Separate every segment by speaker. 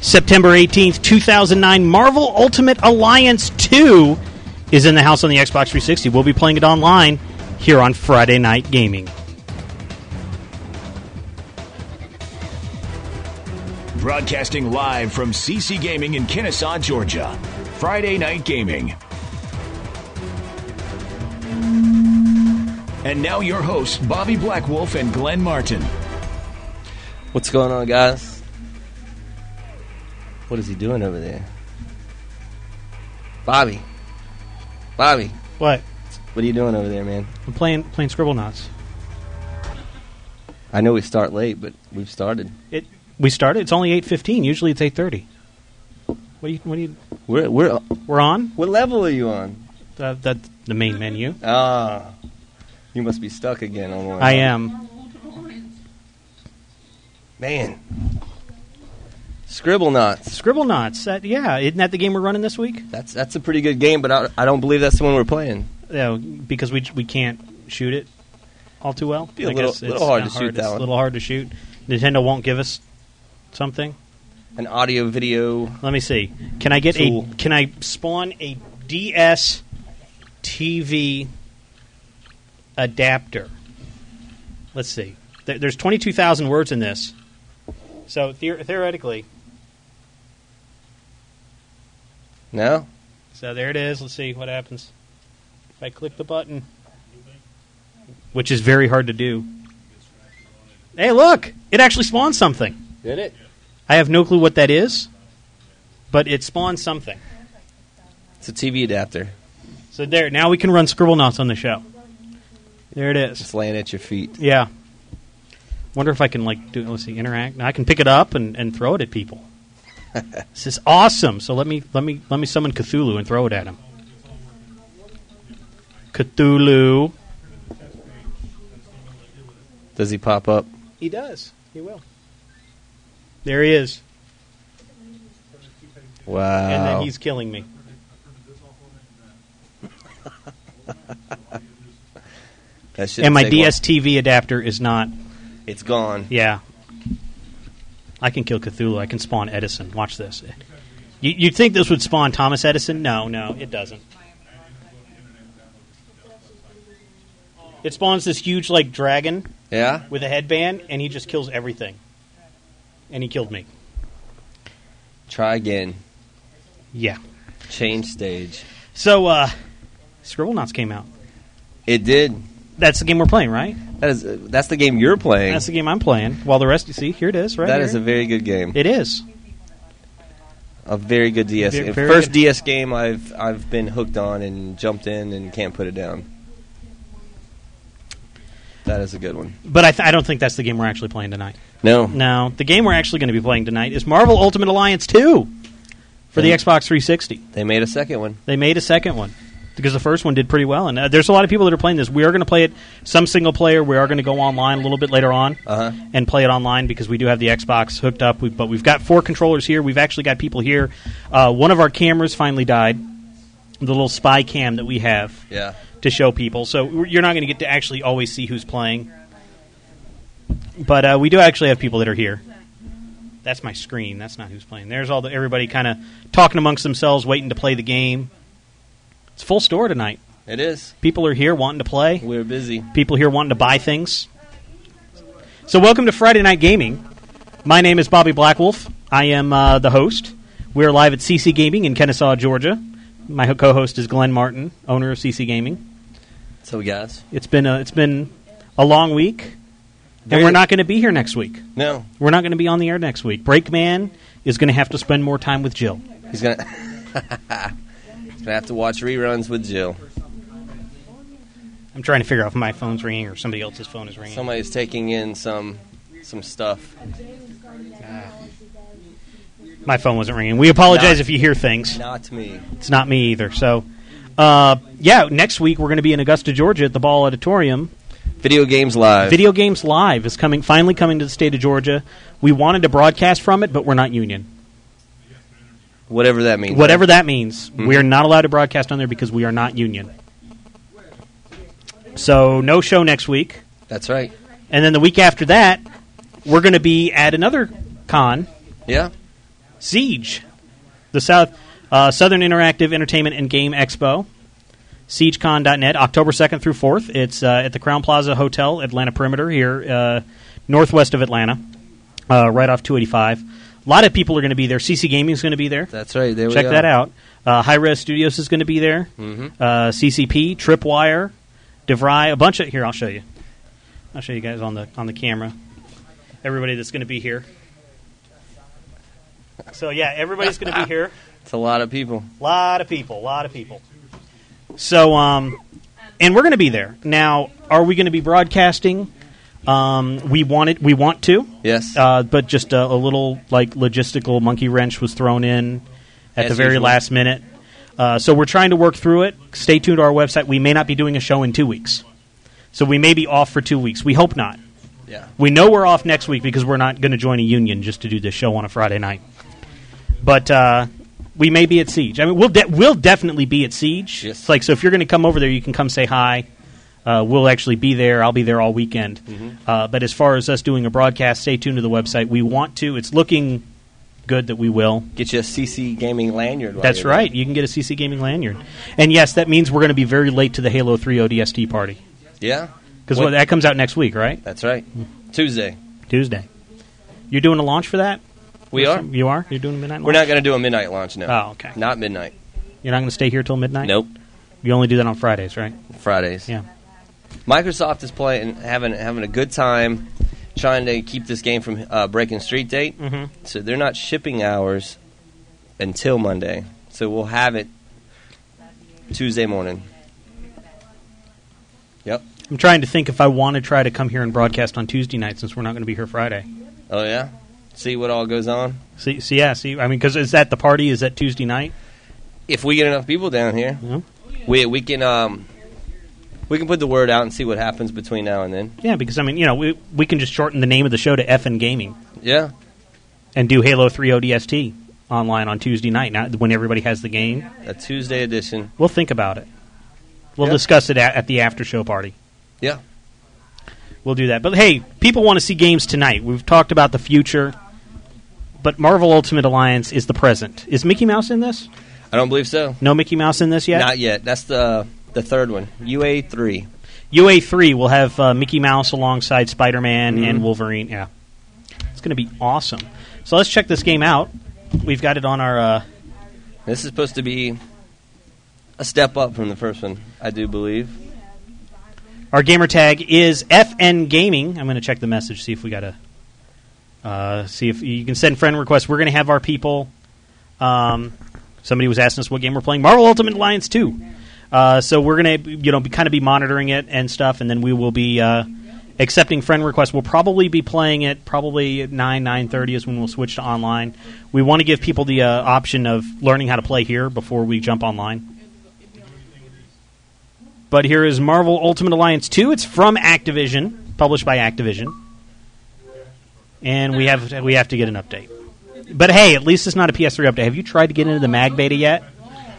Speaker 1: September 18th, 2009. Marvel Ultimate Alliance 2 is in the house on the Xbox 360. We'll be playing it online here on Friday Night Gaming.
Speaker 2: Broadcasting live from CC Gaming in Kennesaw, Georgia. Friday Night Gaming. And now your hosts, Bobby Blackwolf and Glenn Martin.
Speaker 3: What's going on, guys? What is he doing over there? Bobby. Bobby,
Speaker 1: What?
Speaker 3: what are you doing over there, man?
Speaker 1: I'm playing, playing Scribble Knots.
Speaker 3: I know we start late, but we've started.
Speaker 1: It, we started. It's only 8.15. Usually it's 8.30. What do you, what do you,
Speaker 3: We're, we're,
Speaker 1: we're on?
Speaker 3: what level are you on?
Speaker 1: Uh, that's the main menu.
Speaker 3: Ah, you must be stuck again on one.
Speaker 1: I am.
Speaker 3: Man. Scribble knots.
Speaker 1: Scribble Knots. That, yeah, isn't that the game we're running this week?
Speaker 3: That's that's a pretty good game, but I, I don't believe that's the one we're playing.
Speaker 1: Yeah, because we we can't shoot it all too well.
Speaker 3: Be a little- little hard to shoot that
Speaker 1: it's
Speaker 3: one.
Speaker 1: A little hard to shoot. Nintendo won't give us something.
Speaker 3: An audio video.
Speaker 1: Let me see. Can I get
Speaker 3: Tool.
Speaker 1: a? Can I spawn a DS TV adapter? Let's see. There, there's twenty two thousand words in this, so theor theoretically.
Speaker 3: No?
Speaker 1: So there it is. Let's see what happens. If I click the button, which is very hard to do. Hey, look! It actually spawned something.
Speaker 3: Did it?
Speaker 1: I have no clue what that is, but it spawned something.
Speaker 3: It's a TV adapter.
Speaker 1: So there, now we can run Scribble Knots on the show. There it is.
Speaker 3: It's laying at your feet.
Speaker 1: Yeah. Wonder if I can like do. Let's see, interact. Now I can pick it up and, and throw it at people. this is awesome. So let me let me let me summon Cthulhu and throw it at him. Cthulhu.
Speaker 3: Does he pop up?
Speaker 1: He does. He will. There he is.
Speaker 3: Wow.
Speaker 1: And then he's killing me.
Speaker 3: That shit
Speaker 1: And my
Speaker 3: take a while.
Speaker 1: DSTV adapter is not.
Speaker 3: It's gone.
Speaker 1: Yeah. I can kill Cthulhu. I can spawn Edison. Watch this. You, you'd think this would spawn Thomas Edison. No, no, it doesn't. It spawns this huge, like, dragon
Speaker 3: Yeah?
Speaker 1: with a headband, and he just kills everything. And he killed me.
Speaker 3: Try again.
Speaker 1: Yeah.
Speaker 3: Change stage.
Speaker 1: So, uh, Scribblenauts came out.
Speaker 3: It did.
Speaker 1: That's the game we're playing, right?
Speaker 3: That is uh, that's the game you're playing.
Speaker 1: That's the game I'm playing. While the rest, you see, here it is, right?
Speaker 3: That
Speaker 1: here.
Speaker 3: is a very good game.
Speaker 1: It is.
Speaker 3: A very good DS
Speaker 1: Ve-
Speaker 3: game.
Speaker 1: very
Speaker 3: First
Speaker 1: good.
Speaker 3: DS game I've I've been hooked on and jumped in and can't put it down. That is a good one.
Speaker 1: But I, th- I don't think that's the game we're actually playing tonight.
Speaker 3: No.
Speaker 1: No, the game we're actually going to be playing tonight is Marvel Ultimate Alliance 2 for the
Speaker 3: Yeah.
Speaker 1: Xbox 360.
Speaker 3: They made a second one.
Speaker 1: They made a second one because the first one did pretty well. And uh, there's a lot of people that are playing this. We are going to play it some single player. We are going to go online a little bit later on
Speaker 3: Uh-huh.
Speaker 1: and play it online because we do have the Xbox hooked up. We, but we've got four controllers here. We've actually got people here. Uh, one of our cameras finally died, the little spy cam that we have
Speaker 3: Yeah.
Speaker 1: to show people. So we're- you're not going to get to actually always see who's playing. But uh, we do actually have people that are here. That's my screen. That's not who's playing. There's all the everybody kind of talking amongst themselves, waiting to play the game. It's full store tonight.
Speaker 3: It is.
Speaker 1: People are here wanting to play.
Speaker 3: We're busy.
Speaker 1: People here wanting to buy things. So welcome to Friday Night Gaming. My name is Bobby Blackwolf. I am uh, the host. We're live at CC Gaming in Kennesaw, Georgia. My co-host is Glenn Martin, owner of CC Gaming.
Speaker 3: So guys.
Speaker 1: It's been a, it's been a long week, and
Speaker 3: Very-
Speaker 1: we're not going to be here next week.
Speaker 3: No.
Speaker 1: We're not going to be on the air next week. Breakman is going to have to spend more time with Jill.
Speaker 3: He's gonna He's gonna have to watch reruns with Jill.
Speaker 1: I'm trying to figure out if my phone's ringing or somebody else's phone is ringing.
Speaker 3: Somebody's taking in some some stuff.
Speaker 1: my phone wasn't ringing. We apologize
Speaker 3: Not-
Speaker 1: if you hear things.
Speaker 3: Not me.
Speaker 1: It's not me either. So, uh, yeah, next week we're going to be in Augusta, Georgia, at the Ball Auditorium.
Speaker 3: Video games live.
Speaker 1: Video Games Live is coming finally coming to the state of Georgia. We wanted to broadcast from it, but we're not union.
Speaker 3: Whatever that means.
Speaker 1: Whatever that means, we are not allowed to broadcast on there because we are not union. So no show next week,
Speaker 3: That's right.
Speaker 1: and then the week after that, we're going to be at another con,
Speaker 3: Yeah.
Speaker 1: Siege, the South uh, Southern Interactive Entertainment and Game Expo, SiegeCon.net, October second through fourth. It's uh, at the Crown Plaza Hotel, Atlanta Perimeter, here uh, northwest of Atlanta, uh, right off 285. A lot of people are going to be there. CC Gaming is going to be there.
Speaker 3: That's right. There we
Speaker 1: Check
Speaker 3: are.
Speaker 1: that out. Uh, High Res Studios is going to be there. Uh, CCP, Tripwire, DeVry, a bunch of here. I'll show you. I'll show you guys on the on the camera. Everybody that's going to be here. So yeah, everybody's going to be here.
Speaker 3: It's a lot of people.
Speaker 1: A lot of people. A lot of people. So um, and we're going to be there. Now, are we going to be broadcasting? Um, we want it. We want to.
Speaker 3: Yes.
Speaker 1: Uh, but just a, a little like logistical monkey wrench was thrown in at
Speaker 3: As
Speaker 1: the very
Speaker 3: usual.
Speaker 1: last minute. Uh, so we're trying to work through it. Stay tuned to our website. We may not be doing a show in two weeks, so we may be off for two weeks. We hope not.
Speaker 3: yeah.
Speaker 1: We know we're off next week because we're not going to join a union just to do this show on a Friday night. But uh, we may be at Siege. I mean, we'll de- we'll definitely be at Siege.
Speaker 3: Yes.
Speaker 1: It's like so, if you're going to come over there, you can come say hi. Uh, we'll actually be there. I'll be there all weekend.
Speaker 3: Mm-hmm.
Speaker 1: Uh, but as far as us doing a broadcast, stay tuned to the website. We want to. It's looking good that we will.
Speaker 3: Get you a CC gaming lanyard. while
Speaker 1: That's
Speaker 3: you're there.
Speaker 1: right. You can get a CC Gaming lanyard. And yes, that means we're going to be very late to the Halo 3 ODST party
Speaker 3: Yeah.
Speaker 1: because
Speaker 3: What-
Speaker 1: that comes out next week, right?
Speaker 3: That's right. Tuesday.
Speaker 1: Tuesday. You're doing a launch for that?
Speaker 3: We
Speaker 1: Or
Speaker 3: are.
Speaker 1: some- You are. You're doing midnight.
Speaker 3: We're
Speaker 1: launch?
Speaker 3: not going to do a midnight launch now.
Speaker 1: Oh, okay.
Speaker 3: Not midnight.
Speaker 1: You're not going to stay here till midnight.
Speaker 3: Nope.
Speaker 1: You only do that on Fridays, right?
Speaker 3: Fridays.
Speaker 1: Yeah.
Speaker 3: Microsoft is playing, having having a good time, trying to keep this game from uh, breaking street date.
Speaker 1: Mhm.
Speaker 3: So they're not shipping hours until Monday. So we'll have it Tuesday morning. Yep.
Speaker 1: I'm trying to think if I want to try to come here and broadcast on Tuesday night since we're not going to be here Friday.
Speaker 3: Oh yeah. See what all goes on.
Speaker 1: See, see, yeah, see. I mean, because is that the party? Is that Tuesday night?
Speaker 3: If we get enough people down here,
Speaker 1: Yeah.
Speaker 3: we we can um we can put the word out and see what happens between now and then.
Speaker 1: Yeah, because I mean, you know, we we can just shorten the name of the show to FN Gaming
Speaker 3: Yeah.
Speaker 1: and do Halo 3 ODST online on Tuesday night. Now, when everybody has the game,
Speaker 3: A Tuesday edition.
Speaker 1: we'll think about it. We'll
Speaker 3: Yeah.
Speaker 1: discuss it at, at the after show party.
Speaker 3: Yeah.
Speaker 1: We'll do that. But hey, people want to see games tonight. We've talked about the future, but Marvel Ultimate Alliance is the present. Is Mickey Mouse in this?
Speaker 3: I don't believe so.
Speaker 1: No Mickey Mouse in this yet?
Speaker 3: Not yet. That's the the third one. UA three.
Speaker 1: UA3 will have uh, Mickey Mouse alongside Spider Man and Wolverine. Yeah. It's going to be awesome. So let's check this game out. We've got it on our. Uh,
Speaker 3: This is supposed to be a step up from the first one, I do believe.
Speaker 1: our gamer tag is FN Gaming. I'm going to check the message, see if we got a. Uh, see if you can send friend requests. We're going to have our people. Um, somebody was asking us what game we're playing. Marvel Ultimate Alliance 2. Uh, so we're going to, you know, be, kind of be monitoring it and stuff, and then we will be uh, accepting friend requests. We'll probably be playing it probably at 9, 9.30 is when we'll switch to online. We want to give people the uh, option of learning how to play here before we jump online. But here is Marvel Ultimate Alliance 2. It's from Activision, published by Activision. And we have we have to get an update. But hey, at least it's not a PS3 update. Have you tried to get into the mag beta yet?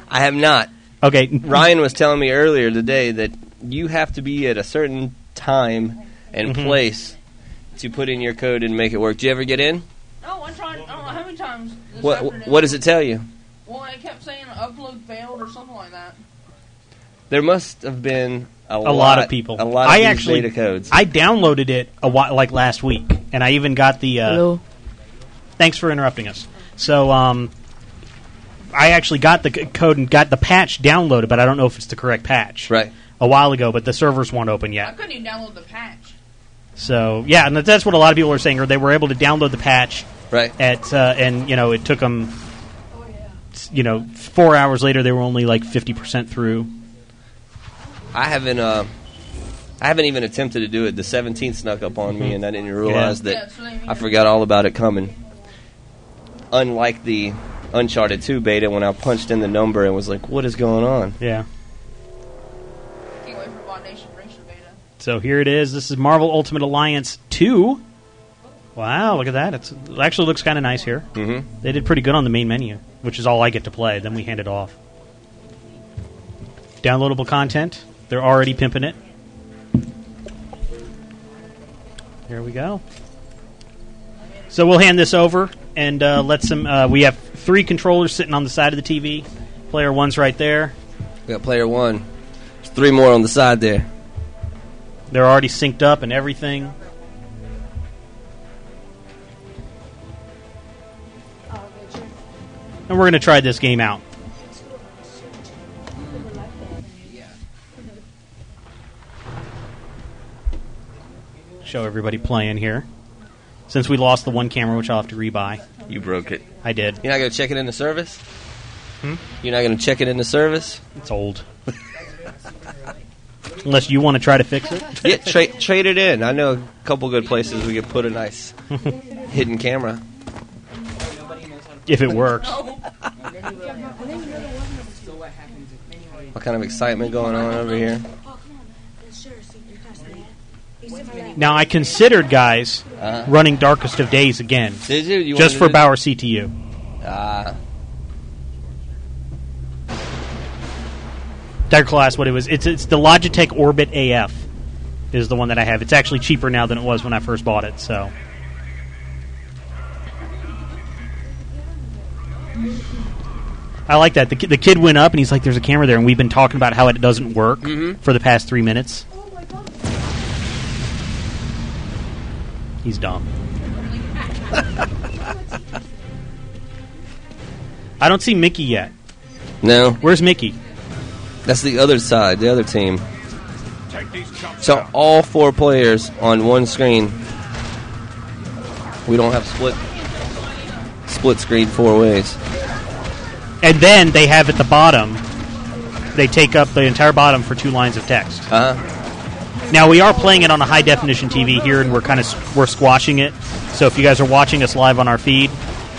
Speaker 3: I have not.
Speaker 1: Okay,
Speaker 3: Ryan was telling me earlier today that you have to be at a certain time and place to put in your code and make it work. Do you ever get in?
Speaker 4: No, one time. I don't know how many times. This
Speaker 3: What
Speaker 4: afternoon.
Speaker 3: What does it tell you?
Speaker 4: Well, I kept saying upload failed or something like that.
Speaker 3: There must have been
Speaker 1: a
Speaker 3: a,
Speaker 1: lot of people.
Speaker 3: A lot of
Speaker 1: I
Speaker 3: these
Speaker 1: actually
Speaker 3: beta codes.
Speaker 1: I downloaded it a while, like last week, and I even got the. Uh,
Speaker 4: Hello.
Speaker 1: Thanks for interrupting us. So, um, I actually got the c- code and got the patch downloaded, but I don't know if it's the correct patch.
Speaker 3: right.
Speaker 1: A while ago, but the servers weren't open yet.
Speaker 4: I couldn't even download the patch.
Speaker 1: So yeah, and that- that's what a lot of people are saying. Or they were able to download the patch
Speaker 3: Right.
Speaker 1: at, uh, and you know, it took them, you know, four hours later they were only like fifty percent through.
Speaker 3: I haven't. Uh, I haven't even attempted to do it. The 17th snuck up on me, and I didn't even realize
Speaker 1: Mm-hmm. Yeah.
Speaker 3: that
Speaker 4: Yeah, that's what I mean.
Speaker 3: I forgot all about it coming. Unlike the Uncharted 2 beta, when I punched in the number and was like, "What is going on?"
Speaker 1: Yeah.
Speaker 4: Can't wait for Bond Nation Racer beta.
Speaker 1: So here it is. This is Marvel Ultimate Alliance two. Wow, look at that! It's, it actually looks kind of nice here.
Speaker 3: Mm-hmm.
Speaker 1: They did pretty good on the main menu, which is all I get to play. Then we hand it off. Downloadable content. They're already pimping it. There we go. So we'll hand this over and uh, lets him. Uh, we have three controllers sitting on the side of the TV. Player one's right there.
Speaker 3: We got player one. There's three more on the side there.
Speaker 1: They're already synced up and everything. And we're going to try this game out. Show everybody playing here. Since we lost the one camera, which I'll have to rebuy,
Speaker 3: You broke it.
Speaker 1: I did.
Speaker 3: You're not going to check it into service?
Speaker 1: Hmm?
Speaker 3: You're not going to check it into service?
Speaker 1: It's old. Unless you want to try to fix it.
Speaker 3: yeah, tra- trade it in. I know a couple good places we could put a nice hidden camera.
Speaker 1: if it works.
Speaker 3: What kind of excitement going on over here?
Speaker 1: Now I considered guys
Speaker 3: Uh-huh.
Speaker 1: running Darkest of Days again,
Speaker 3: Did you? you
Speaker 1: just
Speaker 3: wanted
Speaker 1: for
Speaker 3: to-
Speaker 1: Bauer CTU.
Speaker 3: Ah,
Speaker 1: Dark Class, what it was? It's it's the Logitech Orbit AF is the one that I have. It's actually cheaper now than it was when I first bought it. So I like that. The, ki- the kid went up and he's like, "There's a camera there," and we've been talking about how it doesn't work
Speaker 3: Mm-hmm.
Speaker 1: for the past three minutes. He's dumb. I don't see Mickey yet.
Speaker 3: no,
Speaker 1: Where's Mickey?
Speaker 3: that's the other side, the other team. So all four players on one screen. We don't have split split screen four ways.
Speaker 1: And then they have at the bottom, they take up the entire bottom for two lines of text.
Speaker 3: Uh huh.
Speaker 1: Now we are playing it on a high definition TV here, and we're kind of we're squashing it. So if you guys are watching us live on our feed,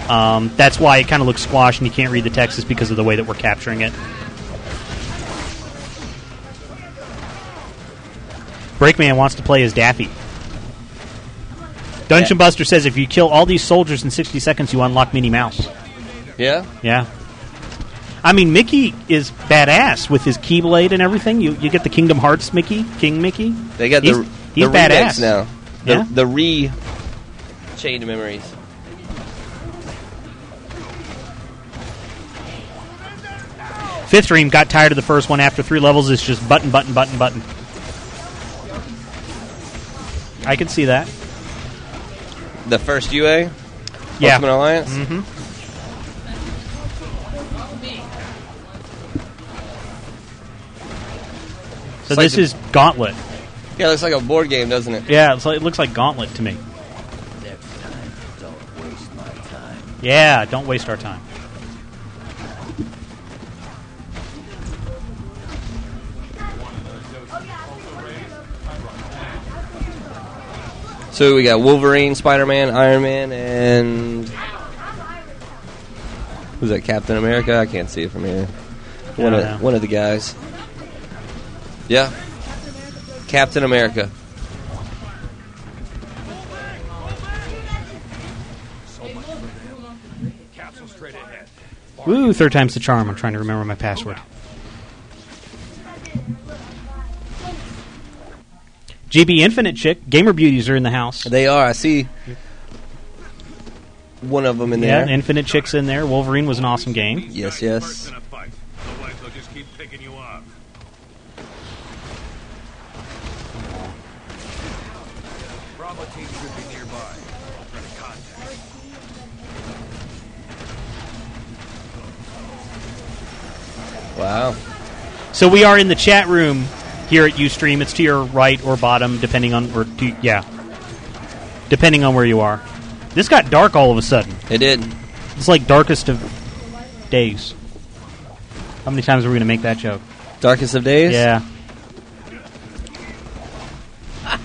Speaker 1: um, that's why it kind of looks squashed and you can't read the text is because of the way that we're capturing it. Breakman wants to play as Daffy. Dungeon Buster says if you kill all these soldiers in 60 seconds, you unlock Minnie Mouse.
Speaker 3: Yeah.
Speaker 1: Yeah. I mean, Mickey is badass with his Keyblade and everything. You you get the Kingdom Hearts Mickey, King Mickey.
Speaker 3: They got
Speaker 1: he's,
Speaker 3: the
Speaker 1: he's
Speaker 3: the
Speaker 1: badass
Speaker 3: remix now. The,
Speaker 1: Yeah.
Speaker 3: the re chained memories.
Speaker 1: Fifth Dream got tired of the first one after three levels. It's just button, button, button, button. I can see that.
Speaker 3: The first UA.
Speaker 1: Yeah. Mm-hmm.
Speaker 3: Ultimate Alliance.
Speaker 1: So
Speaker 3: It's like
Speaker 1: this
Speaker 3: the-
Speaker 1: is Gauntlet.
Speaker 3: Yeah, it looks like a board game, doesn't it?
Speaker 1: Yeah, it's like, it looks like Gauntlet to me. Yeah, don't waste our time.
Speaker 3: So we got Wolverine, Spider Man, Iron Man, and who's that? Captain America. I can't see it from here. One
Speaker 1: don't
Speaker 3: of
Speaker 1: know.
Speaker 3: one of the guys. Yeah, Captain America.
Speaker 1: Woo, third time's the charm. I'm trying to remember my password. GB Infinite Chick, Gamer Beauties are in the house.
Speaker 3: They are. I see one of them in
Speaker 1: Yeah,
Speaker 3: there.
Speaker 1: Infinite Chick's in there. Wolverine was an awesome game.
Speaker 3: yes, yes.
Speaker 5: Otherwise, they'll just keep picking you off. Bravo team should be nearby. Try to contact.
Speaker 3: Wow.
Speaker 1: So we are in the chat room here at Ustream. It's to your right or bottom, depending on or to, yeah, depending on where you are. This got dark all of a sudden.
Speaker 3: It did.
Speaker 1: It's like darkest of days. How many times are we going to make that joke?
Speaker 3: Darkest of Days.
Speaker 1: Yeah.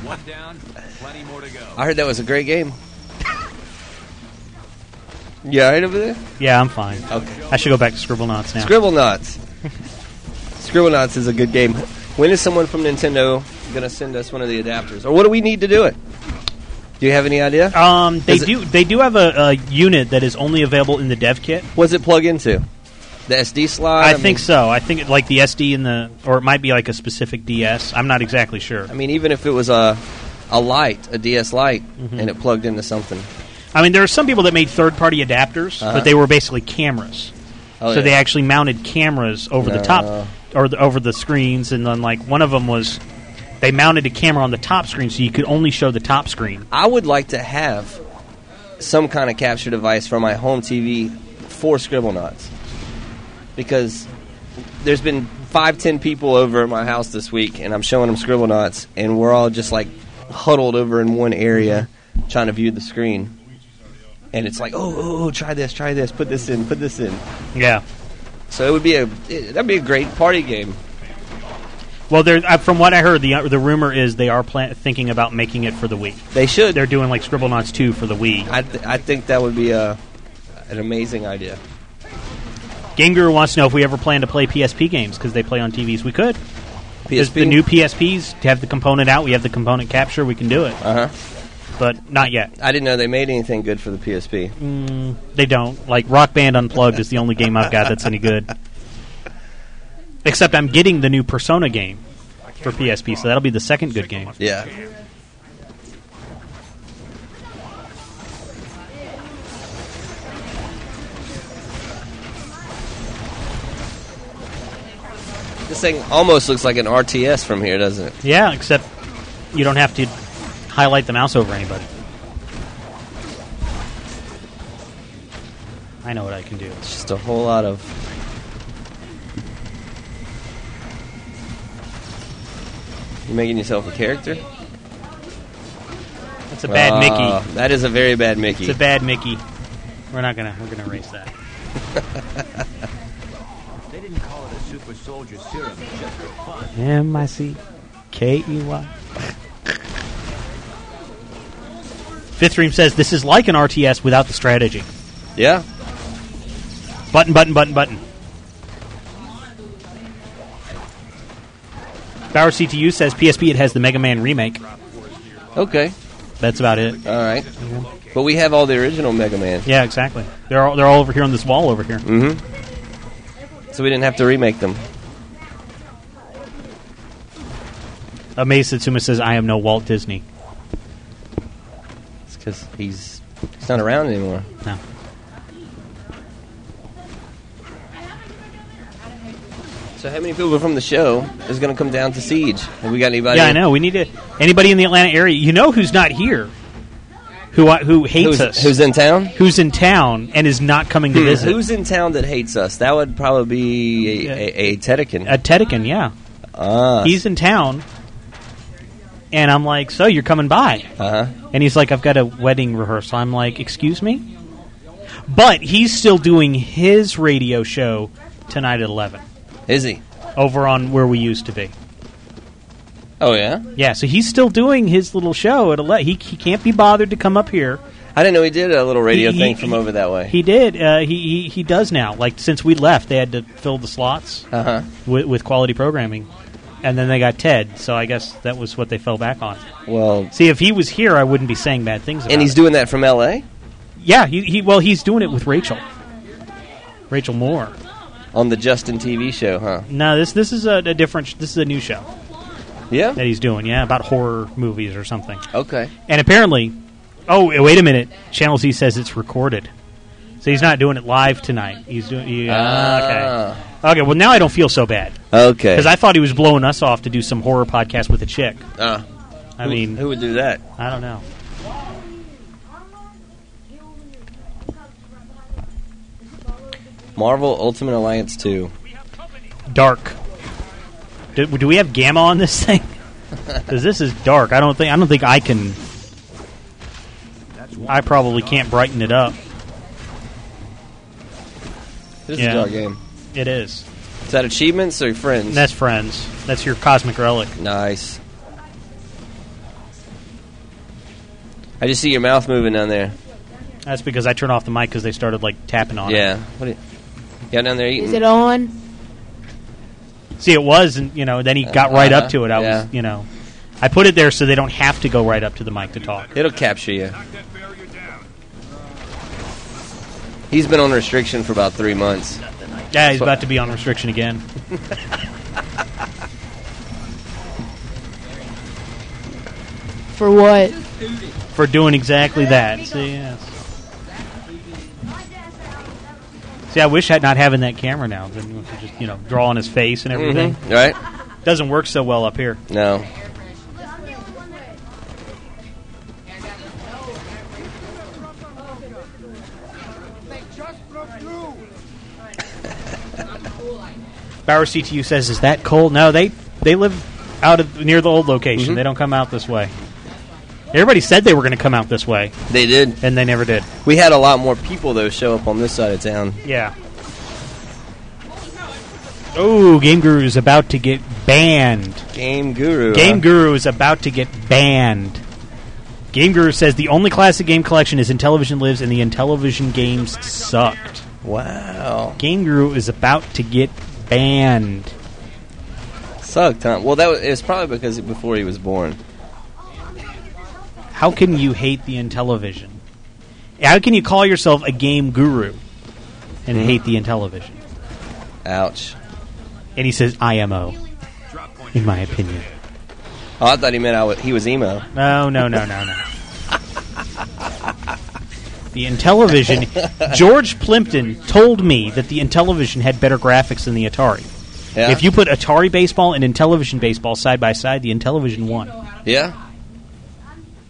Speaker 5: One down, plenty more to go.
Speaker 3: I heard that was a great game. you all right over there?
Speaker 1: Yeah, I'm fine.
Speaker 3: Okay.
Speaker 1: I should go back to Scribble Knots now.
Speaker 3: Scribble Knots. Scribble Knots is a good game. When is someone from Nintendo going to send us one of the adapters? Or what do we need to do it? Do you have any idea?
Speaker 1: Um, they
Speaker 3: Is it-
Speaker 1: do. They do have a, a unit that is only available in the dev kit.
Speaker 3: What's it plug into? The SD slot?
Speaker 1: I,
Speaker 3: mean-
Speaker 1: think so. I think it, like the SD and the, or it might be like a specific DS. I'm not exactly sure. Mm-hmm.
Speaker 3: I mean, even if it was a, a light, a DS light, and it plugged into something.
Speaker 1: I mean, there are some people that made third-party adapters,
Speaker 3: Uh-huh.
Speaker 1: but they were basically cameras.
Speaker 3: Oh,
Speaker 1: so
Speaker 3: yeah. Uh.
Speaker 1: they actually mounted cameras over the
Speaker 3: No.
Speaker 1: top or the, over the screens, and then like one of them was they mounted a camera on the top screen, so you could only show the top screen.
Speaker 3: I would like to have some kind of capture device for my home TV for Scribblenauts because there's been five, ten people over at my house this week, and I'm showing them Scribblenauts, and we're all just like huddled over in one area trying to view the screen. And it's like, oh, oh, oh, try this, try this, put this in, put this in.
Speaker 1: Yeah.
Speaker 3: So it would be a it, that'd be a great party game.
Speaker 1: Well, there. Uh, from what I heard, the the rumor is they are plan- thinking about making it for the Wii.
Speaker 3: They should.
Speaker 1: They're doing like Scribblenauts two for the Wii.
Speaker 3: I th- I think that would be a an amazing idea.
Speaker 1: Game Guru wants to know if we ever plan to play PSP games because they play on TVs. We could. There's
Speaker 3: PSP
Speaker 1: The new PSPs have the component out. We have the component capture. We can do it,
Speaker 3: Uh huh.
Speaker 1: but not yet.
Speaker 3: I didn't know they made anything good for the PSP.
Speaker 1: Mm. They don't. Like Rock Band Unplugged is the only game I've got that's any good. Except I'm getting the new Persona game for PSP, so that'll be the second good game.
Speaker 3: Yeah. This thing almost looks like an RTS from here, doesn't it?
Speaker 1: Yeah, except you don't have to highlight the mouse over anybody. I know what I can do.
Speaker 3: It's just a whole lot of. You making yourself a character?
Speaker 1: That's a bad
Speaker 3: Ah,
Speaker 1: Mickey.
Speaker 3: That is a very bad Mickey.
Speaker 1: It's a bad Mickey. We're not gonna. We're gonna erase that.
Speaker 5: They didn't call it a super soldier serum just for fun.
Speaker 1: M I C K E Y. Fifth Dream says this is like an RTS without the strategy.
Speaker 3: yeah.
Speaker 1: Button, button, button, button. Bauer CTU says PSP it has the Mega Man remake.
Speaker 3: Okay.
Speaker 1: That's about it.
Speaker 3: All right. But we have all the original Mega Man,
Speaker 1: Yeah, exactly. They're all, they're all over here on this wall over here.
Speaker 3: so we didn't have to remake them.
Speaker 1: Amazed Satsuma says I am no Walt Disney.
Speaker 3: It's because he's he's not around anymore.
Speaker 1: No.
Speaker 3: So how many people from the show is going to come down to Siege? Have we got anybody?
Speaker 1: Yeah, I know. We need to. Anybody in the Atlanta area, you know who's not here, who I, who hates
Speaker 3: Who's,
Speaker 1: us,
Speaker 3: who's in town?
Speaker 1: who's in town and is not coming to visit.
Speaker 3: Who's in town that hates us? That would probably be a, a, a Tedekin.
Speaker 1: a Uh, Tedekin, yeah.
Speaker 3: Ah,
Speaker 1: He's in town. And I'm like, so you're coming by?
Speaker 3: uh-huh.
Speaker 1: And he's like, I've got a wedding rehearsal. I'm like, excuse me? But he's still doing his radio show tonight at 11
Speaker 3: Is he?
Speaker 1: over on where we used to be.
Speaker 3: Oh yeah.
Speaker 1: Yeah, so he's still doing his little show at 11. He, he can't be bothered to come up here.
Speaker 3: I didn't know he did a little radio
Speaker 1: He- he-
Speaker 3: thing from over that way.
Speaker 1: He did. Uh, he, he, he does now. Like, since we left, they had to fill the slots.
Speaker 3: uh huh.
Speaker 1: with, with quality programming, and then they got Ted. So I guess that was what they fell back on.
Speaker 3: Well,
Speaker 1: See, if he was here, I wouldn't be saying bad things. About
Speaker 3: and he's
Speaker 1: it.
Speaker 3: doing that from L.A.
Speaker 1: yeah. He, he well, he's doing it with Rachel, Rachel Moore.
Speaker 3: on the Justin TV show, huh?
Speaker 1: No, this this is a, a different. sh- This is a new show
Speaker 3: Yeah.
Speaker 1: that he's doing. Yeah, about horror movies or something.
Speaker 3: Okay.
Speaker 1: And apparently, oh wait a minute, Channel Z says it's recorded. So he's not doing it live tonight. He's doing. Yeah,
Speaker 3: Ah.
Speaker 1: okay. Okay. Well, now I don't feel so bad
Speaker 3: Okay.
Speaker 1: because I thought he was blowing us off to do some horror podcast with a chick.
Speaker 3: Uh,
Speaker 1: I
Speaker 3: who-
Speaker 1: mean,
Speaker 3: who would do that?
Speaker 1: I don't know.
Speaker 3: Marvel Ultimate Alliance 2.
Speaker 1: dark. Do, do we have gamma on this thing? Because this is dark. I don't think I don't think I can. I probably can't brighten it up.
Speaker 3: This
Speaker 1: Yeah.
Speaker 3: is our game.
Speaker 1: It is.
Speaker 3: Is that achievements or friends?
Speaker 1: That's friends. That's your cosmic relic.
Speaker 3: nice. I just see your mouth moving down there.
Speaker 1: That's because I turned off the mic because they started like tapping on it.
Speaker 3: Yeah. What are you, yeah, down there
Speaker 4: Is
Speaker 3: eating.
Speaker 4: it on?
Speaker 1: See, it was, and you know, then he got right
Speaker 3: Uh-huh.
Speaker 1: up to it. I
Speaker 3: Yeah.
Speaker 1: was, you know, I put it there so they don't have to go right up to the mic to talk.
Speaker 3: It'll capture you.
Speaker 5: Knock that barrier down.
Speaker 3: He's been on restriction for about three months.
Speaker 1: Yeah, he's about to be on restriction again.
Speaker 4: For what?
Speaker 1: for doing exactly that. See, yes. See, I wish had not having that camera now. Then we could just you know draw on his face and everything.
Speaker 3: Mhm. Right?
Speaker 1: Doesn't work so well up here.
Speaker 3: No.
Speaker 1: Bauer CTU says, "Is that cold?" No, they they live out of near the old location.
Speaker 3: Mm-hmm.
Speaker 1: They don't come out this way. Everybody said they were going to come out this way,
Speaker 3: They did.
Speaker 1: and they never did.
Speaker 3: We had a lot more people though show up on this side of town.
Speaker 1: Yeah. Oh, Game Guru is about to get banned.
Speaker 3: Game Guru.
Speaker 1: Game Guru is about to get banned. Game Guru says the only classic game collection is Intellivision Lives and the Intellivision games sucked.
Speaker 3: Guru. Wow.
Speaker 1: Game Guru is about to get banned.
Speaker 3: Sucked, huh? Well, that was, it was probably because before he was born.
Speaker 1: How can you hate the Intellivision? How can you call yourself a game guru and hate the Intellivision?
Speaker 3: Ouch.
Speaker 1: And he says IMO, in my opinion.
Speaker 3: Oh, I thought he meant I was, he was emo.
Speaker 1: No, no, no, no, no. the Intellivision. George Plimpton told me that the Intellivision had better graphics than the Atari.
Speaker 3: Yeah.
Speaker 1: If you put Atari baseball and Intellivision baseball side by side, the Intellivision won.
Speaker 3: yeah.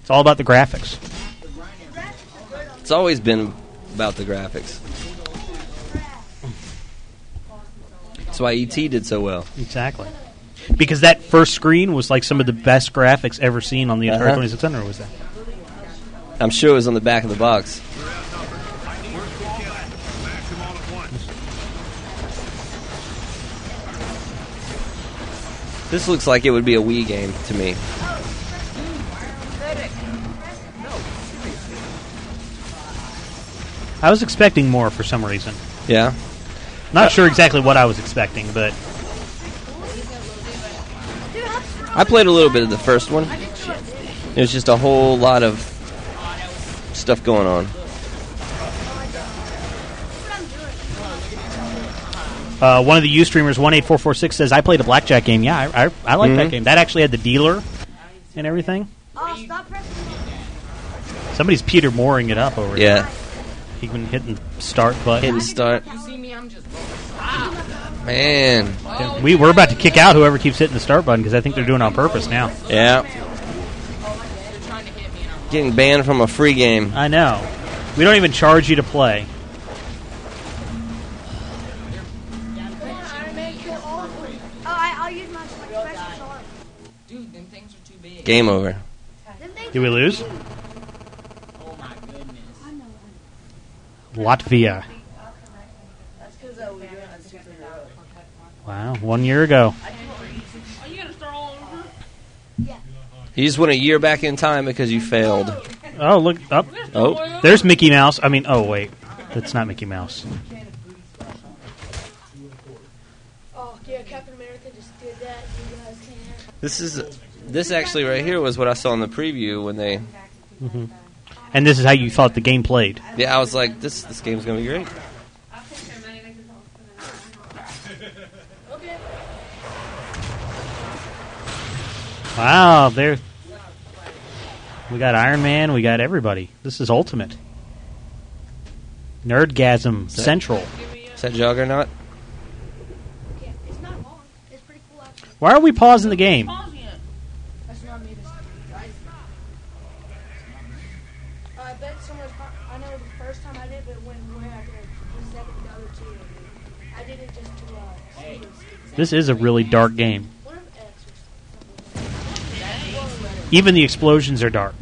Speaker 1: It's all about the graphics.
Speaker 3: It's always been about the graphics. That's why ET did so well.
Speaker 1: Exactly. Because that first screen was like some of the best graphics ever seen on the Atari
Speaker 3: Uh-huh.
Speaker 1: 2600 was that.
Speaker 3: I'm sure it was on the back of the box.
Speaker 5: Smash them all at once.
Speaker 3: This looks like it would be a Wii game to me.
Speaker 1: I was expecting more for some reason.
Speaker 3: Yeah. Uh,
Speaker 1: Not sure exactly what I was expecting, but
Speaker 3: I played a little bit of the first one. There's just a whole lot of stuff going on.
Speaker 1: Uh, one of the U streamers, one eight four four six, says I played a blackjack game. Yeah, I, I, I like that game. That actually had the dealer and everything.
Speaker 6: Oh, stop pressing.
Speaker 1: Somebody's Peter Mooring it up over here.
Speaker 3: Yeah.
Speaker 1: he can hit the start button.
Speaker 3: Hit and start. Man.
Speaker 1: We we're about to kick out whoever keeps hitting the start button because I think they're doing it on purpose now.
Speaker 3: Yeah. Getting banned from a free game.
Speaker 1: I know. We don't even charge you to play.
Speaker 6: Oh, I, I'll use my, my special charm.
Speaker 4: Dude, them things are too big.
Speaker 3: Game over.
Speaker 6: Them things
Speaker 1: Do we lose?
Speaker 4: Oh my goodness.
Speaker 1: Latvia.
Speaker 4: That's because uh, we doing it super row.
Speaker 1: Wow, one year ago.
Speaker 4: Are Oh, you gonna start all over?
Speaker 3: You just went a year back in time because you failed.
Speaker 1: Oh look up.
Speaker 3: Oh.
Speaker 1: There's Mickey Mouse. I mean, oh wait, that's not Mickey Mouse.
Speaker 6: Oh, yeah, Captain America just did that. You guys can't.
Speaker 3: This is this actually right here was what I saw in the preview when they
Speaker 1: And this is how you thought the game played.
Speaker 3: Yeah, I was like, this this game's gonna be great.
Speaker 1: Wow, there. We got Iron Man. We got everybody. This is ultimate. Nerdgasm Central.
Speaker 3: Is that Juggernaut?
Speaker 6: Yeah, it's not long. It's pretty cool. Actually.
Speaker 1: Why are we pausing the game?
Speaker 4: Pause yet.
Speaker 6: That's not me. This I bet someone's. pro- I know the first time I did, but it went way out there. The second, the other two. I did it just to. Uh, hey.
Speaker 1: This is a really dark game.
Speaker 6: What if X or
Speaker 1: Even the explosions are dark.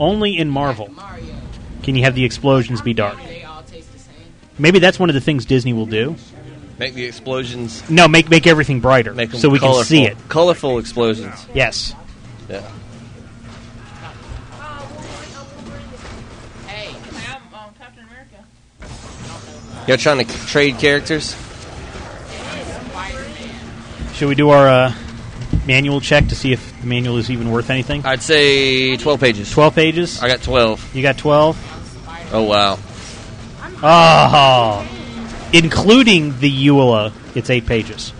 Speaker 1: Only in Marvel
Speaker 4: Mario.
Speaker 1: can you have the explosions be dark.
Speaker 4: They all taste the same.
Speaker 1: Maybe that's one of the things Disney will do.
Speaker 3: Make the explosions
Speaker 1: No, make make everything brighter
Speaker 3: make them
Speaker 1: so we
Speaker 3: colorful.
Speaker 1: can see it.
Speaker 3: Colorful explosions.
Speaker 1: Yes.
Speaker 3: Yeah.
Speaker 4: Hey, I'm um, Captain America.
Speaker 3: Y'all trying to c- trade characters?
Speaker 1: Should we do our uh, manual check to see if the manual is even worth anything?
Speaker 3: I'd say twelve pages.
Speaker 1: 12 pages?
Speaker 3: I got twelve.
Speaker 1: You got 12?
Speaker 3: Oh wow.
Speaker 1: Oh, including the E EULA, it's eight pages.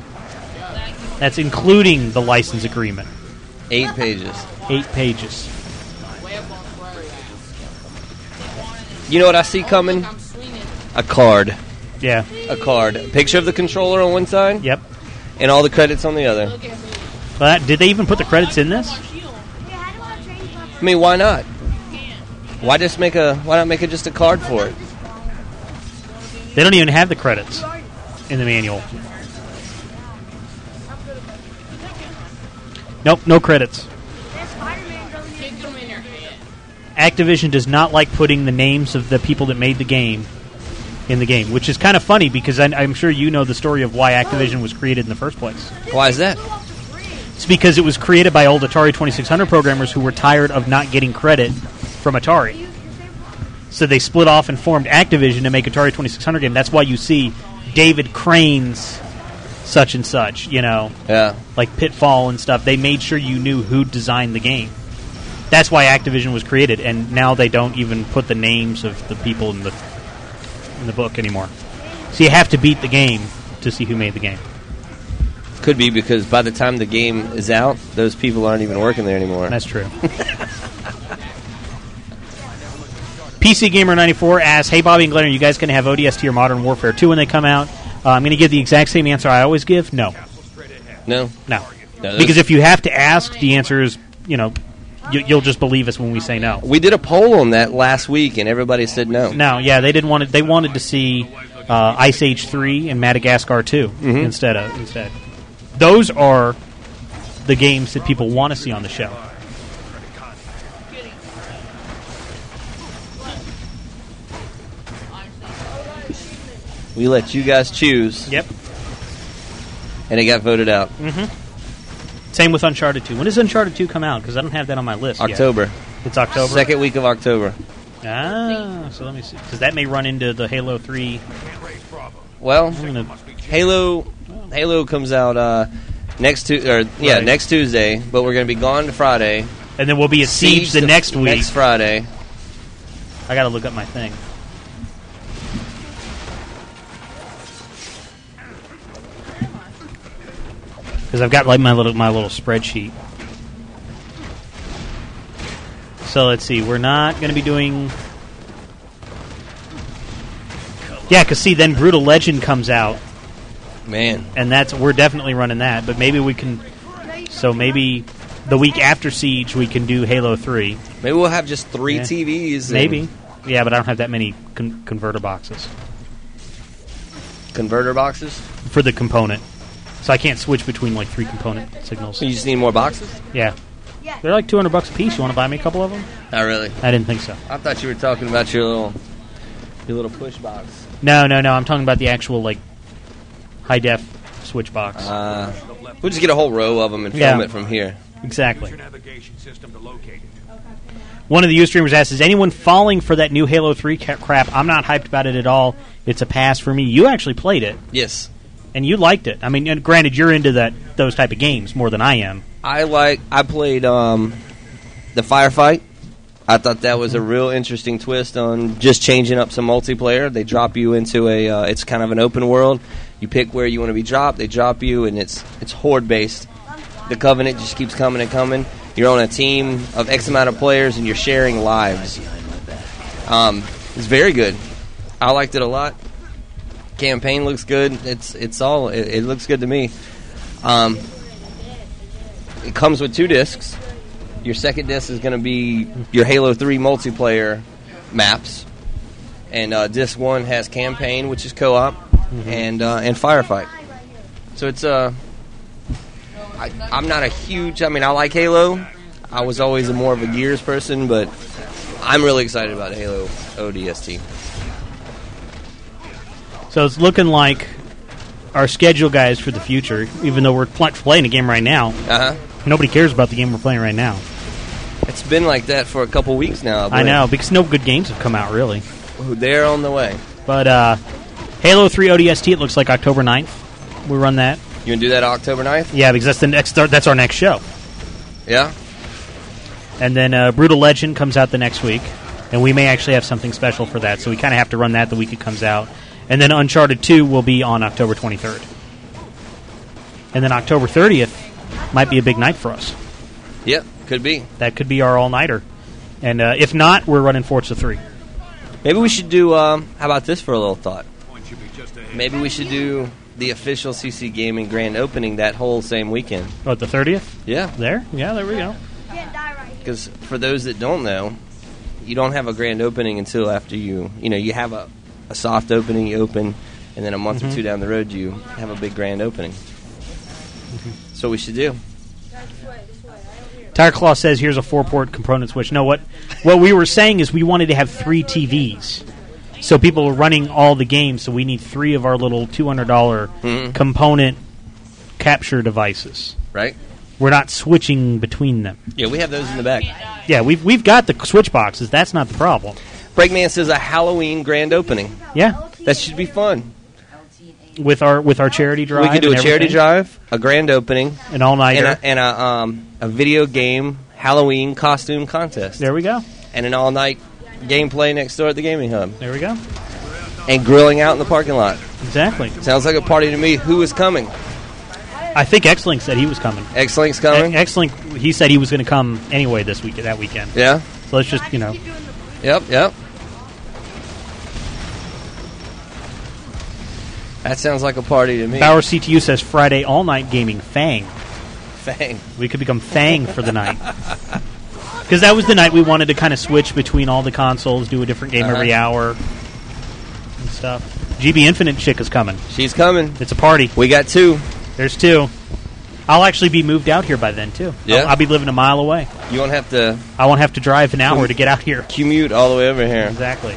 Speaker 1: That's including the license agreement,
Speaker 3: Eight pages.
Speaker 1: eight pages.
Speaker 3: You know what I see coming?
Speaker 4: I'm swinging.
Speaker 3: A card.
Speaker 1: Yeah.
Speaker 3: a card, a picture of the controller on one side,
Speaker 1: Yep.
Speaker 3: and all the credits on the other.
Speaker 1: Well, that, did they even put the credits in this?
Speaker 3: I mean, why not? Why just make a? Why not make it just a card for it?
Speaker 1: They don't even have the credits in the manual. Nope, no credits. Activision does not like putting the names of the people that made the game in the game, which is kind of funny because I, I'm sure you know the story of why Activision was created in the first place.
Speaker 3: Why is that?
Speaker 1: It's because it was created by old Atari 2600 programmers who were tired of not getting credit from Atari. So they split off and formed Activision to make Atari 2600 game. That's why you see David Crane's such and such, you know,
Speaker 3: Yeah,
Speaker 1: like Pitfall and stuff. They made sure you knew who designed the game. That's why Activision was created, and now they don't even put the names of the people in the in the book anymore. So you have to beat the game to see who made the game.
Speaker 3: could be because by the time the game is out, those people aren't even working there anymore.
Speaker 1: That's true. PC Gamer 94 asks, "Hey Bobby and Glenn, are you guys going to have ODST or Modern Warfare 2 when they come out?" Uh, I'm going to give the exact same answer I always give: No,
Speaker 3: No,
Speaker 1: no,
Speaker 3: No,
Speaker 1: because if you have to ask, the answer is you know you, you'll just believe us when we say no.
Speaker 3: we did a poll on that last week, and everybody said no.
Speaker 1: No, yeah, they didn't want it. They wanted to see uh, Ice Age 3 and Madagascar 2 instead of instead. Those are the games that people want to see on the show.
Speaker 3: We let you guys choose,
Speaker 1: Yep.
Speaker 3: and it got voted out.
Speaker 1: Same with Uncharted 2. When does Uncharted 2 come out? Because I don't have that on my list. yet.
Speaker 3: October,
Speaker 1: It's October.
Speaker 3: second week of October.
Speaker 1: Ah, so let me see. Because that may run into the Halo 3.
Speaker 3: Well,
Speaker 1: I'm gonna-
Speaker 3: Halo, Halo comes out uh, next tu- or yeah
Speaker 1: Right.
Speaker 3: next Tuesday, but we're gonna be gone Friday.
Speaker 1: and then we'll be at Siege, the
Speaker 3: to-
Speaker 1: next week.
Speaker 3: next Friday.
Speaker 1: I got to look up my thing. Because I've got like my little my little spreadsheet. So let's see. We're not going to be doing. Yeah, because see, then Brutal Legend comes out,
Speaker 3: Man,
Speaker 1: and that's we're definitely running that. But maybe we can. So maybe the week after Siege, we can do Halo Three.
Speaker 3: maybe we'll have just three
Speaker 1: Yeah.
Speaker 3: TVs. and
Speaker 1: Maybe. Yeah, but I don't have that many con- converter boxes
Speaker 3: converter boxes.
Speaker 1: for the component. So I can't switch between like three component signals.
Speaker 3: You just need more boxes.
Speaker 1: Yeah. They're like 200 bucks a piece. You want to buy me a couple of them?
Speaker 3: Not really.
Speaker 1: I didn't think so.
Speaker 3: I thought you were talking about your little your little push box.
Speaker 1: No, no, no. I'm talking about the actual like high def switch box.
Speaker 3: Uh, we'll just get a whole row of them and film
Speaker 1: Yeah.
Speaker 3: it from here.
Speaker 1: exactly.
Speaker 5: Use your navigation system to locate it.
Speaker 1: One of the U streamers asks, "Is anyone falling for that new Halo 3 ca- crap? I'm not hyped about it at all. It's a pass for me. You actually played it
Speaker 3: Yes,
Speaker 1: and you liked it. I mean, and granted, you're into that those type of games more than I am.
Speaker 3: I like. I played um, the firefight. I thought that was a real interesting twist on just changing up some multiplayer. They drop you into a. Uh, it's kind of an open world. You pick where you want to be dropped. They drop you, and it's it's horde based. The covenant just keeps coming and coming. You're on a team of X amount of players, and you're sharing lives. Um, it's very good. I liked it a lot. Campaign looks good. It's it's all. It, it looks good to me. Um, it comes with two discs. Your second disc is going to be your Halo 3 multiplayer maps, and uh, disc one has campaign, which is co-op,
Speaker 1: Mm-hmm.
Speaker 3: and uh, and firefight. So it's uh, I, I'm not a huge. I mean, I like Halo. I was always a more of a Gears person, but I'm really excited about Halo ODST.
Speaker 1: So it's looking like our schedule guys for the future, even though we're pl- playing a game right now,
Speaker 3: Uh huh.
Speaker 1: nobody cares about the game we're playing right now.
Speaker 3: It's been like that for a couple weeks now.
Speaker 1: I
Speaker 3: believe.
Speaker 1: know, because no good games have come out, really.
Speaker 3: They're on the way.
Speaker 1: But uh, Halo 3 ODST, it looks like October 9th. We run that.
Speaker 3: You gonna do that October 9th?
Speaker 1: Yeah, because that's the next. That's our next show.
Speaker 3: Yeah.
Speaker 1: And then uh, Brutal Legend comes out the next week, and we may actually have something special for that. So we kind of have to run that the week it comes out. And then Uncharted 2 will be on October 23rd. And then October 30th might be a big night for us.
Speaker 3: Yep. Could be.
Speaker 1: That could be our all nighter. And uh, if not, we're running Forza 3.
Speaker 3: Maybe we should do. Um, how about this for a little thought?
Speaker 5: That should be just ahead.
Speaker 3: Maybe we should do the official CC Gaming grand opening that whole same weekend.
Speaker 1: What Oh, the thirtieth?
Speaker 3: Yeah.
Speaker 1: There, yeah, there we go.
Speaker 6: Can't die right here.
Speaker 3: Because for those that don't know, you don't have a grand opening until after you, you know, you have a, a soft opening, you open, and then a month or two down the road, you have a big grand opening. So we should do.
Speaker 6: Guys, this way, this way. I don't hear.
Speaker 1: Tire Claw says here's a four port component switch. No, what what we were saying is we wanted to have three TVs, so people were running all the games. So we need three of our little two hundred
Speaker 3: Mm-hmm.
Speaker 1: component capture devices.
Speaker 3: Right?
Speaker 1: We're not switching between them.
Speaker 3: Yeah, we have those in the back.
Speaker 1: Yeah, we've we've got the switch boxes. That's not the problem.
Speaker 3: Breakman says a Halloween grand opening.
Speaker 1: Yeah,
Speaker 3: That should be fun.
Speaker 1: with our with our charity drive,
Speaker 3: We could do a
Speaker 1: and
Speaker 3: charity
Speaker 1: everything,
Speaker 3: drive, a grand opening,
Speaker 1: an all
Speaker 3: and
Speaker 1: nighter.
Speaker 3: a, and a, um, a video game Halloween costume contest,
Speaker 1: There we go.
Speaker 3: and an all night gameplay next door at the gaming hub,
Speaker 1: There we go.
Speaker 3: and grilling out in the parking lot.
Speaker 1: Exactly.
Speaker 3: Sounds like a party to me. Who is coming?
Speaker 1: I think X Link said he was coming.
Speaker 3: X Link's coming.
Speaker 1: X Link, he said he was going to come anyway this week that weekend.
Speaker 3: yeah.
Speaker 1: So let's just you know.
Speaker 3: Yep. Yep. That sounds like a party to me.
Speaker 1: Bauer CTU says Friday all night gaming Fang.
Speaker 3: Fang.
Speaker 1: We could become Fang for the night. Because that was the night we wanted to kind of switch between all the consoles, do a different game every
Speaker 3: Uh-huh.
Speaker 1: hour and stuff. GB Infinite Chick is coming.
Speaker 3: She's coming.
Speaker 1: It's a party.
Speaker 3: We got two.
Speaker 1: There's two. I'll actually be moved out here by then, too. I'll-
Speaker 3: Yeah?
Speaker 1: I'll, be living a mile away.
Speaker 3: You won't have to
Speaker 1: I won't have to drive an hour to get out here.
Speaker 3: commute all the way over here.
Speaker 1: Exactly.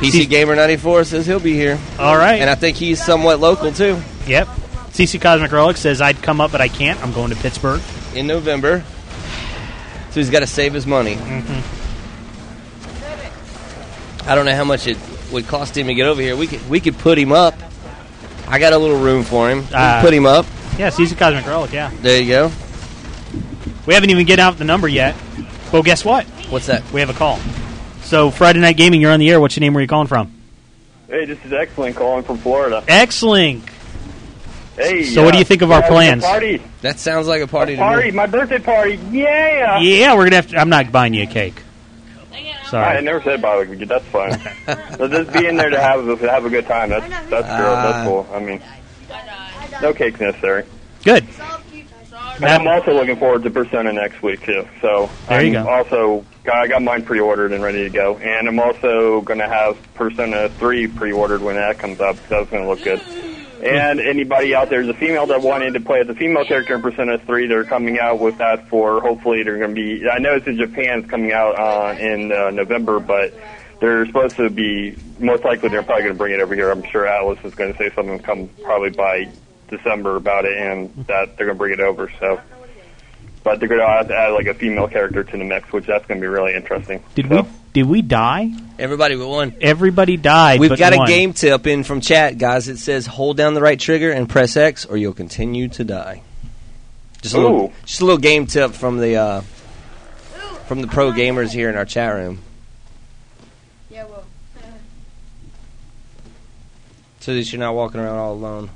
Speaker 3: PC Gamer 94 says he'll be here.
Speaker 1: All right.
Speaker 3: And I think he's somewhat local too.
Speaker 1: yep. CC Cosmic Relic says, I'd come up, but I can't. I'm going to Pittsburgh.
Speaker 3: In November. So he's got to save his money. I don't know how much it would cost him to get over here. We could we could put him up. I got a little room for him. We could
Speaker 1: Ah.
Speaker 3: put him up.
Speaker 1: Yeah, CC Cosmic Relic, yeah.
Speaker 3: There you go.
Speaker 1: We haven't even given out the number yet. Well, guess what?
Speaker 3: What's that?
Speaker 1: We have a call. So, Friday Night Gaming, you're on the air. What's your name? Where are you calling from?
Speaker 7: Hey, this is X-Link calling from Florida.
Speaker 1: X-Link.
Speaker 7: Hey. uh,
Speaker 1: So what do you think of our
Speaker 7: yeah, it's a
Speaker 1: plans?
Speaker 7: Party,
Speaker 3: That sounds like a party to
Speaker 7: party,
Speaker 3: me.
Speaker 7: my birthday party. Yeah.
Speaker 1: Uh, Yeah, we're going to have to. I'm not buying you a cake.
Speaker 7: I
Speaker 1: Sorry.
Speaker 7: never said bother. That's fine. so just being there to have to have a good time. That's that's good.
Speaker 3: Ah.
Speaker 7: that's cool. I mean, no cake's necessary.
Speaker 1: Good.
Speaker 6: It's all cute.
Speaker 7: And I'm also looking forward to Persona next week too. So
Speaker 1: There
Speaker 7: I'm
Speaker 1: you go.
Speaker 7: also got, I got mine pre-ordered and ready to go. And I'm also going to have Persona 3 pre-ordered when that comes up. 'cause That's going to look good. And anybody out there, the female that wanted to play as a female character in Persona 3, they're coming out with that for hopefully they're going to be. I know it's in Japan, it's coming out uh, in uh, November, but they're supposed to be most likely they're probably going to bring it over here. I'm sure Alice is going to say something come probably by December about it, and that they're going to bring it over. So. But they're going to add, add like a female character to the mix, which that's going to be really interesting.
Speaker 1: Did
Speaker 7: So,
Speaker 1: we did we die?
Speaker 3: Everybody but one.
Speaker 1: Everybody died.
Speaker 3: We've
Speaker 1: but
Speaker 3: got
Speaker 1: one.
Speaker 3: a game tip in from chat, guys. It says hold down the right trigger and press X, or you'll continue to die. Just a little,
Speaker 7: Ooh.
Speaker 3: just a little game tip from the uh, from the pro gamers here in our chat room.
Speaker 6: Yeah, well. uh-huh.
Speaker 3: So that you're not walking around all alone.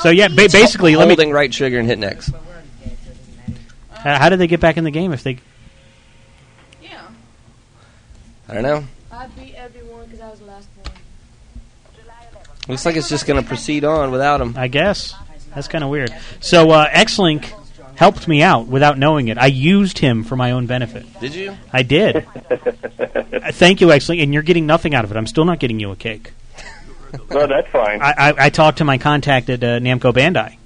Speaker 1: So yeah, ba- basically, let me.
Speaker 3: Holding right trigger and hitting X.
Speaker 1: Uh, how did they get back in the game if they?
Speaker 4: Yeah.
Speaker 3: I don't know.
Speaker 6: I beat everyone because I was the last one.
Speaker 3: Looks like it's just going to proceed on without him.
Speaker 1: I guess that's kind of weird. So uh, X-Link helped me out without knowing it. I used him for my own benefit.
Speaker 3: Did you?
Speaker 1: I did. Uh, Thank you, X-Link, and you're getting nothing out of it. I'm still not getting you a cake.
Speaker 7: no, that's fine.
Speaker 1: I, I, I talked to my contact at uh, Namco Bandai.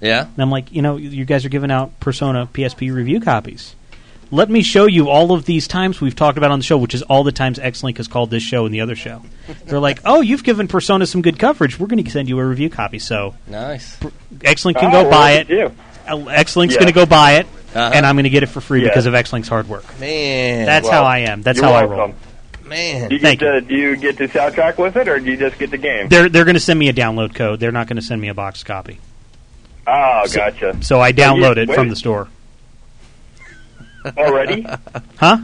Speaker 3: Yeah.
Speaker 1: And I'm like, you know, you guys are giving out Persona PSP review copies. Let me show you all of these times we've talked about on the show, which is all the times X Link has called this show and the other show. They're like, oh, you've given Persona some good coverage. We're going to send you a review copy. So
Speaker 3: Nice.
Speaker 1: X Link can go
Speaker 7: Oh, well,
Speaker 1: buy
Speaker 7: look
Speaker 1: it.
Speaker 7: at you.
Speaker 1: X Link's
Speaker 7: Yeah.
Speaker 1: going to go buy it,
Speaker 3: Uh-huh.
Speaker 1: and I'm going to get it for free
Speaker 7: Yeah.
Speaker 1: because of X Link's hard work.
Speaker 3: Man.
Speaker 1: That's
Speaker 7: Well,
Speaker 1: how I am. That's
Speaker 7: You're
Speaker 1: how I roll.
Speaker 7: welcome. Do
Speaker 3: man.
Speaker 7: you,
Speaker 1: Thank
Speaker 7: get the, do you get the soundtrack with it, or do you just get the game?
Speaker 1: They're they're going to send me a download code. They're not going to send me a box copy.
Speaker 7: Oh, gotcha.
Speaker 1: So I download
Speaker 7: you-
Speaker 1: it from
Speaker 7: wait.
Speaker 1: the store.
Speaker 7: Already?
Speaker 1: Huh?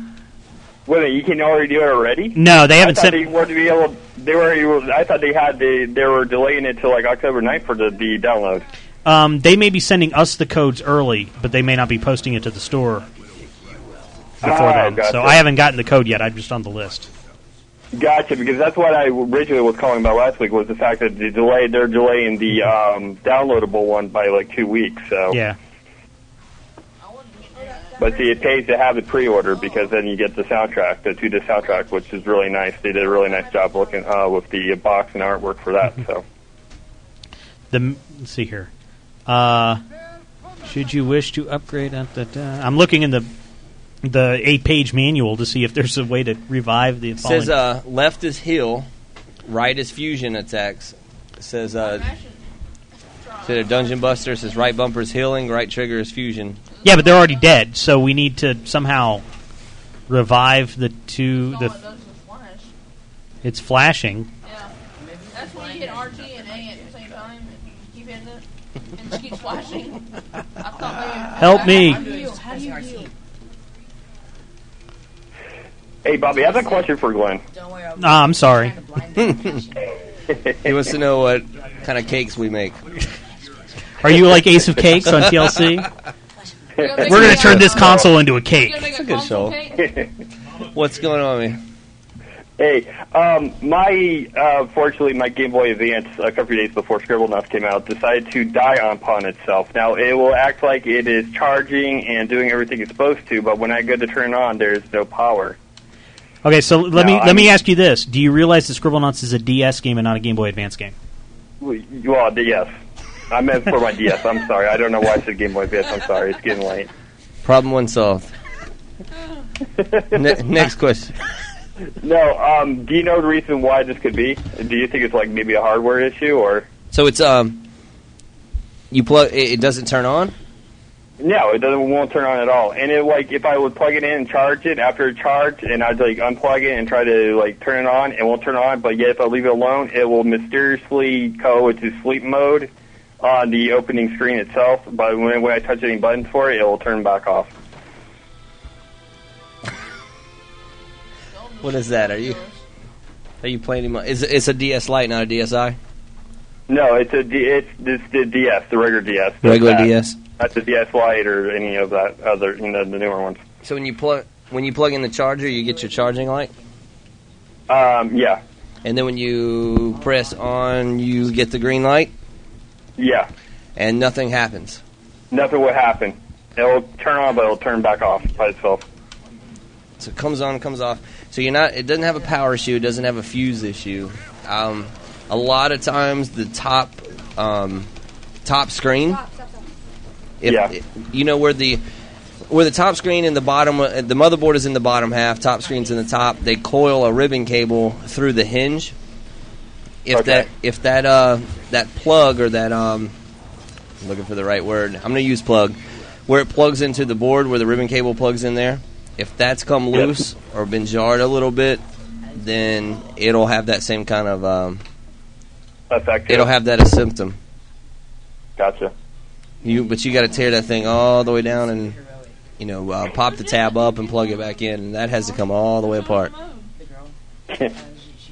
Speaker 7: Wait, a minute, you can already do it already?
Speaker 1: No, they
Speaker 7: I
Speaker 1: haven't
Speaker 7: thought
Speaker 1: sent.
Speaker 7: they were to be able. They were. able- I thought they had. They they were delaying it till like October 9th for the, the download.
Speaker 1: Um, they may be sending us the codes early, but they may not be posting it to the store before
Speaker 7: Oh,
Speaker 1: then.
Speaker 7: gotcha.
Speaker 1: So I haven't gotten the code yet. I'm just on the list.
Speaker 7: Gotcha, because that's what I originally was calling about last week was the fact that the delay they're delaying the um, downloadable one by like two weeks. So
Speaker 1: Yeah.
Speaker 7: But see, it pays to have it pre-ordered because then you get the soundtrack, the two-disc soundtrack, which is really nice. They did a really nice job looking uh, with the box and artwork for that. So
Speaker 1: The m- let's see here. Uh, should you wish to upgrade? Uh, da, da. I'm looking in the the eight page manual to see if there's a way to revive the.
Speaker 3: It says
Speaker 1: fallen-
Speaker 3: uh, left is heal, right is fusion attacks. It says uh, said a dungeon buster it says right bumper is healing, right trigger is fusion.
Speaker 1: yeah, but they're already dead, so we need to somehow revive the two.
Speaker 4: All
Speaker 1: The
Speaker 4: it does is flash.
Speaker 1: it's flashing.
Speaker 4: Yeah. That's when you hit RT and A at the same time, and you keep hitting it, and it keeps flashing. I thought maybe.
Speaker 1: Help me.
Speaker 4: How do you heal? How do you heal?
Speaker 7: hey, Bobby, I have a question for Glenn.
Speaker 8: Don't worry, I'll
Speaker 1: Ah, I'm sorry.
Speaker 8: kind of blind them.
Speaker 3: He wants to know what kind of cakes we make.
Speaker 1: Are you like Ace of Cakes on TLC?
Speaker 4: We're
Speaker 1: We're gonna turn this console into a cake.
Speaker 4: You're gonna
Speaker 3: It's
Speaker 4: make
Speaker 3: a
Speaker 4: a
Speaker 3: good
Speaker 4: console
Speaker 3: show.
Speaker 4: cake?
Speaker 3: What's going on? Here?
Speaker 7: Hey, um, my uh, fortunately my Game Boy Advance a couple of days before Scribble Nuts came out decided to die upon itself. Now it will act like it is charging and doing everything it's supposed to, but when I go to turn it on, there is no power.
Speaker 1: Okay, so let
Speaker 7: No,
Speaker 1: me
Speaker 7: I
Speaker 1: let me
Speaker 7: mean-
Speaker 1: ask you this: Do you realize that Scribblenauts is a DS game and not a Game Boy Advance game?
Speaker 7: Well, the- yes, I meant for my DS. I'm sorry. I don't know why I said Game Boy Advance. I'm sorry. It's getting late.
Speaker 3: Problem one solved. ne- next question.
Speaker 7: No, um, do you know the reason why this could be? Do you think it's like maybe a hardware issue or?
Speaker 3: So it's um, you plug it, it doesn't turn on.
Speaker 7: No, it doesn't. Won't turn on at all. And it like if I would plug it in and charge it after it charged, and I'd like unplug it and try to like turn it on, it won't turn on. But yet if I leave it alone, it will mysteriously go into sleep mode on the opening screen itself. But when when I touch any buttons for it, it will turn back off.
Speaker 3: What is that? Are you are you playing? him- Is it's a DS Lite, not a DSi?
Speaker 7: No, it's a D, it's this the DS, the regular DS, the
Speaker 3: Regular
Speaker 7: fat,
Speaker 3: DS.
Speaker 7: not the DS Lite or any of that other you know, the newer ones.
Speaker 3: So when you plug when you plug in the charger, you get your charging light,
Speaker 7: Um, yeah,
Speaker 3: and then when you press on, you get the green light,
Speaker 7: yeah.
Speaker 3: and nothing happens.
Speaker 7: Nothing would happen. It'll turn on, but it'll turn back off by itself.
Speaker 3: So it comes on, comes off. So you're not. It doesn't have a power issue. It doesn't have a fuse issue. Um, a lot of times the top um, top screen.
Speaker 6: Stop, stop, stop.
Speaker 3: If,
Speaker 7: Yeah.
Speaker 3: You know where the where the top screen and the bottom, uh, the motherboard is in the bottom half. Top screen's in the top. They coil a ribbon cable through the hinge. If
Speaker 7: Okay.
Speaker 3: that if that uh that plug or that um, I'm looking for the right word. I'm gonna use plug where it plugs into the board where the ribbon cable plugs in there. If that's come loose or been jarred a little bit, then it'll have that same kind of um,
Speaker 7: Effective.
Speaker 3: it'll have that as symptom.
Speaker 7: Gotcha.
Speaker 3: You, but you got to tear that thing all the way down and you know uh, pop the tab up and plug it back in, and that has to come all the way apart.
Speaker 7: And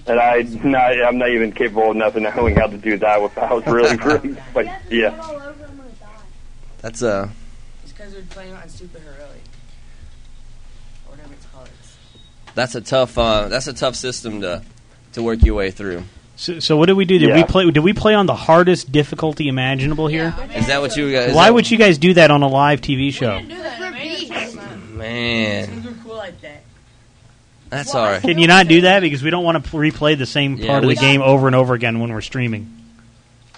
Speaker 7: I, not, I'm not even capable enough of knowing how to do that without really, really, like,
Speaker 6: If you have to do it
Speaker 7: yeah.
Speaker 6: all over, I'm gonna die.
Speaker 3: That's uh,
Speaker 8: It's because we're playing on Super Heroic. Or whatever it's called.
Speaker 3: that's a tough uh, that's a tough system to to work your way through.
Speaker 1: So, so what did we do? Did we
Speaker 7: Yeah.
Speaker 1: play? Did we play on the hardest difficulty imaginable here?
Speaker 4: Yeah,
Speaker 3: Is that what you guys?
Speaker 1: Why would you guys do that on a live TV show?
Speaker 4: do that. I mean, it's just not-
Speaker 3: Man,
Speaker 8: Things were cool like that.
Speaker 3: that's all right.
Speaker 1: Can you not do that because we don't want to p- replay the same
Speaker 3: Yeah,
Speaker 1: part of
Speaker 3: we-
Speaker 1: the game over and over again when we're streaming?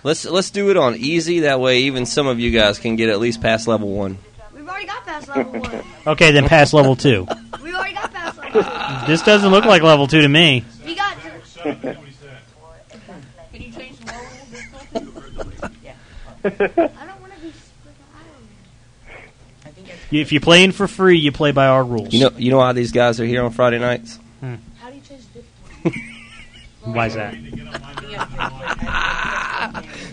Speaker 3: Let's let's do it on easy. That way, even some of you guys can get at least past level one.
Speaker 6: We've already got past level one.
Speaker 1: Okay, then pass level two.
Speaker 6: We've already got past level one.
Speaker 1: This doesn't look like level two to me.
Speaker 6: We got.
Speaker 4: Can you change the level? of this one?
Speaker 6: I don't want to be. freaking Iron Man.
Speaker 8: I think I
Speaker 1: If you're playing for free, you play by our rules.
Speaker 3: You know you know how these guys are here on Friday nights.
Speaker 6: How do you change the difficulty?
Speaker 1: why is that?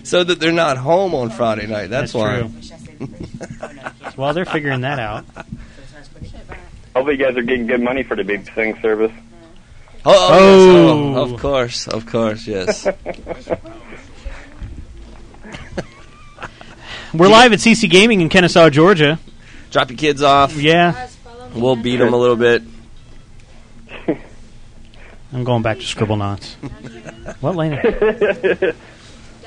Speaker 3: So that they're not home on Friday night. That's,
Speaker 1: That's
Speaker 3: why.
Speaker 1: true.
Speaker 8: wish I said it first. Oh, no, I can't.
Speaker 1: Well, they're figuring that out.
Speaker 8: So it's not supposed to-
Speaker 7: Hopefully you guys are getting good money for the Big Sing service.
Speaker 3: Oh, oh, yes,
Speaker 1: Oh.
Speaker 3: oh, of course, of course, yes.
Speaker 1: We're live at CC Gaming in Kennesaw, Georgia.
Speaker 3: Drop your kids off.
Speaker 1: Yeah.
Speaker 6: Guys, follow me.
Speaker 3: We'll beat them a little bit.
Speaker 1: I'm going back to Scribble Knots. what lane?
Speaker 6: Down here,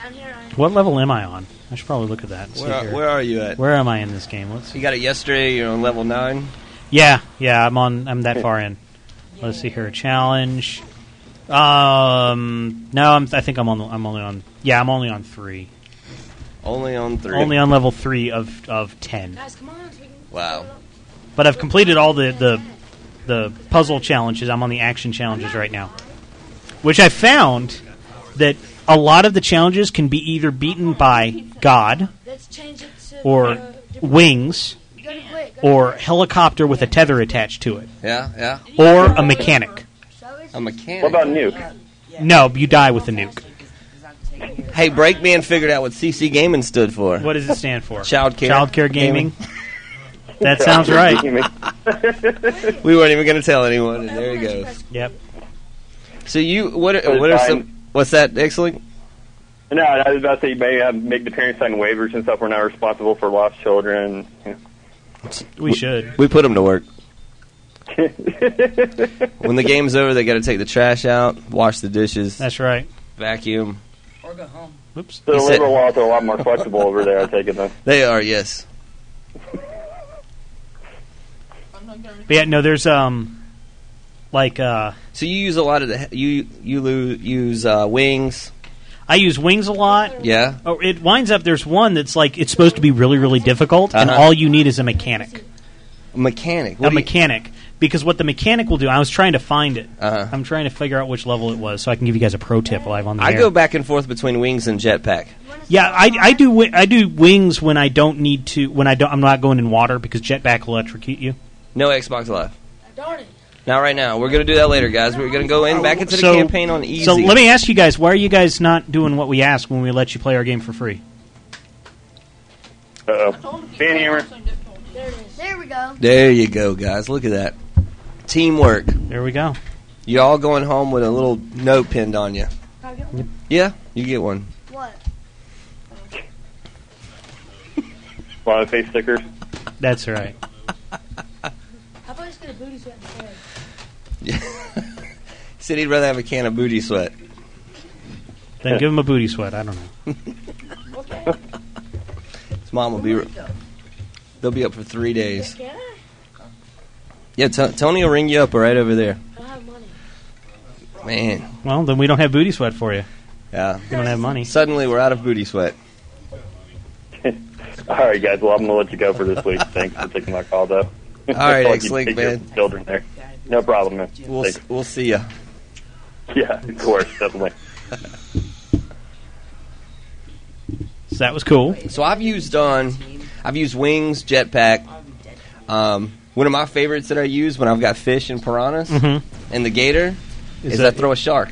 Speaker 6: I
Speaker 1: What level am I on? I should probably look at that. and see
Speaker 3: Where are,
Speaker 1: here.
Speaker 3: where are you at?
Speaker 1: Where am I in this game? Let's see.
Speaker 3: You got it yesterday. You're on level nine.
Speaker 1: Yeah, yeah, I'm on. I'm that far in. Let's see here. Challenge. Um, no, I'm, I think I'm on. I'm only on. Yeah, I'm only on three.
Speaker 3: Only on three.
Speaker 1: Only on level three of of ten.
Speaker 6: guys, come on. so we can-
Speaker 3: Wow.
Speaker 1: But I've completed all the the the puzzle challenges. I'm on the action challenges right now, which I found that a lot of the challenges can be either beaten by God
Speaker 6: Let's change it to.
Speaker 1: or
Speaker 6: uh, different-
Speaker 1: wings
Speaker 6: Go to Blake, go to
Speaker 1: or helicopter with a tether attached to it
Speaker 3: Yeah, yeah.
Speaker 1: or a mechanic.
Speaker 6: Blake.
Speaker 3: A mechanic.
Speaker 7: What about Nuke?
Speaker 1: No, you die with a nuke.
Speaker 3: Hey, Breakman figured out what CC Gaming stood for.
Speaker 1: What does it stand for?
Speaker 3: Child care.
Speaker 1: Child care gaming. that sounds right.
Speaker 3: We weren't even going to tell anyone, and there he goes.
Speaker 1: Yep.
Speaker 3: So you, what
Speaker 7: That's
Speaker 3: are, what are
Speaker 7: fine.
Speaker 3: some? What's that, excellent?
Speaker 7: No, I was about to say you may have make the parents sign waivers and stuff. We're not responsible for lost children.
Speaker 1: We should.
Speaker 3: We put them to work. when the game's over, they got to take the trash out, wash the dishes,
Speaker 1: That's right.
Speaker 3: vacuum.
Speaker 8: Or go home.
Speaker 1: Whoops.
Speaker 7: So the
Speaker 3: He said-
Speaker 7: liberal laws are a lot more flexible over there. I take it then.
Speaker 3: They are yes.
Speaker 4: I'm not gonna.
Speaker 1: But yeah, no, there's um, like uh,
Speaker 3: So you use a lot of the you you lo- use uh, wings.
Speaker 1: I use wings a lot.
Speaker 3: Yeah.
Speaker 1: Oh, it winds up. There's one that's like it's supposed to be really, really difficult, and
Speaker 3: Uh-huh.
Speaker 1: all you need is a mechanic.
Speaker 3: Mechanic.
Speaker 1: a mechanic, because what the mechanic will do. I was trying to find it.
Speaker 3: Uh-huh.
Speaker 1: I'm trying to figure out which level it was, so I can give you guys a pro tip live on the
Speaker 3: I
Speaker 1: air.
Speaker 3: go back and forth between wings and jetpack.
Speaker 1: Yeah, I, I do wi- I do wings when I don't need to when I don't I'm not going in water because jetback will electrocute you.
Speaker 3: No Xbox Live.
Speaker 6: Darn it.
Speaker 3: Not right now. We're gonna do that later, guys. We're gonna go in back into the
Speaker 1: So-
Speaker 3: campaign on easy.
Speaker 1: So let me ask you guys, why are you guys not doing what we ask when we let you play our game for free?
Speaker 7: Uh
Speaker 4: I
Speaker 7: oh.
Speaker 4: told him to keep
Speaker 7: Van
Speaker 4: it
Speaker 7: Hammer.
Speaker 4: on so difficult.
Speaker 6: There it is. There we go.
Speaker 3: There you go, guys. Look at that teamwork.
Speaker 1: There we go.
Speaker 3: You're all going home with a little note pinned on you.
Speaker 6: Can I get one?
Speaker 3: Yeah, you get one.
Speaker 6: What?
Speaker 7: A lot of face stickers.
Speaker 1: That's right.
Speaker 6: How about just get a booty sweat instead?
Speaker 3: Said he'd rather have a can of booty sweat.
Speaker 1: Then give him a booty sweat. I don't know.
Speaker 3: His mom will be. Re- they'll be up for three days.
Speaker 6: Can I?
Speaker 3: Yeah, Ton Tony will ring you up right over there.
Speaker 6: I don't have money.
Speaker 3: Man,
Speaker 1: Well, then we don't have booty sweat for you.
Speaker 3: yeah.
Speaker 1: We don't have money.
Speaker 3: Suddenly we're out of booty sweat.
Speaker 7: All right, guys. Well, I'm gonna let you go for this week. Thanks for taking my call, though. All
Speaker 3: right, X-Link, man.
Speaker 7: Children there. No problem, man.
Speaker 3: We'll
Speaker 7: Thanks.
Speaker 3: s- we'll see ya.
Speaker 7: Yeah, of course, definitely.
Speaker 1: So that was cool.
Speaker 3: So I've used on, I've used wings, jetpack. Um, one of my favorites that I use when I've got fish and piranhas
Speaker 1: Mhm.
Speaker 3: and the gator is, I throw a shark.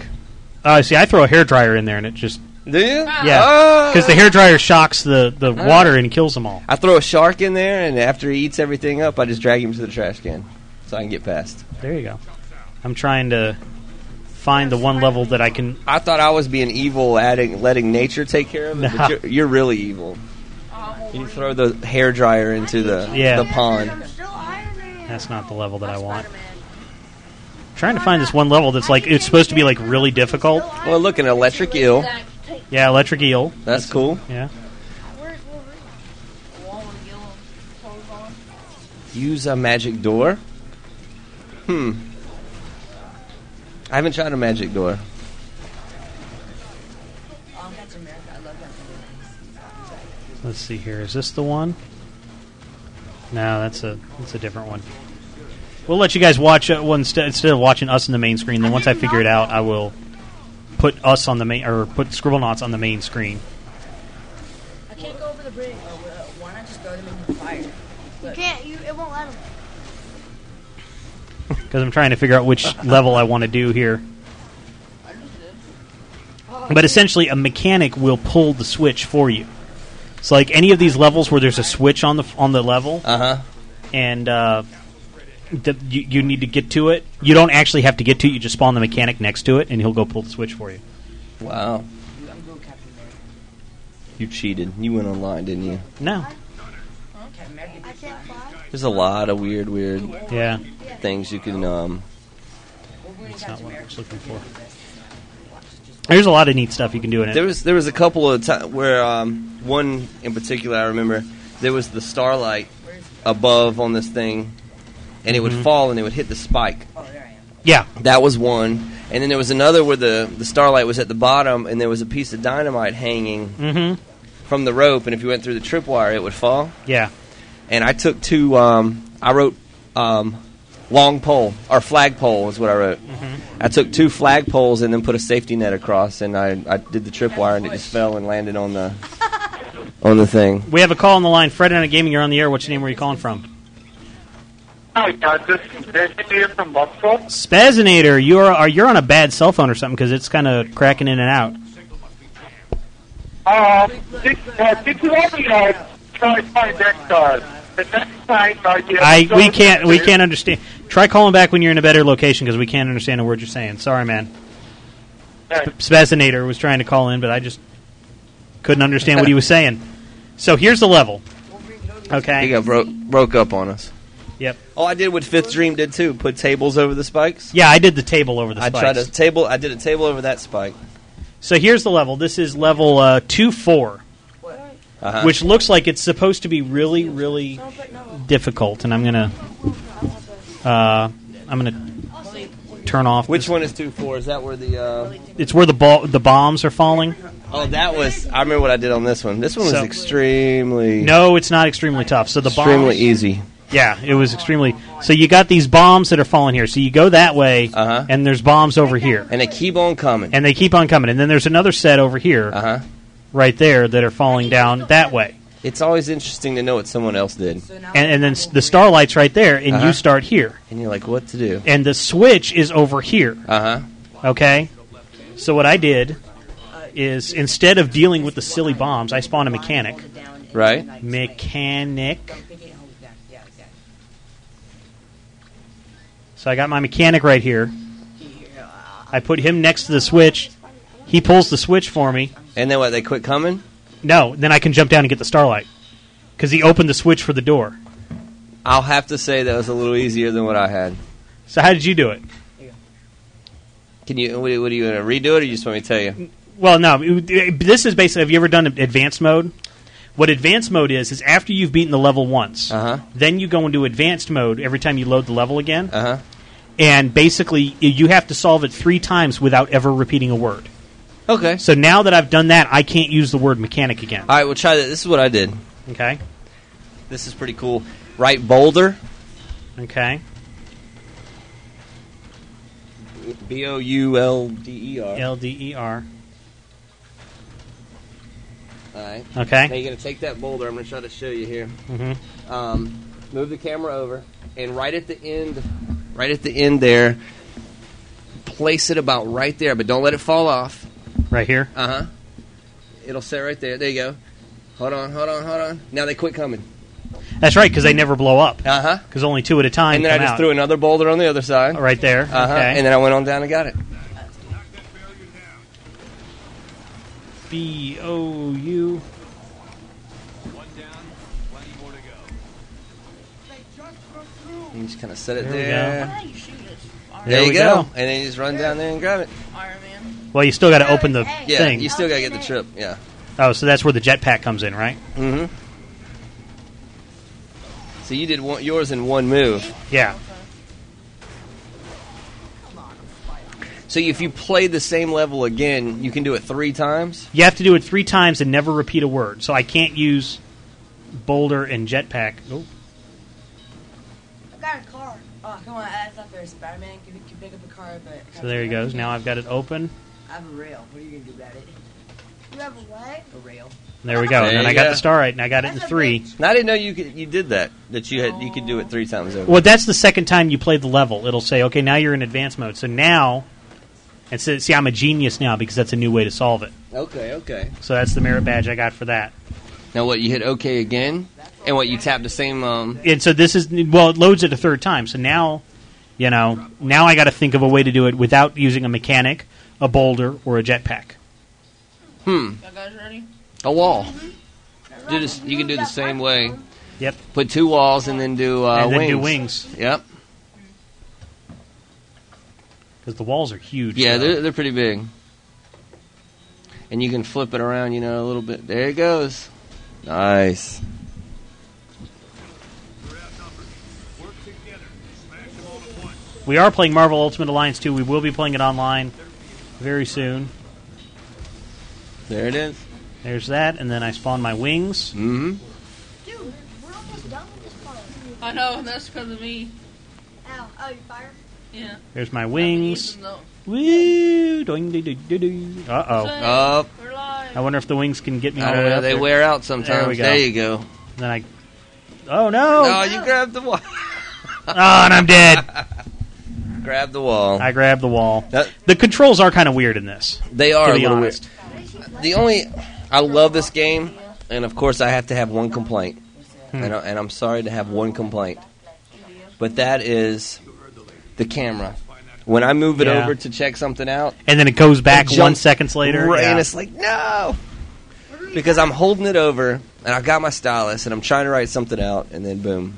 Speaker 1: Oh, see, I throw a hair dryer in there and it just
Speaker 3: Do you?
Speaker 1: yeah, because the hair dryer shocks the the water and kills them all.
Speaker 3: I throw a shark in there, and after he eats everything up, I just drag him to the trash can so I can get past.
Speaker 1: There you go. I'm trying to find the one level that I can.
Speaker 3: I thought I was being evil, adding letting nature take care of it,
Speaker 1: Nah.
Speaker 3: but you're, you're really evil. You throw the hair dryer into the
Speaker 1: Yeah.
Speaker 3: the pond.
Speaker 6: I'm still Iron Man.
Speaker 1: That's not the level that I want.
Speaker 6: Spider-Man.
Speaker 1: trying to find this one level that's like it's supposed to be like really difficult.
Speaker 3: Well, look, an electric eel.
Speaker 4: Zach, take
Speaker 1: Yeah, electric eel.
Speaker 3: That's cool.
Speaker 1: Yeah.
Speaker 6: Where's Wolverine?
Speaker 4: Wallen Gillum's clothes on.
Speaker 3: Use a magic door. Hmm. I haven't tried a magic door.
Speaker 8: Oh, that's America. I love that movie.
Speaker 1: Let's see here. Is this the one? No, that's a that's a different one. We'll let you guys watch uh, one st- instead of watching us in the main screen. Then once I figure it out, I will put us on the main or put Scribble Knots on the main screen.
Speaker 6: I can't go over the bridge.
Speaker 8: Oh, well, why not just throw them in the fire?
Speaker 6: You can't. You. It won't let him.
Speaker 1: because I'm trying to figure out which level I want to do here. But essentially, a mechanic will pull the switch for you. So, like any of these levels where there's a switch on the on the level,
Speaker 3: Uh huh.
Speaker 1: and uh, the, you, you need to get to it, you don't actually have to get to it. You just spawn the mechanic next to it, and he'll go pull the switch for you.
Speaker 3: Wow.
Speaker 8: Dude, I'm going Captain America.
Speaker 3: You cheated. You went online, didn't you?
Speaker 1: No,
Speaker 8: Captain America.
Speaker 6: I can't fly.
Speaker 3: There's a lot of weird, weird
Speaker 1: yeah,
Speaker 3: things you can um,
Speaker 8: Or
Speaker 1: That's not what I was looking for. There's a lot of neat stuff you can do in it.
Speaker 3: There was there was a couple of times where um, one in particular I remember there was the starlight above on this thing, and it would fall and it would hit the spike.
Speaker 8: Oh,
Speaker 1: yeah,
Speaker 3: That was one, and then there was another where the the starlight was at the bottom and there was a piece of dynamite hanging
Speaker 1: Mhm.
Speaker 3: from the rope, and if you went through the tripwire, it would fall.
Speaker 1: yeah.
Speaker 3: And I took two. Um, I wrote um, long pole or flag pole is what I wrote.
Speaker 1: Mm-hmm.
Speaker 3: I took two flag poles and then put a safety net across, and I, I did the tripwire, and it just fell and landed on the on the thing.
Speaker 1: We have a call on the line. Fred and Gaming, you're on the air. What's your name? Where are you calling from?
Speaker 9: Hi, guys. This is David here from Buffalo.
Speaker 1: Spazinator, you are, are you're on a bad cell phone or something because it's kind of cracking in and out.
Speaker 9: Uh, this, uh, this is only uh, try to find that card. The next time, uh, you
Speaker 1: I we can't we can't understand. Try calling back when you're in a better location because we can't understand a word you're saying. Sorry, man.
Speaker 9: Hey.
Speaker 1: Spazinator was trying to call in, but I just couldn't understand what he was saying. So here's the level.
Speaker 3: He
Speaker 1: Okay.
Speaker 3: got broke broke up on us.
Speaker 1: Yep.
Speaker 3: Oh, I did what Fifth Dream did too. Put tables over the spikes.
Speaker 1: Yeah, I did the table over the
Speaker 3: I
Speaker 1: spikes.
Speaker 3: tried a table. I did a table over that spike.
Speaker 1: So here's the level. This is level uh, two four,
Speaker 3: Uh-huh.
Speaker 1: which looks like it's supposed to be really, really difficult. And I'm gonna, uh, I'm gonna turn off.
Speaker 3: Which
Speaker 1: this-
Speaker 3: one is two four? Is that where the? Uh...
Speaker 1: It's where the ball, the bombs are falling.
Speaker 3: Oh, that was. I remember what I did on this one. This one was
Speaker 1: So-
Speaker 3: extremely
Speaker 1: No, it's not extremely tough. So the
Speaker 3: extremely
Speaker 1: bombs,
Speaker 3: easy.
Speaker 1: yeah, it was extremely. So you got these bombs that are falling here. So you go that way,
Speaker 3: Uh-huh.
Speaker 1: and there's bombs over here,
Speaker 3: And they keep on coming.
Speaker 1: and they keep on coming. And then there's another set over here,
Speaker 3: Uh huh.
Speaker 1: right there, that are falling down that way.
Speaker 3: It's always interesting to know what someone else did,
Speaker 1: And, and then s- the starlight's right there, and
Speaker 3: Uh-huh.
Speaker 1: you start here.
Speaker 3: and you're like, what to do?
Speaker 1: and the switch is over here.
Speaker 3: Uh huh.
Speaker 1: Okay, so what I did is instead of dealing with the silly bombs, I spawned a mechanic.
Speaker 3: Right.
Speaker 1: Mechanic.
Speaker 8: oh,
Speaker 1: So I got my mechanic right here. I put him next to the switch. He pulls the switch for me.
Speaker 3: And then what? They quit coming.
Speaker 1: No, then I can jump down and get the starlight because he opened the switch for the door.
Speaker 3: I'll have to say that was a little easier than what I had.
Speaker 1: So how did you do it?
Speaker 3: Can you? What, what are you gonna redo it, or you just want me to tell you?
Speaker 1: Well, no. it- This is basically. Have you ever done advanced mode? What advanced mode is is after you've beaten the level once,
Speaker 3: Uh huh.
Speaker 1: then you go into advanced mode every time you load the level again,
Speaker 3: Uh huh.
Speaker 1: and basically y- you have to solve it three times without ever repeating a word.
Speaker 3: Okay.
Speaker 1: So now that I've done that, I can't use the word mechanic again.
Speaker 3: All right. We'll try that. This is what I did.
Speaker 1: Okay.
Speaker 3: This is pretty cool. Right boulder.
Speaker 1: Okay.
Speaker 3: B o u l d e r.
Speaker 1: L D E R.
Speaker 3: All right. Now
Speaker 1: Okay.
Speaker 3: you're gonna take that boulder. I'm gonna try to show you here.
Speaker 1: hmm
Speaker 3: um, move the camera over, and right at the end, right at the end there, place it about right there, but don't let it fall off.
Speaker 1: Right here.
Speaker 3: Uh huh. It'll sit right there. There you go. Hold on, hold on, hold on. Now they quit coming.
Speaker 1: That's right, because they never blow up.
Speaker 3: Uh huh.
Speaker 1: Because only two at a time.
Speaker 3: And then I
Speaker 1: come
Speaker 3: just
Speaker 1: out.
Speaker 3: threw another boulder on the other side.
Speaker 1: Uh-huh. Right there.
Speaker 3: Uh huh.
Speaker 1: Okay.
Speaker 3: And then I went on down and got it.
Speaker 1: B O U.
Speaker 5: One down, plenty more to go.
Speaker 3: And you just kind of set it
Speaker 1: There we
Speaker 3: there.
Speaker 4: How do you shoot this? Iron,
Speaker 1: There
Speaker 3: you
Speaker 1: we
Speaker 3: go.
Speaker 1: go.
Speaker 3: And then you just run down there and grab it.
Speaker 4: Iron Man.
Speaker 1: Well, you still got to open the
Speaker 3: Yeah.
Speaker 1: thing.
Speaker 3: You still gotta get the trip. Yeah.
Speaker 1: Oh, so that's where the jetpack comes in, right?
Speaker 3: Mm hmm. So you did one, yours in one move.
Speaker 1: Yeah.
Speaker 3: So if you play the same level again, you can do it three times.
Speaker 1: You have to do it three times and never repeat a word. So I can't use boulder and jetpack. Oh,
Speaker 8: I got a car. Oh, come on, that's not fair. Spider-Man can, can pick up a car, but...
Speaker 1: so there he goes. Now I've got it open.
Speaker 8: I have a rail. What are you going to do about it?
Speaker 6: You have a what?
Speaker 8: A rail.
Speaker 1: There we go.
Speaker 3: There
Speaker 1: and then
Speaker 3: you
Speaker 1: I got
Speaker 3: go.
Speaker 1: the star right, and I got it in three.
Speaker 3: And I didn't know you could, you did that. That you had you could do it three times over.
Speaker 1: Well, that's the second time you play the level. It'll say, okay, now you're in advanced mode. So now, and so, see, I'm a genius now because that's a new way to solve it.
Speaker 3: Okay, okay.
Speaker 1: So that's the merit badge I got for that.
Speaker 3: Now what? You hit OK again, and what? You tap the same. Um,
Speaker 1: And so this is, well, it loads it a third time. So now, you know, now I got to think of a way to do it without using a mechanic, a boulder, or a jetpack.
Speaker 3: hmm,
Speaker 4: Y'all guys ready?
Speaker 3: a wall. Do this. You can do the same way.
Speaker 1: Yep.
Speaker 3: Put two uh, walls and then do uh,
Speaker 1: and then
Speaker 3: wings.
Speaker 1: do wings.
Speaker 3: Yep.
Speaker 1: because the walls are huge.
Speaker 3: Yeah,
Speaker 1: now.
Speaker 3: they're, they're pretty big. And you can flip it around, you know, a little bit. There it goes. Nice.
Speaker 1: we are playing Marvel Ultimate Alliance 2. We will be playing it online very soon.
Speaker 3: There it is.
Speaker 1: There's that, and then I spawn my wings.
Speaker 3: Mm-hmm.
Speaker 6: Dude, we're almost done with this part.
Speaker 4: I know, and that's because of me.
Speaker 6: Ow. Oh, you fire?
Speaker 4: Yeah.
Speaker 1: There's my
Speaker 4: I've
Speaker 1: wings.
Speaker 4: been using those.
Speaker 1: Woo! Doing do do do do. Uh oh.
Speaker 3: Up.
Speaker 4: We're live.
Speaker 1: I wonder if the wings can get me all
Speaker 3: I
Speaker 1: the
Speaker 3: don't
Speaker 1: way
Speaker 3: know.
Speaker 1: up
Speaker 3: They
Speaker 1: there.
Speaker 3: wear out sometimes.
Speaker 1: There
Speaker 3: There,
Speaker 1: we go.
Speaker 3: you go.
Speaker 1: Then I. Oh no!
Speaker 3: Oh, you grabbed the wall.
Speaker 1: Ah, and I'm dead.
Speaker 3: Grab the wall.
Speaker 1: I grabbed the wall.
Speaker 3: That-
Speaker 1: The controls are kind of weird in this.
Speaker 3: they are
Speaker 1: To
Speaker 3: a
Speaker 1: be
Speaker 3: little
Speaker 1: honest,
Speaker 3: weird. The only, I love this game, and of course I have to have one complaint,
Speaker 1: Hmm.
Speaker 3: and, I, and I'm sorry to have one complaint, but that is the camera. When I move it
Speaker 1: Yeah.
Speaker 3: over to check something out,
Speaker 1: and then it goes back
Speaker 3: It
Speaker 1: one
Speaker 3: jumps
Speaker 1: seconds later.
Speaker 3: Right,
Speaker 1: Yeah.
Speaker 3: and it's like, no. Because I'm holding it over and I've got my stylus and I'm trying to write something out and then boom.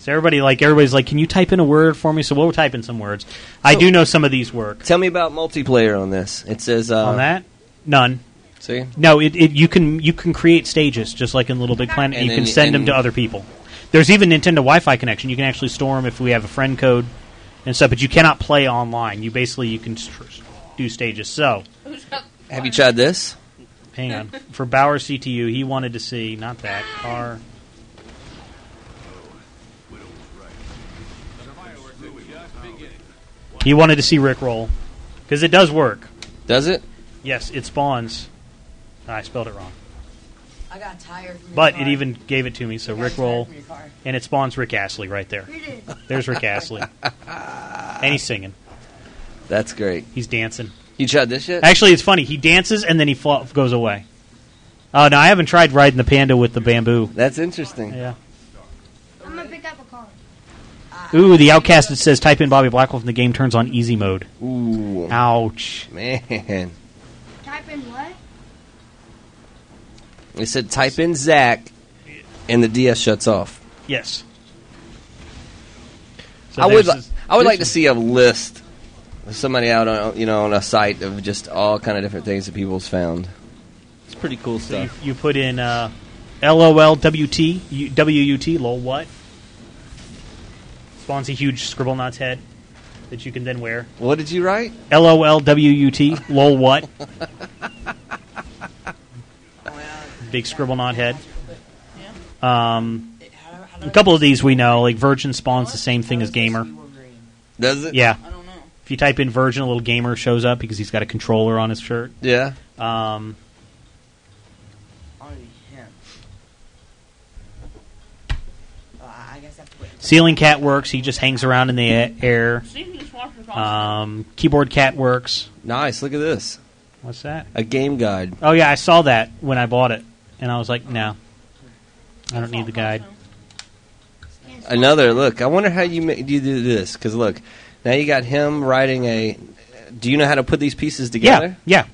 Speaker 1: So everybody like everybody's like, can you type in a word for me? So we'll type in some words. I
Speaker 3: So-
Speaker 1: do know some of these work.
Speaker 3: Tell me about multiplayer on this. It says uh,
Speaker 1: On that, none.
Speaker 3: See?
Speaker 1: No, it, it you can you can create stages just like in Little Big Planet.
Speaker 3: And
Speaker 1: you can
Speaker 3: then-
Speaker 1: send them
Speaker 3: and-
Speaker 1: to other people. There's even Nintendo Wi-Fi connection. You can actually store them if we have a friend code and stuff. But you cannot play online. You basically you can str- do stages. So
Speaker 4: Who's got-
Speaker 3: Have you tried this?
Speaker 1: hang on for Bauer CTU, he wanted to see not that car. He wanted to see Rickroll because it does work.
Speaker 3: Does it?
Speaker 1: Yes, it spawns. I spelled it wrong,
Speaker 8: I got tired from your
Speaker 1: but it
Speaker 8: car.
Speaker 1: even gave it to me. So
Speaker 8: I got tired
Speaker 1: Rickroll.
Speaker 8: from your car.
Speaker 1: And it spawns Rick Astley right there.
Speaker 6: You did.
Speaker 1: There's Rick Astley. and he's singing.
Speaker 3: That's great.
Speaker 1: He's dancing.
Speaker 3: You tried this yet?
Speaker 1: Actually, it's funny. He dances and then he fla- goes away. Oh, no, I haven't tried riding the panda with the bamboo.
Speaker 3: That's interesting.
Speaker 1: Yeah.
Speaker 6: I'm gonna pick up a card.
Speaker 1: Ooh, the outcast it says type in Bobby Blackwell and the game turns on easy mode.
Speaker 3: Ooh.
Speaker 1: Ouch.
Speaker 3: Man.
Speaker 6: Type in what?
Speaker 3: It said type in Zach and the DS shuts off.
Speaker 1: Yes. So
Speaker 3: I would
Speaker 1: there's
Speaker 3: li-
Speaker 1: this-
Speaker 3: I would like to
Speaker 1: this-
Speaker 3: see a list of somebody out on you know on a site of just all kind of different things that people's found. It's pretty cool
Speaker 1: So you,
Speaker 3: stuff.
Speaker 1: you put in uh, LOLWT, you- WUT, lol, what? Spawns a huge scribble knot's head that you can then wear.
Speaker 3: What did you write?
Speaker 1: LOLWUT, lol what? Big scribble knot head. Um,
Speaker 8: How do- how
Speaker 1: a
Speaker 8: do I-
Speaker 1: couple of these we know, like Virgin spawns the same thing as Gamer.
Speaker 3: Does it?
Speaker 1: Yeah.
Speaker 4: I don't know.
Speaker 1: If you type in Virgin, a little Gamer shows up because he's got a controller on his shirt.
Speaker 3: Yeah.
Speaker 1: Um,
Speaker 8: Only him. Uh, I guess I have to wait.
Speaker 1: Ceiling Cat works. He just hangs around in the a- air.
Speaker 4: See if you can swap your costume.
Speaker 1: Um, keyboard Cat works.
Speaker 3: Nice. Look at this.
Speaker 1: What's that?
Speaker 3: A game guide.
Speaker 1: Oh, yeah, I saw that when I bought it. And I was like, no. I don't need the guide.
Speaker 3: Another look. I wonder how you ma- do you do this because look, now you got him writing a. Do you know how to put these pieces
Speaker 1: Yeah,
Speaker 3: together?
Speaker 1: yeah.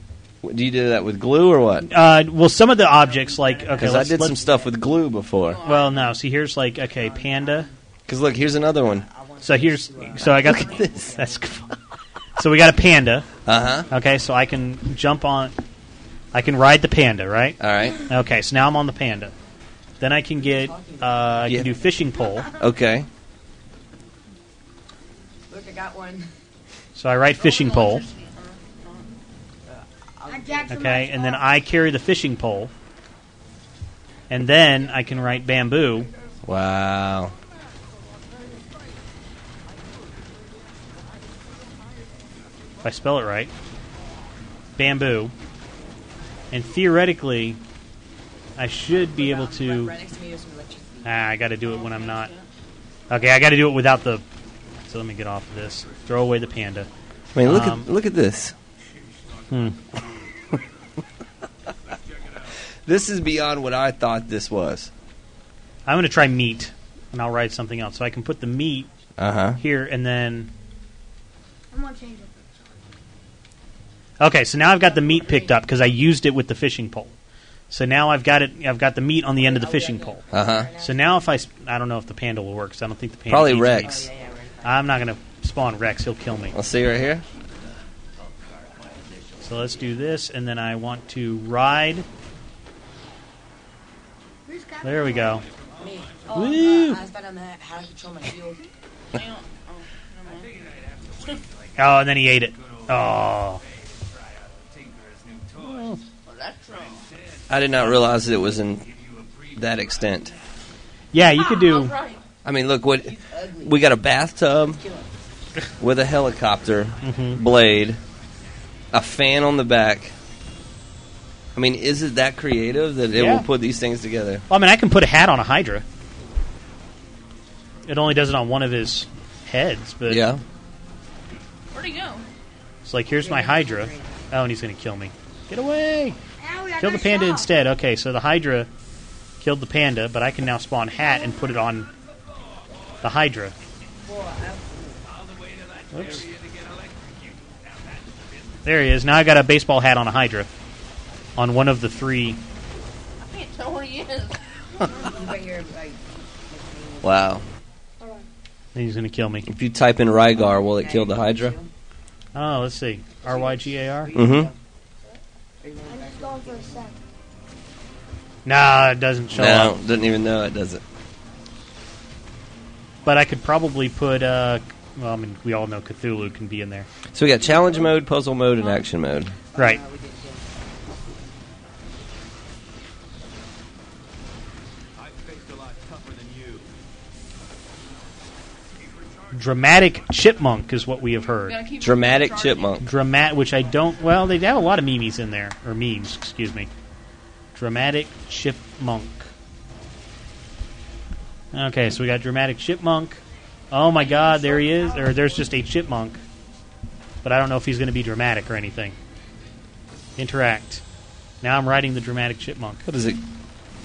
Speaker 3: Do you do that with glue or what?
Speaker 1: Uh, well, some of the objects, like, okay,
Speaker 3: Because
Speaker 1: let's,
Speaker 3: I did
Speaker 1: let's-
Speaker 3: some stuff with glue before.
Speaker 1: Well, no. See, here's like okay, panda.
Speaker 3: Because look, here's another one.
Speaker 1: So here's so I got
Speaker 3: Look at this.
Speaker 1: That's so we got a panda.
Speaker 3: Uh huh.
Speaker 1: Okay, so I can jump on. I can ride the panda, right?
Speaker 3: All right.
Speaker 1: Okay, so now I'm on the panda. Then I can get uh, I
Speaker 3: Yeah.
Speaker 1: can do fishing pole.
Speaker 3: Okay.
Speaker 8: Look, I got one.
Speaker 1: So I ride fishing pole.
Speaker 6: I jacked
Speaker 1: Okay,
Speaker 6: somebody's
Speaker 1: and then
Speaker 6: car.
Speaker 1: I carry the fishing pole. And then I can write bamboo.
Speaker 3: Wow.
Speaker 1: if I spell it right, bamboo. And theoretically, I should be able
Speaker 8: um, Right,
Speaker 1: to.
Speaker 8: right next to me is some electricity.
Speaker 1: Ah, I got to do it when I'm not. Okay, I got to do it without the. So let me get off of this. Throw away the panda.
Speaker 3: I mean, look
Speaker 1: Um, hmm.
Speaker 3: at look at this. this is beyond what I thought this was.
Speaker 1: I'm going to try meat, and I'll write something else. So I can put the meat
Speaker 3: Uh huh.
Speaker 1: here, and then.
Speaker 6: I'm gonna change it.
Speaker 1: Okay, so now I've got the meat picked up because I used it with the fishing pole. So now I've got it. I've got the meat on the end of the fishing pole.
Speaker 3: Uh huh.
Speaker 1: So now if I, s- I don't know if the panda will work. 'cause I don't think the panda
Speaker 3: Probably
Speaker 1: eats meat.
Speaker 3: Rex.
Speaker 8: Yeah, yeah, right.
Speaker 1: I'm not going to Spawn Rex. He'll kill me.
Speaker 3: I'll see you right here.
Speaker 1: So let's do this, and then I want to ride. There we go.
Speaker 8: Me. Oh,
Speaker 1: Woo!
Speaker 8: Uh, I was about to know how to control my shield.
Speaker 1: Oh, and then he ate it. Oh.
Speaker 3: I did not realize that it was in that extent.
Speaker 1: Yeah, you could do.
Speaker 4: Right.
Speaker 3: I mean, look what we got a bathtub with a helicopter
Speaker 1: Mm-hmm.
Speaker 3: blade, a fan on the back. I mean, is it that creative that it
Speaker 1: Yeah.
Speaker 3: will put these things together?
Speaker 1: Well, I mean, I can put a hat on a Hydra. It only does it on one of his heads, but
Speaker 3: Yeah.
Speaker 4: Where'd he go?
Speaker 1: it's like, here's my Hydra. Oh, and he's going to kill me. Get away!
Speaker 6: Owie, I
Speaker 1: Kill the
Speaker 6: got
Speaker 1: panda
Speaker 6: shot.
Speaker 1: instead. Okay, so the Hydra killed the panda, but I can now spawn hat and put it on the Hydra. Whoops. There he is. Now I got a baseball hat on a Hydra. On one of the three.
Speaker 4: I can't tell where he is.
Speaker 8: You right here, like,
Speaker 3: Wow.
Speaker 1: He's going to kill me.
Speaker 3: If you type in Rygar, will it kill the Hydra?
Speaker 1: Oh, let's see. R Y G A R?
Speaker 3: Mm-hmm.
Speaker 6: I'm just going for a second.
Speaker 1: Nah, it doesn't show
Speaker 3: No,
Speaker 1: up.
Speaker 3: doesn't even know it does it.
Speaker 1: But I could probably put. Uh, well, I mean, we all know Cthulhu can be in there.
Speaker 3: So we got challenge mode, puzzle mode, and action mode.
Speaker 1: Right. Dramatic chipmunk is what we have
Speaker 4: We
Speaker 1: heard.
Speaker 4: gotta keep
Speaker 3: Dramatic
Speaker 4: charging.
Speaker 3: chipmunk.
Speaker 1: Dramat, which I don't. Well, they have a lot of memes in there, or memes, excuse me. Dramatic chipmunk. Okay, so we got dramatic chipmunk. Oh my God, there he is, or there's just a chipmunk. But I don't know if he's going to be dramatic or anything. Interact. Now I'm riding the dramatic chipmunk.
Speaker 3: What is it?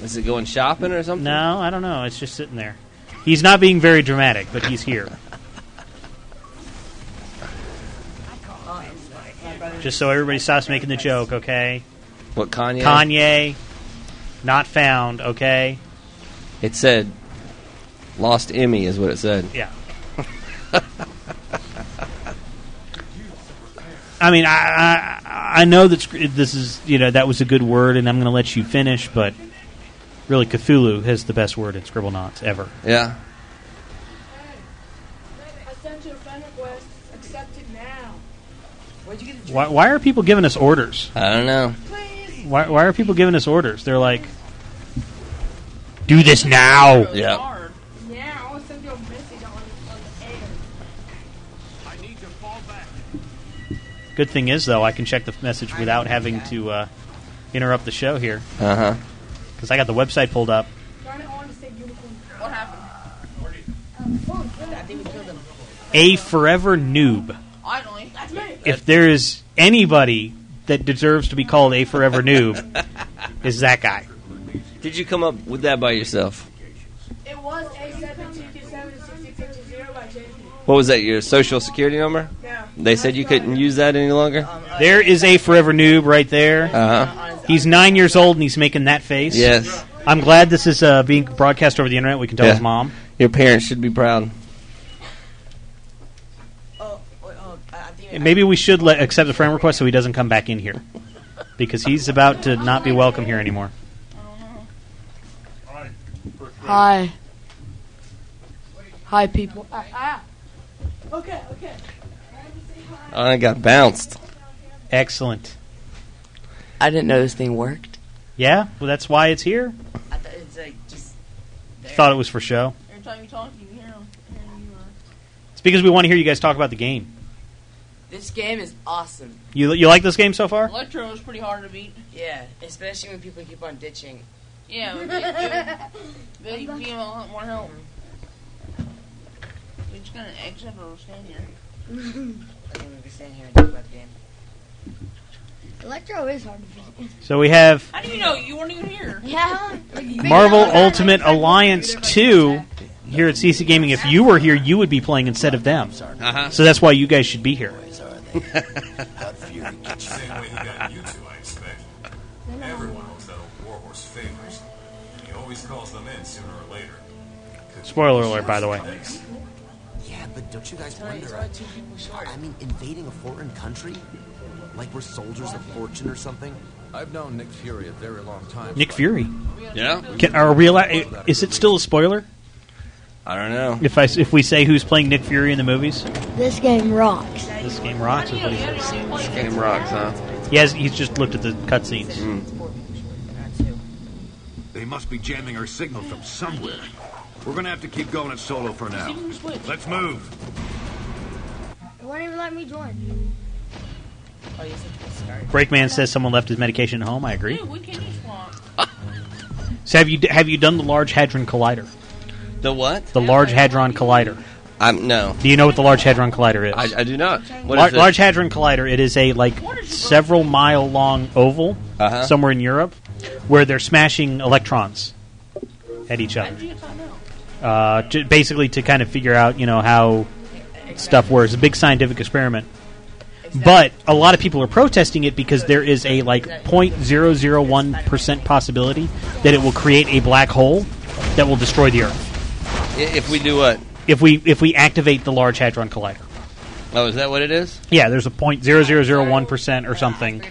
Speaker 3: Is it going shopping or something?
Speaker 1: No, I don't know. It's just sitting there. He's not being very dramatic, but he's here. Just so everybody stops making the joke, okay?
Speaker 3: What Kanye?
Speaker 1: Kanye, not found, okay?
Speaker 3: It said lost Emmy is what it said.
Speaker 1: Yeah. I mean, I, I I know that sc- this is you know that was a good word, and I'm going to let you finish, but really, Cthulhu has the best word in Scribblenauts ever.
Speaker 3: Yeah.
Speaker 6: I sent you a friend request. Accept it now.
Speaker 8: Where'd you get the
Speaker 1: Why, why are people giving us orders?
Speaker 3: I don't know.
Speaker 1: Why, why are people giving us orders? They're like, do this now.
Speaker 4: Really
Speaker 3: Yeah.
Speaker 4: hard.
Speaker 6: Now. I sent you a message on, on the air.
Speaker 5: I need to fall back.
Speaker 1: Good thing is, though, I can check the message without having to uh, interrupt the show here
Speaker 3: Uh huh.
Speaker 1: because I got the website pulled up.
Speaker 6: Turn it on to say unicorn.
Speaker 4: What happened?
Speaker 6: Um,
Speaker 8: I think we killed him.
Speaker 1: A forever noob.
Speaker 4: Idly. That's me.
Speaker 1: If there is anybody that deserves to be called a forever noob, is that guy.
Speaker 3: Did you come up with that by yourself?
Speaker 6: It was A7227660 by JP.
Speaker 3: What was that? Your social security number?
Speaker 6: Now.
Speaker 3: They said you couldn't use that any longer.
Speaker 1: There is a forever noob right there.
Speaker 3: Uh huh.
Speaker 1: He's nine years old and he's making that face.
Speaker 3: Yes.
Speaker 1: I'm glad this is uh, being broadcast over the internet. We can tell
Speaker 3: Yeah.
Speaker 1: his mom.
Speaker 3: Your parents should be proud.
Speaker 8: Oh, oh, oh, I I think
Speaker 1: And Maybe we should let accept the friend request so he doesn't come back in here, because he's about to not be welcome here anymore.
Speaker 10: Hi. Hi, people.
Speaker 6: Okay, okay.
Speaker 3: I got bounced.
Speaker 1: Excellent.
Speaker 10: I didn't know this thing worked.
Speaker 1: Yeah, well, that's why it's here.
Speaker 8: I thought it's like just.
Speaker 1: Thought it was for show.
Speaker 4: Every time you talk, you hear him. Hear you, uh,
Speaker 1: It's because we want to hear you guys talk about the game.
Speaker 8: This game is awesome.
Speaker 1: You you like this game so far?
Speaker 4: Electro is pretty hard to beat.
Speaker 8: Yeah, especially when people keep on ditching.
Speaker 4: Yeah. it- it- They give him a lot more help. We're just gonna exit or we'll stand here.
Speaker 8: I think we can stand here and talk about the game.
Speaker 6: Electro is hard to beat.
Speaker 1: So we have
Speaker 4: How do you know? You weren't even here.
Speaker 6: Yeah.
Speaker 1: Marvel Ultimate Alliance Two here at CC Gaming. If you were here, you would be playing instead of them.
Speaker 3: Uh
Speaker 1: So that's why you guys should be here.
Speaker 5: Same way he got you two, I expect. Everyone owes that old warhorse favors. He always calls them in sooner or later.
Speaker 1: Spoiler alert, by the way.
Speaker 5: Thanks.
Speaker 10: Yeah,
Speaker 11: But don't you guys
Speaker 8: Tony, it's
Speaker 11: wonder?
Speaker 8: only
Speaker 11: uh,
Speaker 8: two people short.
Speaker 11: I mean, invading a foreign country, like we're soldiers of fortune or something.
Speaker 5: I've known Nick Fury a very long time.
Speaker 1: Nick Fury.
Speaker 3: Yeah.
Speaker 1: Can, are we allo- Is it still a spoiler?
Speaker 3: I don't know.
Speaker 1: If I s- if we say who's playing Nick Fury in the movies,
Speaker 6: This game rocks.
Speaker 1: this game rocks. Is what he says.
Speaker 3: This game rocks, huh?
Speaker 1: He has, he's just looked at the cutscenes.
Speaker 5: They must be jamming our signal from somewhere. We're gonna have to keep going it solo for now.
Speaker 3: Oh.
Speaker 5: Let's move.
Speaker 6: It won't even let me join.
Speaker 8: Oh, you said to start.
Speaker 1: Breakman says someone left his medication at home. I agree.
Speaker 4: Dude, we can use one.
Speaker 1: So have you d- have you done the Large Hadron Collider?
Speaker 3: The what?
Speaker 1: The Large Hadron Collider.
Speaker 3: Um, no.
Speaker 1: Do you know what the Large Hadron Collider is?
Speaker 3: I, I do not. What
Speaker 1: Lar-
Speaker 3: is it?
Speaker 1: Large Hadron Collider. It is a like several mile long oval
Speaker 3: Uh-huh.
Speaker 1: somewhere in Europe where they're smashing electrons at each other. Uh, ju- basically to kind of figure out you know how stuff works. A big scientific experiment. But a lot of people are protesting it because there is a like 0.001% possibility that it will create a black hole that will destroy the earth
Speaker 3: I- If we do what?
Speaker 1: if we if we activate the large hadron collider.
Speaker 3: Oh, is that what it is?
Speaker 1: Yeah, there's a point zero zero zero one percent or something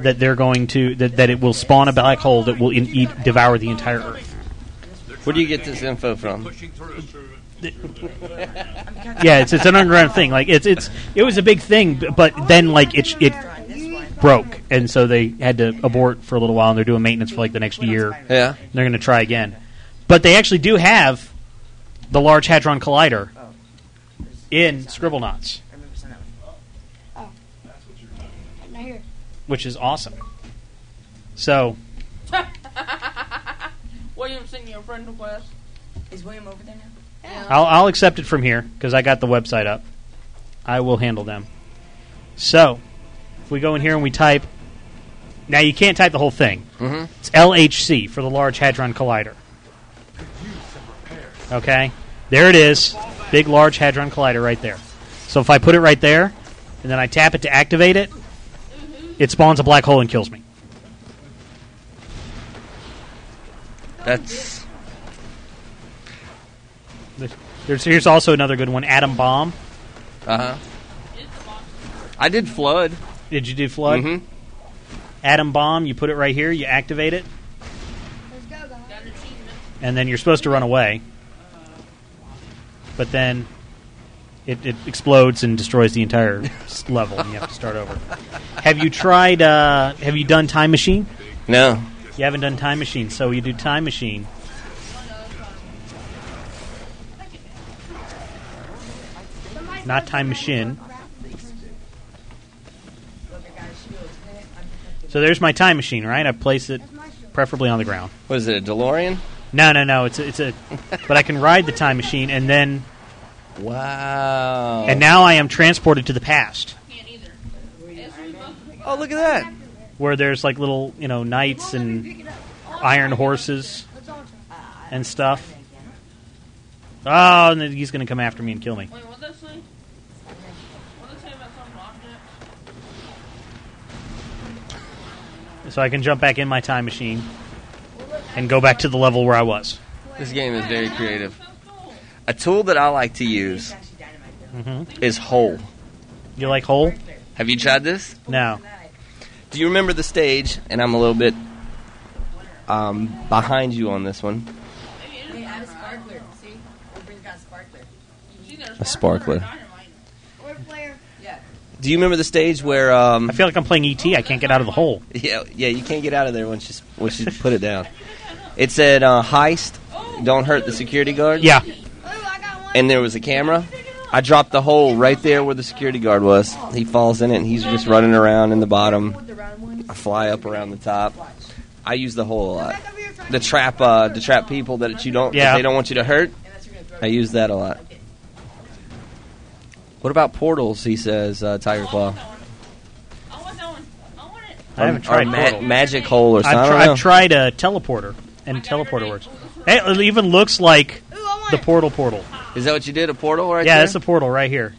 Speaker 1: that they're going to that, that it will spawn a black hole that will in, eat, devour the entire Earth.
Speaker 3: Where do you get this info from?
Speaker 1: Yeah, it's it's an underground thing. Like it's it's it was a big thing, b- but then like it sh- it broke, and so they had to abort for a little while, and they're doing maintenance for like the next year.
Speaker 3: Yeah.
Speaker 1: And they're going to try again, but they actually do have the Large Hadron Collider in Scribblenauts,
Speaker 6: Now here.
Speaker 1: which is awesome. So
Speaker 4: William sent you a friend request. Is William over there now?
Speaker 1: I'll, I'll accept it from here because I got the website up. I will handle them. So, if we go in here and we type, now you can't type the whole thing.
Speaker 3: Mhm.
Speaker 1: It's LHC for the Large Hadron Collider. Okay, there it is, big Large Hadron Collider right there. So if I put it right there, and then I tap it to activate it, it spawns a black hole and kills me.
Speaker 3: That's
Speaker 1: There's here's also another good one, Atom Bomb.
Speaker 3: uh huh. I did flood.
Speaker 1: Did you do flood?
Speaker 3: Mhm.
Speaker 1: Atom bomb. You put it right here. You activate it,
Speaker 6: Let's go, guys.
Speaker 1: and then you're supposed to run away. But then it, it explodes and destroys the entire s- level, and you have to start over. Have you tried? Uh, have you done Time Machine?
Speaker 3: No.
Speaker 1: You haven't done Time Machine, so you do Time Machine. Not Time Machine. So there's my time machine, right? I place it preferably on the ground.
Speaker 3: What is it? A DeLorean?
Speaker 1: No, no, no. It's a, it's a. but I can ride the time machine, and then
Speaker 3: Wow.
Speaker 1: and now I am transported to the past,
Speaker 3: Oh, look at that.
Speaker 1: where there's like little you know knights and iron horses and stuff. Oh, and then he's going to come after me and kill me.
Speaker 4: Wait, what's that say? What's that say about some object?
Speaker 1: So I can jump back in my time machine and go back to the level where I was.
Speaker 3: This game is very creative. A tool that I like to use
Speaker 1: hmm
Speaker 3: is hole.
Speaker 1: You like hole?
Speaker 3: Have you tried this?
Speaker 1: No.
Speaker 3: Do you remember the stage? And I'm a little bit um, behind you on this one.
Speaker 8: Hey, I have a sparkler. See? Everybody's got a sparkler.
Speaker 3: A sparkler.
Speaker 6: We're player.
Speaker 8: Yeah.
Speaker 3: Do you remember the stage where? Um,
Speaker 1: I feel like I'm playing ET. I can't get out of the hole.
Speaker 3: Yeah, yeah. You can't get out of there once you s- once you put it down. It said uh, heist. Don't hurt the security guard.
Speaker 1: Yeah.
Speaker 3: And there was a camera. I dropped the hole right there where the security guard was. He falls in it, and he's just running around in the bottom. I fly up around the top. I use the hole a lot. The trap, uh, to trap people that you don't,
Speaker 1: Yeah.
Speaker 3: that they don't want you to hurt. I use that a lot. What about portals? He says, uh, Tiger Claw.
Speaker 4: I want that one. I want it.
Speaker 1: I haven't
Speaker 3: Or-
Speaker 1: tried
Speaker 3: or
Speaker 1: Portal.
Speaker 3: magic hole or
Speaker 1: I've,
Speaker 3: something. I
Speaker 1: tr-
Speaker 3: don't know.
Speaker 1: I've tried a teleporter, and teleporter works. It even looks like the portal portal.
Speaker 3: Is that what you did? A portal right
Speaker 1: yeah,
Speaker 3: there?
Speaker 1: that's a portal right here.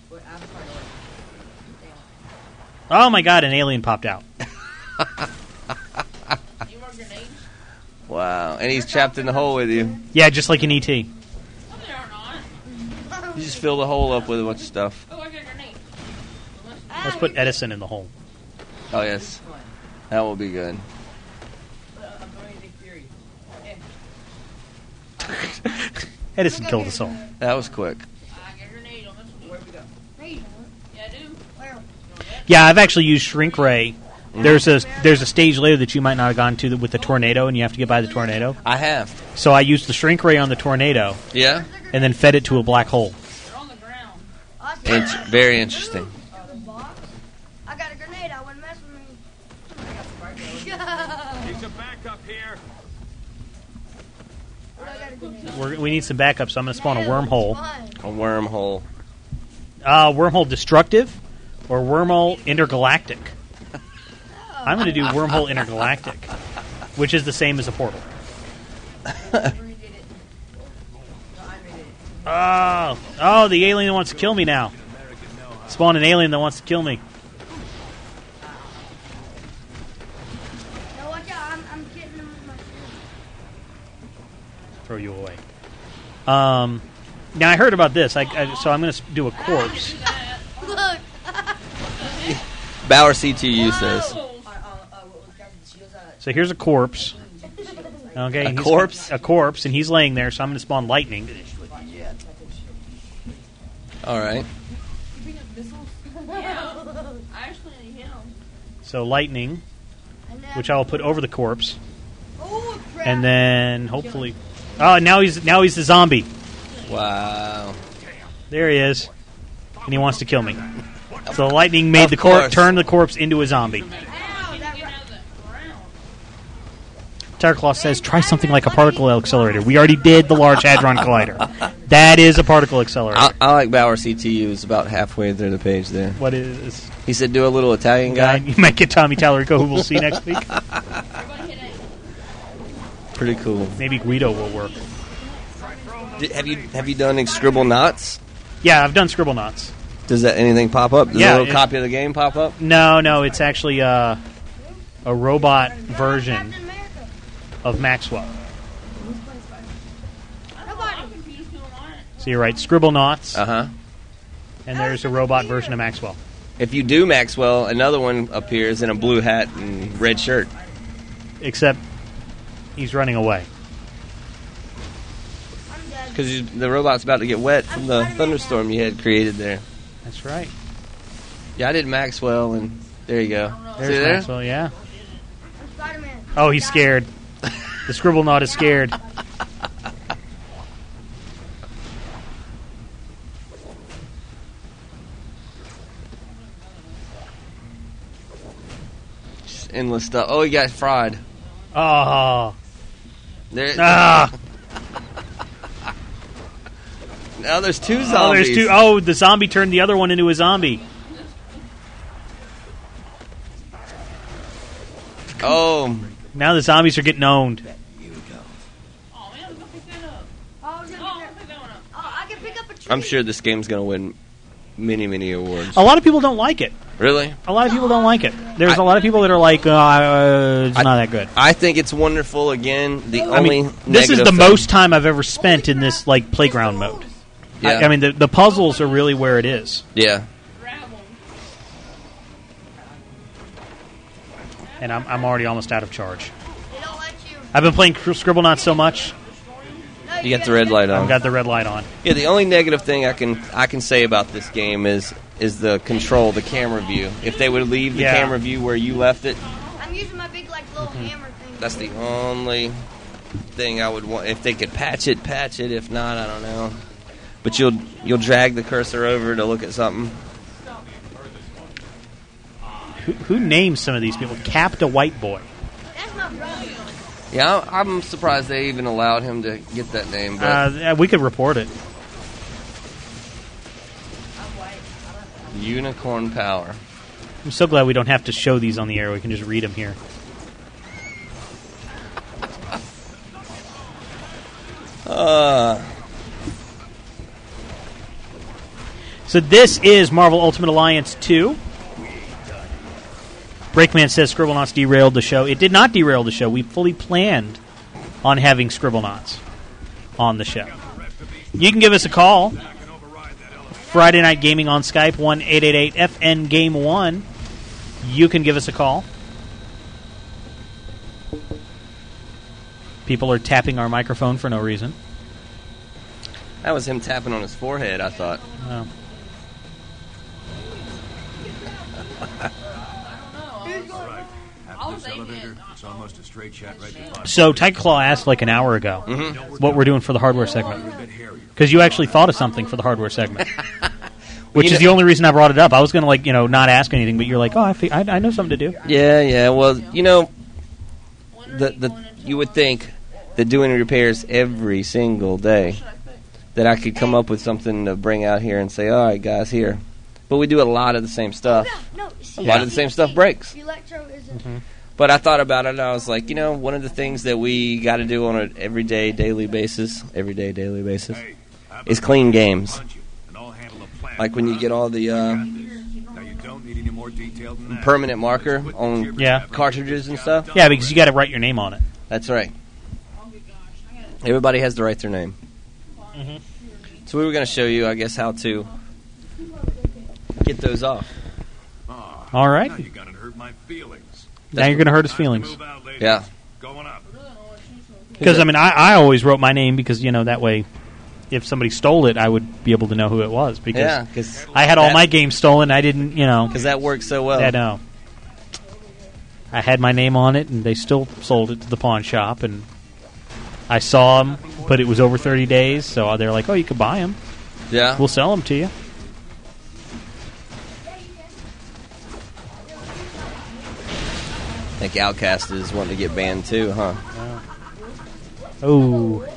Speaker 1: Oh my god, an alien popped out.
Speaker 3: wow. And he's trapped in the hole with you.
Speaker 1: Yeah, just like an E ET.
Speaker 4: No, they are not.
Speaker 3: You just fill the hole up with a bunch of stuff.
Speaker 4: Oh,
Speaker 1: Let's put Edison in the hole.
Speaker 3: Oh yes, that will be good.
Speaker 4: Uh,
Speaker 1: Edison killed us all.
Speaker 3: That was quick.
Speaker 1: Yeah, I've actually used shrink ray.
Speaker 3: Mm-hmm.
Speaker 1: There's a there's a stage later that you might not have gone to with the tornado, and you have to get by the tornado.
Speaker 3: I have.
Speaker 1: So I used the shrink ray on the tornado.
Speaker 3: Yeah.
Speaker 1: And then fed it to a black hole.
Speaker 3: Inch- very interesting.
Speaker 1: We're, we need some backup, so I'm going to spawn a wormhole.
Speaker 3: A wormhole.
Speaker 1: Uh, wormhole destructive, or wormhole intergalactic. I'm going to do wormhole intergalactic, which is the same as a portal. Oh, oh, the alien that wants to kill me now. Spawn an alien that wants to kill me.
Speaker 6: No, watch out. I'm, I'm getting them with my
Speaker 1: Throw you away. Um, now I heard about this, I, I, so I'm going to do a corpse.
Speaker 6: Look.
Speaker 3: Bauer CTU says
Speaker 1: So here's a corpse. Okay,
Speaker 3: A
Speaker 1: he's-
Speaker 3: corpse?
Speaker 1: a corpse, and he's laying there. So I'm going to spawn lightning.
Speaker 3: All right.
Speaker 1: So lightning, which I will put over the corpse, and then hopefully, oh, now he's now he's the zombie.
Speaker 3: Wow.
Speaker 1: There he is, and he wants to kill me. So lightning made
Speaker 3: Of
Speaker 1: the corpse
Speaker 3: course.
Speaker 1: turn the corpse into a zombie. Terracloth says, "Try something like a particle accelerator. We already did the Large Hadron Collider. That is a particle accelerator.
Speaker 3: I, I like Bauer CTU is about halfway through the page there.
Speaker 1: What is
Speaker 3: He said, do a little Italian
Speaker 1: guy?
Speaker 3: guy.
Speaker 1: You might get Tommy Tallarico, who we'll see next week.
Speaker 3: Pretty cool.
Speaker 1: Maybe Guido will work.
Speaker 3: D- have you have you done any scribble knots?
Speaker 1: Yeah, I've done scribble knots.
Speaker 3: Does that anything pop up? Does
Speaker 1: Yeah,
Speaker 3: a
Speaker 1: it-
Speaker 3: little copy of the game pop up?
Speaker 1: No, no, it's actually uh, a robot version of Maxwell. So you're right, Scribble Knots.
Speaker 3: Uh huh.
Speaker 1: And there's a robot version of Maxwell.
Speaker 3: If you do Maxwell, another one appears in a blue hat and red shirt.
Speaker 1: Except he's running away.
Speaker 3: Because the robot's about to get wet from the thunderstorm you had created there.
Speaker 1: That's right.
Speaker 3: Yeah, I did Maxwell, and there you go.
Speaker 1: There's
Speaker 3: See there?
Speaker 1: Maxwell, yeah. Oh, he's scared. the Scribble Knot is scared.
Speaker 3: Just endless stuff. Oh, he got fried.
Speaker 1: Oh.
Speaker 3: There.
Speaker 1: Ah.
Speaker 3: Now there's two zombies.
Speaker 1: Oh, there's two. Oh, the zombie turned the other one into a zombie.
Speaker 3: Oh.
Speaker 1: Now the zombies are getting owned.
Speaker 6: Oh,
Speaker 3: I'm sure this game's gonna win many, many awards.
Speaker 1: A lot of people don't like it.
Speaker 3: Really?
Speaker 1: A lot of people don't like it. There's a lot of people that are like, "Oh, uh, it's not that good.
Speaker 3: I think it's wonderful again. The
Speaker 1: I
Speaker 3: only
Speaker 1: mean, this is
Speaker 3: negative
Speaker 1: the
Speaker 3: thing-
Speaker 1: most time I've ever spent in this like playground mode. I-
Speaker 3: Yeah.
Speaker 1: I, mean, the, the puzzles are really where it is,
Speaker 3: Yeah.
Speaker 1: and I'm, I'm already almost out of charge. I've been playing Scribble Scribblenauts so much.
Speaker 3: You got the red light on.
Speaker 1: I've got the red light on.
Speaker 3: Yeah, the only negative thing I can I can say about this game is is the control, the camera view. If they would leave the
Speaker 1: Yeah.
Speaker 3: camera view where you left it,
Speaker 6: I'm using my big, like, little
Speaker 1: Mm-hmm.
Speaker 6: hammer thing.
Speaker 3: that's the only thing I would want. If they could patch it, patch it. If not, I don't know. But you'll you'll drag the cursor over to look at something.
Speaker 1: Who, who names some of these people? Capta White Boy.
Speaker 3: Yeah, I- I'm surprised they even allowed him to get that name. But
Speaker 1: Uh, we could report it.
Speaker 3: unicorn power.
Speaker 1: I'm so glad we don't have to show these on the air. We can just read them here.
Speaker 3: Uh,
Speaker 1: So this is Marvel Ultimate Alliance 2. Breakman says Scribblenauts derailed the show. It did not derail the show. We fully planned on having Scribblenauts on the show. You can give us a call Friday Night Gaming on Skype, 1 888 FN Game 1. You can give us a call. People are tapping our microphone for no reason.
Speaker 3: That was him tapping on his forehead, I thought.
Speaker 1: Oh.
Speaker 5: After this elevator, it's almost a straight shot right to five.
Speaker 1: So, Tight Claw asked like an hour ago
Speaker 3: Mm-hmm.
Speaker 5: Mhm.
Speaker 1: what we're doing for the hardware segment. Because you actually thought of something for the hardware segment. Which is
Speaker 3: you know-
Speaker 1: the only reason I brought it up. I was going to, like, you know, not ask anything, but you're like, oh, I, fi- I, I know something to do.
Speaker 3: Yeah, yeah. Well, you know, the, the you would think that doing repairs every single day that I could come up with something to bring out here and say, all right, guys, here. But we do a lot of the same stuff.
Speaker 6: No,
Speaker 3: A
Speaker 6: see,
Speaker 3: lot of Uh, the same stuff breaks.
Speaker 6: The electro is
Speaker 3: But I thought about it and I was like, you know, one of the things that we got to do on an everyday, daily basis, everyday, daily basis, is clean games. Like when you get all the uh,
Speaker 5: Now you don't need any more detail than that.
Speaker 3: permanent marker on
Speaker 1: Yeah.
Speaker 3: cartridges and stuff.
Speaker 1: Yeah, because you got to write your name on it.
Speaker 3: That's right. Everybody has to write their name.
Speaker 1: Mm-hmm.
Speaker 3: So we were going to show you, I guess, how to get those off.
Speaker 1: All right.
Speaker 5: Now you got to hurt my feelings.
Speaker 1: Now you're going to hurt his feelings.
Speaker 3: Yeah.
Speaker 1: Because I mean, I, I always wrote my name because you know that way, if somebody stole it, I would be able to know who it was. Because
Speaker 3: Yeah, 'cause
Speaker 1: I had all
Speaker 3: that-
Speaker 1: my games stolen, I didn't, you know,
Speaker 3: Because uh, that works so well.
Speaker 1: I know. I had my name on it, and they still sold it to the pawn shop. And I saw them, but it was over thirty days, so they're like, "Oh, you could buy them.
Speaker 3: Yeah.
Speaker 1: we'll sell them to you."
Speaker 3: I think Outcast is wanting to get banned too, huh?
Speaker 1: Oh,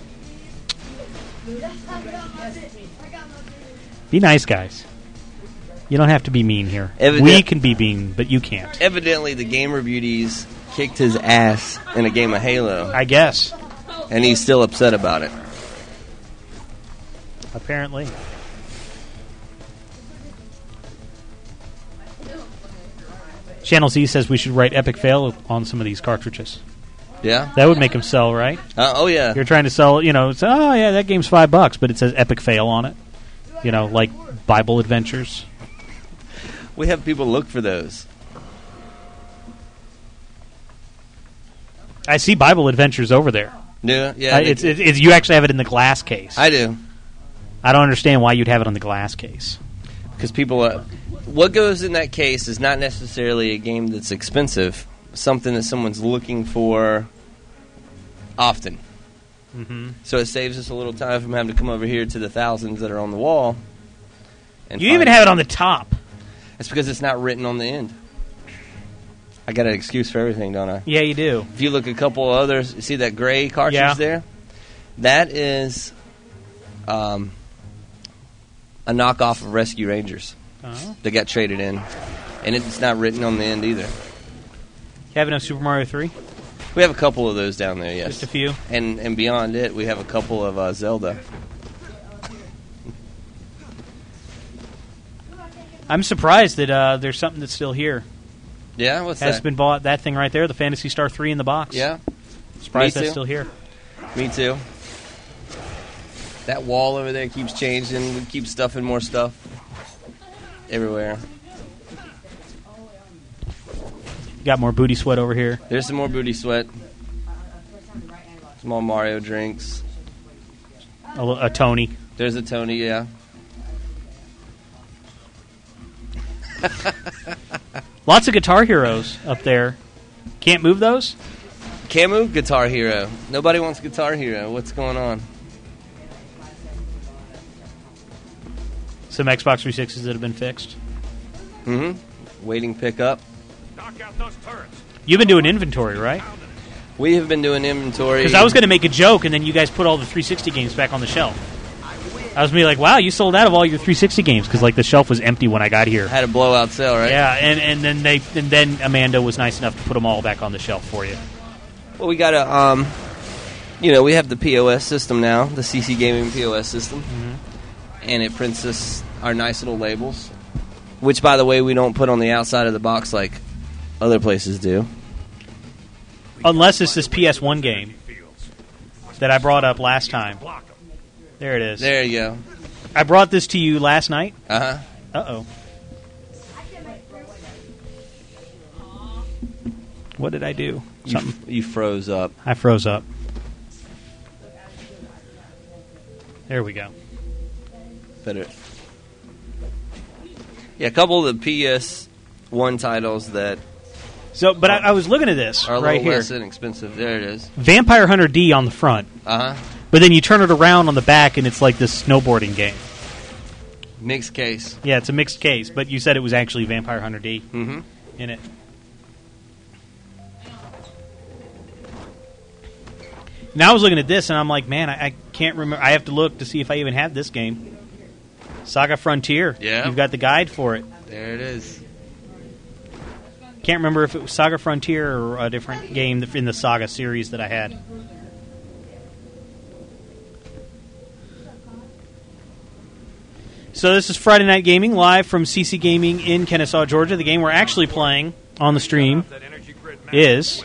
Speaker 1: be nice, guys. You don't have to be mean here.
Speaker 3: Evident-
Speaker 1: we can be mean, but you can't.
Speaker 3: Evidently, the Gamer Beauties kicked his ass in a game of Halo.
Speaker 1: I guess.
Speaker 3: And he's still upset about it.
Speaker 1: Apparently. Channel Z says we should write epic fail on some of these cartridges.
Speaker 3: Yeah?
Speaker 1: That would make them sell, right?
Speaker 3: Uh, oh, yeah.
Speaker 1: You're trying to sell, you know, it's, oh, yeah, that game's five bucks, but it says epic fail on it. You know, like Bible Adventures.
Speaker 3: We have people look for those.
Speaker 1: I see Bible Adventures over there.
Speaker 3: Yeah, yeah.
Speaker 1: Uh,
Speaker 3: they-
Speaker 1: it's, it's, it's, you actually have it in the glass case.
Speaker 3: I do.
Speaker 1: I don't understand why you'd have it on the glass case.
Speaker 3: because people uh, what goes in that case is not necessarily a game that's expensive something that someone's looking for often
Speaker 1: Mhm.
Speaker 3: so it saves us a little time from having to come over here to the thousands that are on the wall and
Speaker 1: You even
Speaker 3: find-
Speaker 1: have it on the top.
Speaker 3: that's because it's not written on the end i got an excuse for everything don't i
Speaker 1: Yeah, you do.
Speaker 3: if you look a couple others you see that gray cartridge
Speaker 1: Yeah.
Speaker 3: there that is um, a knockoff of rescue rangers
Speaker 1: Oh.
Speaker 3: that got traded in, and it's not written on the end either.
Speaker 1: You have it on Super Mario 3?
Speaker 3: We have a couple of those down there, yes.
Speaker 1: Just a few.
Speaker 3: and and beyond it, we have a couple of uh, Zelda.
Speaker 1: I'm surprised that uh, there's something that's still here.
Speaker 3: Yeah, what's
Speaker 1: has
Speaker 3: that?
Speaker 1: been bought. That thing right there, the Fantasy Star three in the box.
Speaker 3: Yeah,
Speaker 1: surprised
Speaker 3: Me
Speaker 1: that's still
Speaker 3: too.
Speaker 1: here.
Speaker 3: me too. That wall over there keeps changing. We keep stuffing more stuff everywhere.
Speaker 1: Got more booty sweat over here.
Speaker 3: There's some more booty sweat. Some more Mario drinks.
Speaker 1: A, li- a Tony.
Speaker 3: There's a Tony, yeah.
Speaker 1: Lots of Guitar Heroes up there. Can't move those.
Speaker 3: Camu, Guitar Hero. Nobody wants Guitar Hero. What's going on?
Speaker 1: Some Xbox 360s that have been fixed.
Speaker 3: Mm-hmm. Waiting pickup.
Speaker 1: You've been doing inventory, right?
Speaker 3: We have been doing inventory.
Speaker 1: Because I was going to make a joke, and then you guys put all the 360 games back on the shelf. I was gonna be like, "Wow, you sold out of all your 360 games because like the shelf was empty when I got here."
Speaker 3: had a blowout sale, right?
Speaker 1: Yeah, and, and then they and then Amanda was nice enough to put them all back on the shelf for you.
Speaker 3: Well, we got a, um, you know, we have the POS system now, the CC Gaming POS system,
Speaker 1: Mm-hmm.
Speaker 3: and it prints us our nice little labels, which, by the way, we don't put on the outside of the box like other places do.
Speaker 1: Unless it's this PS1 game that I brought up last time. There it is.
Speaker 3: There you go.
Speaker 1: I brought this to you last night.
Speaker 3: Uh huh.
Speaker 1: Uh oh. What did I do?
Speaker 3: You,
Speaker 1: Something.
Speaker 3: f- you froze up.
Speaker 1: I froze up. There we go.
Speaker 3: Better. Yeah, a couple of the PS one titles that
Speaker 1: So, but I, I was looking at this
Speaker 3: are a
Speaker 1: right
Speaker 3: little
Speaker 1: here.
Speaker 3: less inexpensive. There it is.
Speaker 1: Vampire Hunter D on the front,
Speaker 3: Uh huh.
Speaker 1: but then you turn it around on the back, and it's like this snowboarding game.
Speaker 3: Mixed case.
Speaker 1: Yeah, it's a mixed case, but you said it was actually Vampire Hunter D
Speaker 3: Mhm.
Speaker 1: in it. Now I was looking at this, and I'm like, man, I, I can't remember. I have to look to see if I even have this game. Saga Frontier.
Speaker 3: Yeah.
Speaker 1: You've got the guide for it.
Speaker 3: There it is.
Speaker 1: Can't remember if it was Saga Frontier or a different game th- in the Saga series that I had. So this is Friday Night Gaming live from CC Gaming in Kennesaw, Georgia. The game we're actually playing on the stream is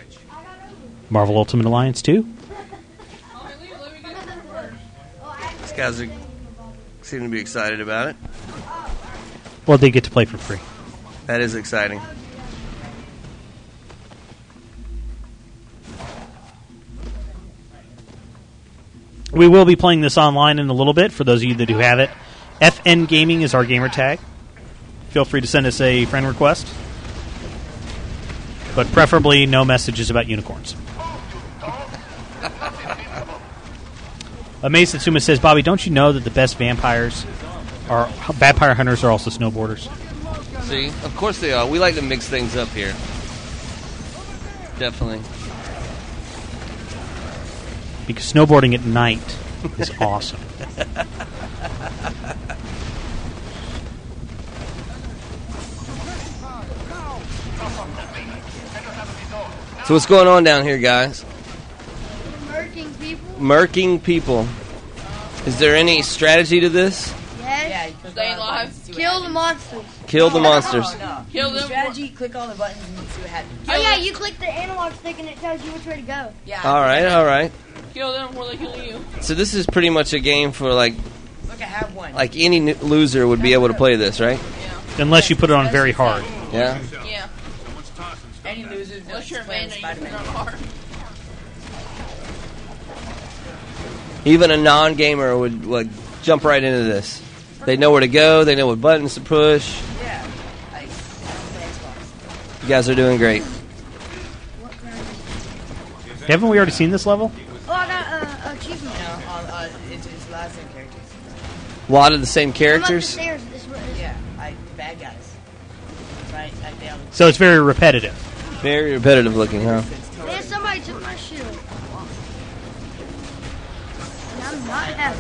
Speaker 1: Marvel Ultimate Alliance 2.
Speaker 3: These guys are, seem to be excited about it.
Speaker 1: Well, they get to play for free.
Speaker 3: That is exciting.
Speaker 1: We will be playing this online in a little bit for those of you that do have it. FN Gaming is our gamer tag. Feel free to send us a friend request. But preferably no messages about unicorns. Amazed Satsuma says, Bobby, don't you know that the best vampires are vampire hunters are also snowboarders?
Speaker 3: See, of course they are. We like to mix things up here. Definitely.
Speaker 1: Because snowboarding at night is awesome.
Speaker 3: So what's going on down here, guys?
Speaker 6: Murking people?
Speaker 3: Murking people. Is there any strategy to this?
Speaker 6: Yes.
Speaker 8: Yeah, Oh,
Speaker 4: Stay alive.
Speaker 6: Kill the monsters.
Speaker 3: Kill the monsters.
Speaker 4: Kill them.
Speaker 8: Strategy, click all the buttons and see what happens.
Speaker 6: Oh yeah, you click the analog stick and it tells you which way to go.
Speaker 8: Yeah.
Speaker 3: All right, all right.
Speaker 4: Uh, Kill them before they kill you.
Speaker 3: So this is pretty much a game for like
Speaker 8: Look, I have one.
Speaker 3: like any n- loser would be able to play this, right?
Speaker 1: Unless you put it on very hard.
Speaker 3: Yeah.
Speaker 4: Yeah.
Speaker 8: Any losers
Speaker 4: What's your
Speaker 8: playing
Speaker 4: advantage?
Speaker 8: Spider-Man.
Speaker 4: You're not hard.
Speaker 3: Even a non-gamer would like jump right into this. They know where to go. They know what buttons to push.
Speaker 8: Yeah. Like, I play Xbox.
Speaker 3: You guys are doing great.
Speaker 1: Haven't we already seen this level?
Speaker 6: Oh, I got uh, achievement.
Speaker 8: No, all, uh, it's, it's lots of characters.
Speaker 3: A lot of the same
Speaker 6: I'm up the
Speaker 3: characters.
Speaker 6: stairs. This way. This
Speaker 8: Yeah, I bad guys. Right, I failed.
Speaker 1: So it's very repetitive.
Speaker 3: Very repetitive looking, huh?
Speaker 6: Man, somebody took my shield. And I'm not happy.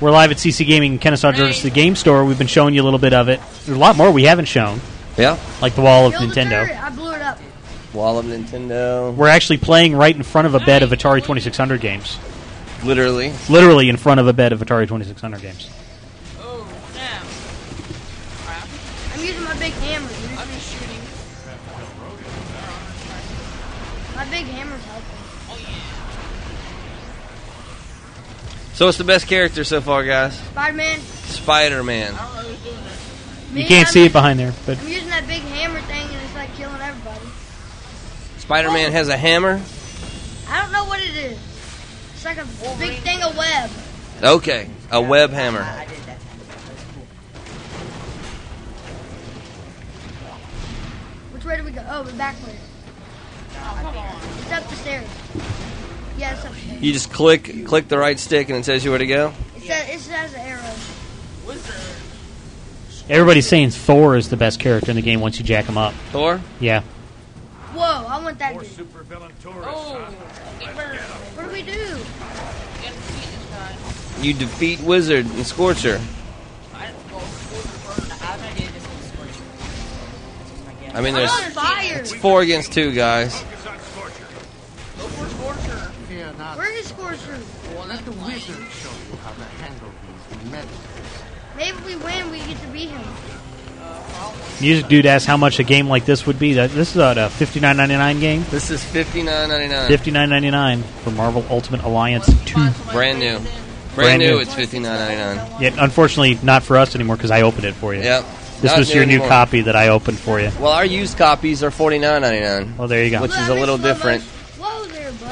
Speaker 1: We're live at CC Gaming in Kennesaw, Georgia, It's the game store. We've been showing you a little bit of it. There's a lot more we haven't shown,
Speaker 3: Yeah.
Speaker 1: like the wall of
Speaker 6: Kill the turret.
Speaker 1: Nintendo.
Speaker 6: I blew it up.
Speaker 3: Wall of Nintendo.
Speaker 1: We're actually playing right in front of a bed of Atari 2600 games.
Speaker 3: Literally.
Speaker 1: Literally in front of a bed of Atari 2600 games.
Speaker 4: Oh, damn.
Speaker 6: I'm using my big hammer, dude.
Speaker 4: I'm just shooting.
Speaker 6: My big hammer's helping.
Speaker 3: So what's the best character so far, guys?
Speaker 6: Spider-Man.
Speaker 3: Spider-Man.
Speaker 4: I don't know who's doing this.
Speaker 6: Me,
Speaker 1: You can't
Speaker 6: I'm
Speaker 1: see it
Speaker 6: using-
Speaker 1: behind there, but
Speaker 6: I'm using that big hammer thing, and it's like killing everybody.
Speaker 3: Spider-Man has a hammer.
Speaker 6: I don't know what it is. It's like a big thing of web.
Speaker 3: Okay, a web hammer.
Speaker 8: I, I did that. That was cool.
Speaker 6: Which way do we go? Oh, the back way.
Speaker 4: Oh,
Speaker 6: It's up the stairs. Yeah, it's up the stairs.
Speaker 3: You just click click the right stick and it tells you where to go.
Speaker 6: It says, it says an arrow.
Speaker 1: everybody's saying Thor is the best character in the game once you jack him up.
Speaker 3: Thor.
Speaker 1: Yeah.
Speaker 6: Whoa, I want that dude.
Speaker 4: Oh, get burned.
Speaker 6: What do we do?
Speaker 4: Get defeat this guy.
Speaker 3: You defeat Wizard and Scorcher.
Speaker 4: I don't know.
Speaker 8: I have an idea this one's scorching. That's just my guess.
Speaker 3: I mean,
Speaker 6: I'm
Speaker 3: there's
Speaker 6: on fire.
Speaker 3: it's four against two guys.
Speaker 4: Go for Scorcher.
Speaker 11: Fear not.
Speaker 6: Where did score through?
Speaker 11: Let the wizard show you how to handle these methods.
Speaker 6: Maybe if we win, we get to beat him.
Speaker 1: Music dude asked how much a game like this would be. That This is about a 59.99 game.
Speaker 3: This is fifty nine ninety nine.
Speaker 1: 59.99 for Marvel Ultimate Alliance 2.
Speaker 4: Find somebody
Speaker 3: Brand
Speaker 4: to
Speaker 3: new.
Speaker 4: raise it in.
Speaker 3: Brand,
Speaker 1: Brand
Speaker 3: new,
Speaker 1: new.
Speaker 3: it's fifty nine ninety nine.
Speaker 1: Yeah, unfortunately, not for us anymore because I opened it for you.
Speaker 3: Yep.
Speaker 1: This
Speaker 3: Not
Speaker 1: was
Speaker 3: new
Speaker 1: your new
Speaker 3: anymore.
Speaker 1: copy that I opened for you.
Speaker 3: Well, our used copies are forty nine ninety nine.
Speaker 1: Well, Oh, there you go.
Speaker 3: Which is a little different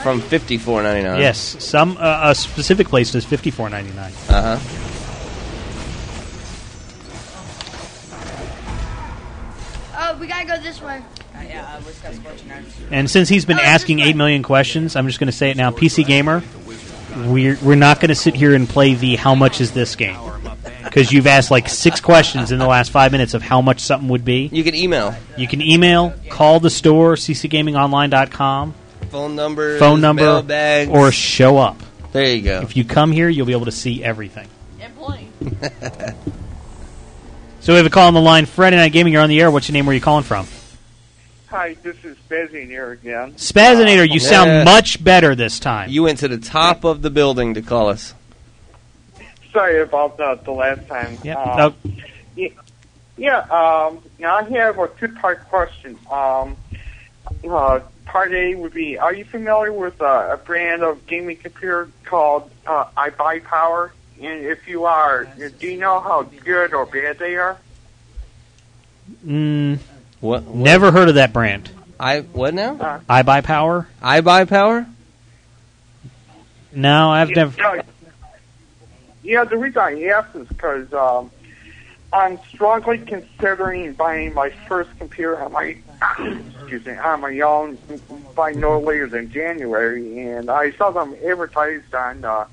Speaker 3: from fifty four ninety nine.
Speaker 1: Yes, some uh, a specific place is fifty four ninety nine.
Speaker 3: Uh huh.
Speaker 6: Oh, we gotta go this way.
Speaker 8: Yeah, uh, we're just watching our
Speaker 1: And since he's been asking eight million questions, I'm just going to say it now. PC gamer, we're we're not going to sit here and play the how much is this game because you've asked like six questions in the last five minutes of how much something would be.
Speaker 3: You can email.
Speaker 1: You can email, call the store, ccgamingonline.com,
Speaker 3: Phone number.
Speaker 1: phone number,
Speaker 3: Bags.
Speaker 1: or show up.
Speaker 3: There you go.
Speaker 1: If you come here, you'll be able to see everything.
Speaker 4: And play.
Speaker 1: So we have a call on the line. Friday Night Gaming, you're on the air. What's your name? Where are you calling from?
Speaker 12: Hi, this is Bezzy here again. Uh,
Speaker 1: Spazinator, you
Speaker 3: Yeah.
Speaker 1: sound much better this time.
Speaker 3: You went to the top of the building to call us.
Speaker 12: Sorry about that the last time.
Speaker 1: Yeah.
Speaker 12: Um,
Speaker 1: Oh.
Speaker 12: y- yeah. Um, now I have a two-part question. Um, uh, part A would be: Are you familiar with uh, a brand of gaming computer called uh, I Buy Power? And if you are, do you know how good or bad they are?
Speaker 1: Mm,
Speaker 3: what,
Speaker 1: Never heard of that brand.
Speaker 3: I what now?
Speaker 1: I buy power.
Speaker 3: I buy power.
Speaker 1: No, I've never.
Speaker 12: Yeah, yeah, the reason I ask is because um, I'm strongly considering buying my first computer on my excuse me on my own by no later than January, and I saw them advertised on uh,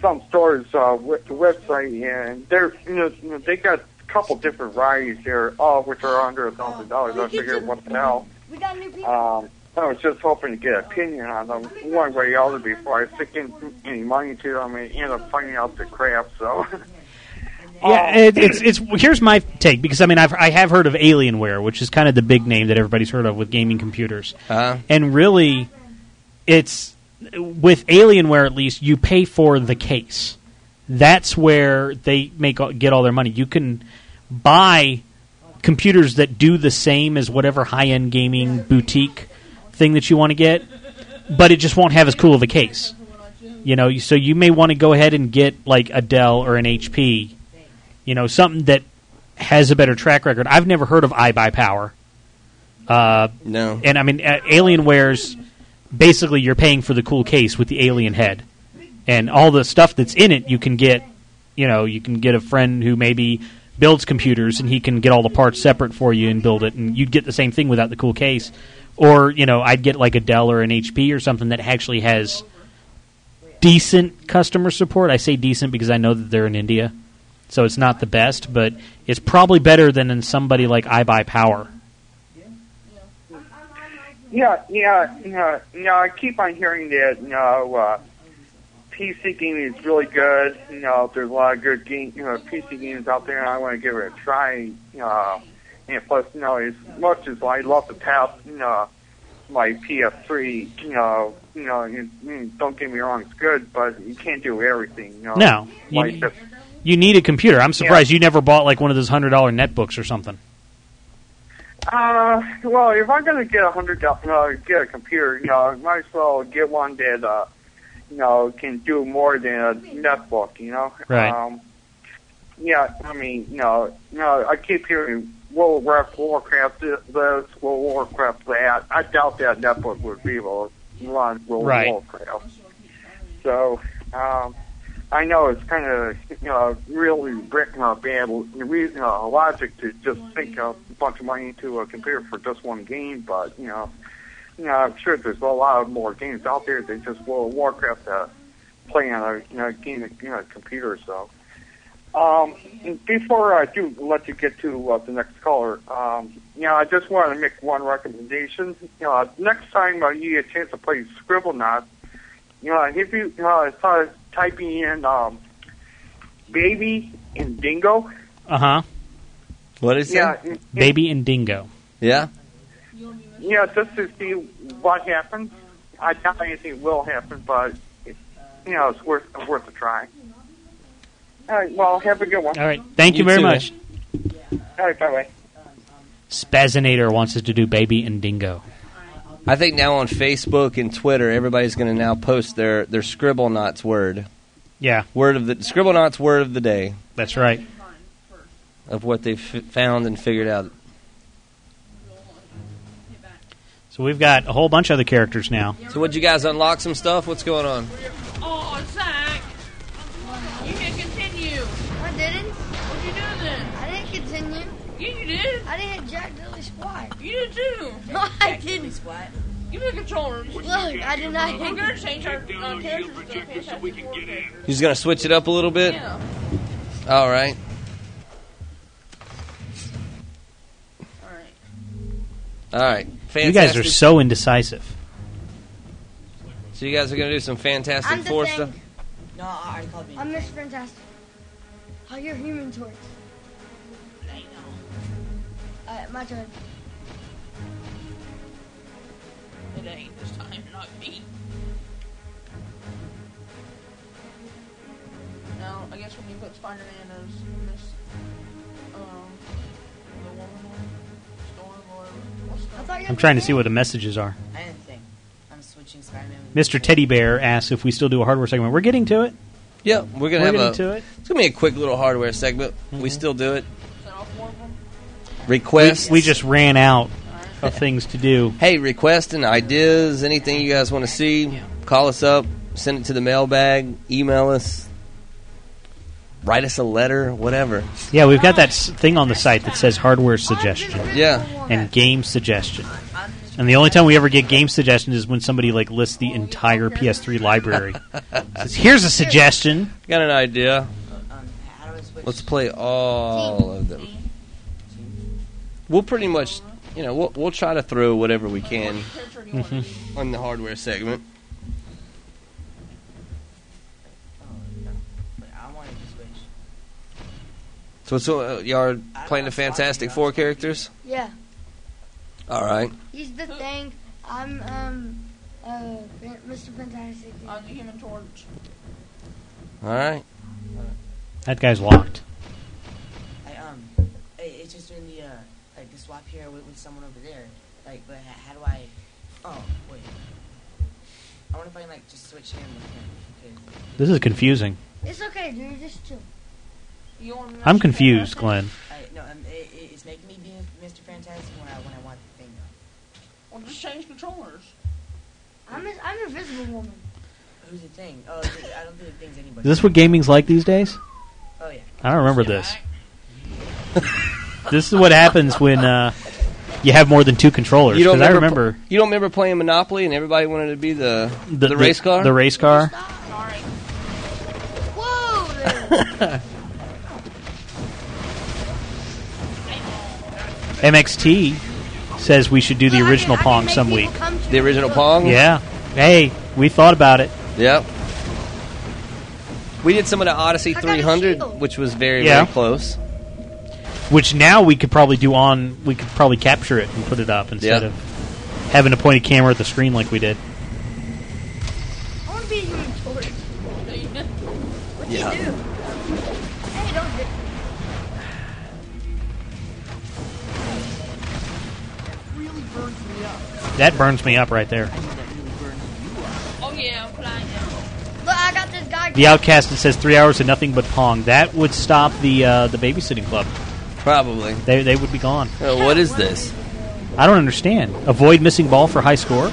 Speaker 12: some stores uh, with the website, and they're you know they got a couple different rides here, all which are under a thousand dollars. I figured what the hell.
Speaker 6: We got new people.
Speaker 12: Um, I was just hoping to get an opinion on them one way or the other before I stick in any money to them and end up finding out the crap. So,
Speaker 1: Yeah, it, it's it's here's my take because I mean I've I have heard of Alienware, which is kind of the big name that everybody's heard of with gaming computers,
Speaker 3: uh
Speaker 1: and really, it's with Alienware at least you pay for the case. That's where they make all- get all their money. You can buy computers that do the same as whatever high end gaming boutique thing that you want to get, but it just won't have as cool of a case. You know, you- so you may want to go ahead and get like a Dell or an HP, you know, something that has a better track record. I've never heard of iBuyPower. Uh,
Speaker 3: no.
Speaker 1: And I mean, uh, Alienware's basically you're paying for the cool case with the alien head. And all the stuff that's in it, you can get, you know, you can get a friend who maybe builds computers and he can get all the parts separate for you and build it. And you'd get the same thing without the cool case. Or, you know, I'd get like a Dell or an HP or something that actually has decent customer support. I say decent because I know that they're in India, so it's not the best, but it's probably better than in somebody like I Buy Power.
Speaker 12: yeah, yeah, yeah, yeah. I keep on hearing that, you know, uh, PC gaming is really good. You know, there's a lot of good game, you know, PC games out there, and I want to give it a try. Uh, and plus, you know, as much as I love to tap, you know, my PS3, you know, you know, and, and don't get me wrong, it's good, but you can't do everything. You know,
Speaker 1: No, you,
Speaker 12: Oh, like the
Speaker 1: you need a computer. I'm surprised you never bought like one of those hundred dollar netbooks or something.
Speaker 12: Uh, well, if I'm gonna get a hundred dollars, uh, get a computer, you know, I might as well get one that, uh, you know, can do more than a netbook, you know.
Speaker 1: Right.
Speaker 12: Um, yeah, I mean, you know, you know, I keep hearing World of Warcraft, Warcraft this, this, World of Warcraft that. I doubt that netbook would be able to run World of
Speaker 1: Right.
Speaker 12: Warcraft. So, um, I know it's kind of you know really breaking our bad re- uh, logic to just sink a bunch of money into a computer for just one game, but you know, you know I'm sure there's a lot of more games out there than just World of Warcraft to play on a you know game you know computer. So, um, before I do let you get to uh, the next caller, um, you know I just want to make one recommendation. You know, next time uh, you get a chance to play Scribblenauts you know, if you uh, start typing in um, baby and dingo,
Speaker 1: Uh huh.
Speaker 3: What is
Speaker 12: yeah, n-
Speaker 1: Baby and Dingo.
Speaker 3: Yeah.
Speaker 12: yeah, just to see what happens. I doubt anything will happen, but it, you know, it's worth worth a try. All right, well, have a good one.
Speaker 1: All right, thank you, very much.
Speaker 12: All right, bye bye.
Speaker 1: Spazinator wants us to do Baby and Dingo.
Speaker 3: I think now on Facebook and Twitter, everybody's going to now post their their scribble knots word.
Speaker 1: Yeah.
Speaker 3: Word of the Scribblenauts word of the day.
Speaker 1: That's right.
Speaker 3: Of what they've f- found and figured out.
Speaker 1: So we've got a whole bunch of other characters now.
Speaker 3: So what you guys unlock some stuff? What's going on?
Speaker 4: Oh, Zach! You can continue.
Speaker 6: I didn't.
Speaker 4: What'd you do then?
Speaker 6: I didn't continue.
Speaker 4: Yeah, you did.
Speaker 6: I didn't hit Jack Dilly Squat.
Speaker 4: You did too.
Speaker 6: No, I didn't. Squat.
Speaker 4: Give me the controllers. Look,
Speaker 6: I did not
Speaker 4: We're
Speaker 6: hit
Speaker 4: gonna change our uh, characters to Fantastic Four characters.
Speaker 3: He's gonna switch it up a little bit.
Speaker 4: Yeah.
Speaker 3: All right. All right. Fantastic.
Speaker 1: You guys are so indecisive.
Speaker 3: So you guys are gonna do some Fantastic
Speaker 6: I'm the
Speaker 3: Four
Speaker 6: thing.
Speaker 3: stuff.
Speaker 8: No, I already called me.
Speaker 6: I'm Miss Fantastic. How your human torch?
Speaker 8: I know.
Speaker 6: Alright, my turn.
Speaker 4: It ain't this time, not me. No, I guess when you put Spider-Man as Miss, um, the woman, Storm, or what's the-
Speaker 1: I'm trying to see what the messages are.
Speaker 8: I didn't think. I'm switching Spider-Man. with-
Speaker 1: Mr. Teddy Bear asks if we still do a hardware segment. We're getting to it.
Speaker 3: Yeah, we're gonna
Speaker 1: We're
Speaker 3: have
Speaker 1: getting
Speaker 3: a.
Speaker 1: to it.
Speaker 3: It's gonna be a quick little hardware segment.
Speaker 1: Mm-hmm.
Speaker 3: We still do it.
Speaker 1: We,
Speaker 3: Request.
Speaker 1: we just ran out of things to do.
Speaker 3: Hey, requests and ideas, anything you guys want to see, call us up, send it to the mailbag, email us, write us a letter, whatever.
Speaker 1: Yeah, we've got that s- thing on the site that says hardware suggestion.
Speaker 3: Yeah.
Speaker 1: And game suggestion. And the only time we ever get game suggestion is when somebody like lists the entire PS3 library. Says, Here's a suggestion.
Speaker 3: Got an idea. Let's play all of them. We'll pretty much, you know, we'll, we'll try to throw whatever we can on the hardware segment.
Speaker 8: But I wanted to switch.
Speaker 3: So, so uh, y'all are playing the Fantastic Four characters?
Speaker 6: Yeah.
Speaker 3: All right.
Speaker 6: He's the thing. I'm um uh Fan- Mr. Fantastic.
Speaker 4: I'm Uh, the human torch.
Speaker 3: All right.
Speaker 1: That guy's locked.
Speaker 8: I um, i- it's just doing the uh, like the swap here with, with someone over there. Like, but h- how do I? Oh wait, I wonder if I can like just switch him with him. 'cause-
Speaker 1: This is confusing.
Speaker 6: It's okay, dude. Just chill.
Speaker 8: You want me
Speaker 1: I'm confused, Glenn.
Speaker 8: I, no, um, it, it- it's making me be Mr. Fantastic when I when I want the thing.
Speaker 4: Well, just change controllers.
Speaker 6: I'm a, I'm Invisible Woman.
Speaker 8: Who's the thing? Oh, the- I don't think the thing's
Speaker 1: Is
Speaker 8: anybody.
Speaker 1: this what gaming's like these days?
Speaker 8: Oh yeah.
Speaker 1: I don't remember this. this is what happens when uh, you have more than two controllers.
Speaker 3: You don't
Speaker 1: Because I
Speaker 3: remember-
Speaker 1: remember
Speaker 3: You don't remember playing Monopoly and everybody wanted to be the the, race car?
Speaker 1: The race car.
Speaker 6: Whoa
Speaker 3: there.
Speaker 1: MXT says we should do the original Pong some week.
Speaker 3: The original Pong?
Speaker 1: Yeah. Hey, we thought about it.
Speaker 3: Yep. We did some of the Odyssey 300, which was very,
Speaker 1: Yeah.
Speaker 3: very close.
Speaker 1: Which now we could probably do on. We could probably capture it and put it up instead
Speaker 3: Yeah.
Speaker 1: of having to point a camera at the screen like we did.
Speaker 6: I want to be a human torch. What
Speaker 3: Yeah.
Speaker 6: you do? Hey, don't. do-
Speaker 1: That burns me up right there.
Speaker 4: Oh yeah, I'm flying now.
Speaker 6: Look, I got this guy.
Speaker 1: The Outcast it says three hours of nothing but Pong. That would stop the uh, the babysitting club.
Speaker 3: Probably.
Speaker 1: They they would be gone.
Speaker 3: Uh, what is this?
Speaker 1: I don't understand. Avoid missing ball for high score.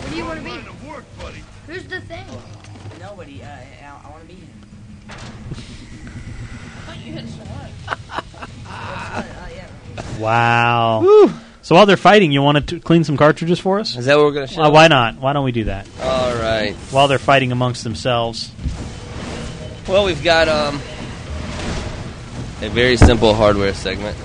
Speaker 6: What do you want to be? Who's the thing?
Speaker 8: Nobody. Uh, and I, I want to be him.
Speaker 4: I thought you hit select.
Speaker 8: uh,
Speaker 1: Wow. So while they're fighting, you want to clean some cartridges for us?
Speaker 3: Is that what we're going to show?
Speaker 1: Uh, why not? Why don't we do that?
Speaker 3: All right.
Speaker 1: While they're fighting amongst themselves.
Speaker 3: Well, we've got um, a very simple hardware segment.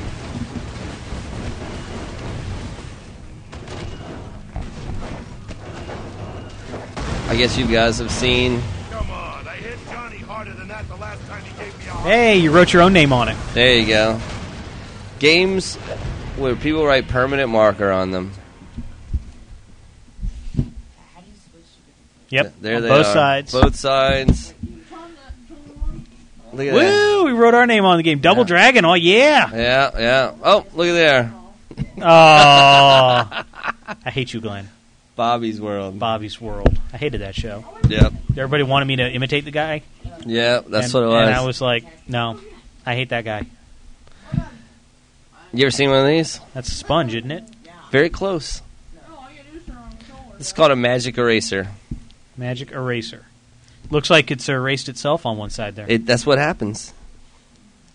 Speaker 3: I guess you guys have seen.
Speaker 1: Hey, you wrote your own name on it.
Speaker 3: There you go. Games where people write permanent marker on them.
Speaker 1: Yep.
Speaker 3: There
Speaker 1: on
Speaker 3: they
Speaker 1: both
Speaker 3: are.
Speaker 1: sides.
Speaker 3: Both sides. Look at that.
Speaker 1: Woo! We wrote our name on the game. Double Dragon. Oh yeah.
Speaker 3: Yeah, yeah. Oh, look at there.
Speaker 1: Oh, I hate you, Glenn.
Speaker 3: Bobby's World.
Speaker 1: Bobby's World. I hated that show.
Speaker 3: Yep.
Speaker 1: Everybody wanted me to imitate the guy.
Speaker 3: Yeah, that's
Speaker 1: and,
Speaker 3: what it
Speaker 1: And
Speaker 3: was.
Speaker 1: I was like, no, I hate that guy.
Speaker 3: You ever seen one of these?
Speaker 1: That's a sponge, isn't it?
Speaker 3: Very close. It's called a magic eraser.
Speaker 1: Magic eraser. Looks like it's erased itself on one side there.
Speaker 3: It, that's what happens.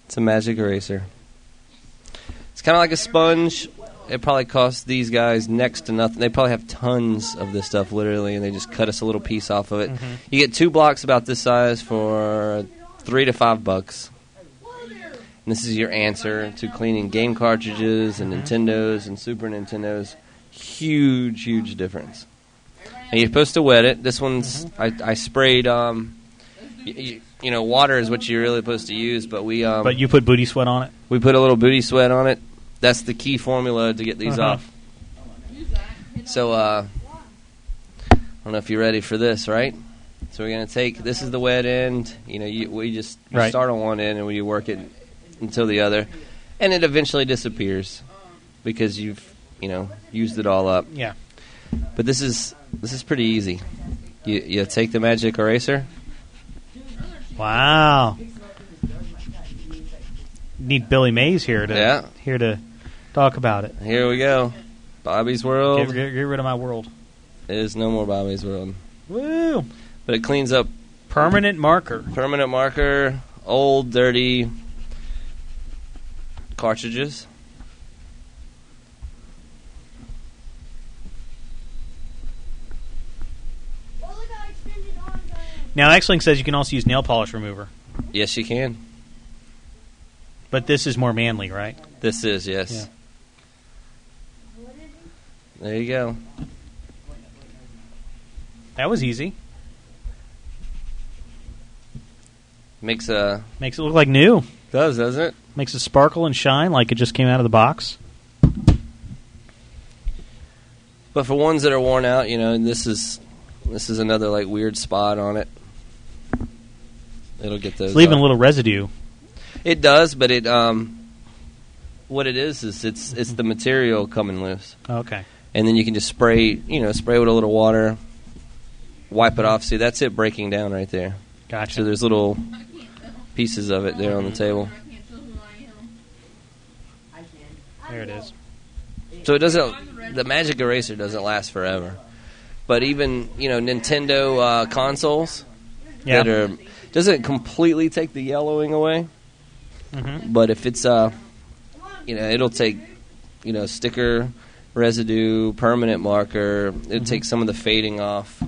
Speaker 3: It's a magic eraser. It's kind of like a sponge. It probably costs these guys next to nothing. They probably have tons of this stuff, literally, and they just cut us a little piece off of it.
Speaker 1: Mhm.
Speaker 3: You get two blocks about this size for three to five bucks. And this is your answer to cleaning game cartridges and Nintendos and Super Nintendos. Huge, huge difference. And you're supposed to wet it. This one's I, I sprayed. Um, y- y- you know, water is what you're really supposed to use, but we um,
Speaker 1: but you put booty sweat on it.
Speaker 3: we put a little booty sweat on it. That's the key formula to get these
Speaker 1: Uh-huh.
Speaker 3: off. So, uh, I don't know if you're ready for this, right? So we're gonna take this is the wet end. You know, you, we just you
Speaker 1: Right.
Speaker 3: start on one end and we work it until the other, and it eventually disappears because you've you know used it all up.
Speaker 1: Yeah.
Speaker 3: But this is this is pretty easy. You you take the magic eraser.
Speaker 1: Wow. Need Billy Mays here to
Speaker 3: Yeah.
Speaker 1: here to talk about it.
Speaker 3: Here we go. Bobby's world
Speaker 1: Get, get, get rid of my world.
Speaker 3: is no more Bobby's world.
Speaker 1: Woo!
Speaker 3: but it cleans up
Speaker 1: permanent marker
Speaker 3: permanent marker old dirty cartridges
Speaker 1: Now, Xlink says you can also use nail polish remover,
Speaker 3: yes you can
Speaker 1: but this is more manly, right?
Speaker 3: this is yes there you go
Speaker 1: That was easy.
Speaker 3: makes a
Speaker 1: Makes it look like new.
Speaker 3: does doesn't it
Speaker 1: Makes it sparkle and shine like it just came out of the box.
Speaker 3: but for ones that are worn out you know and this is this is another like weird spot on it it'll get those
Speaker 1: It's leaving
Speaker 3: off.
Speaker 1: a little residue.
Speaker 3: it does but it um what it is is it's it's the material coming loose
Speaker 1: Okay.
Speaker 3: and then you can just spray, you know, spray with a little water, wipe it off. See, that's it breaking down right there.
Speaker 1: Gotcha.
Speaker 3: So there's little pieces of it there on the table.
Speaker 1: There it is.
Speaker 3: So it doesn't. The magic eraser doesn't last forever, but even you know Nintendo uh, consoles
Speaker 1: Yeah.
Speaker 3: that are doesn't completely take the yellowing away,
Speaker 1: Mhm.
Speaker 3: but if it's uh, you know, it'll take you know sticker residue, permanent marker. It'll take some of the fading off.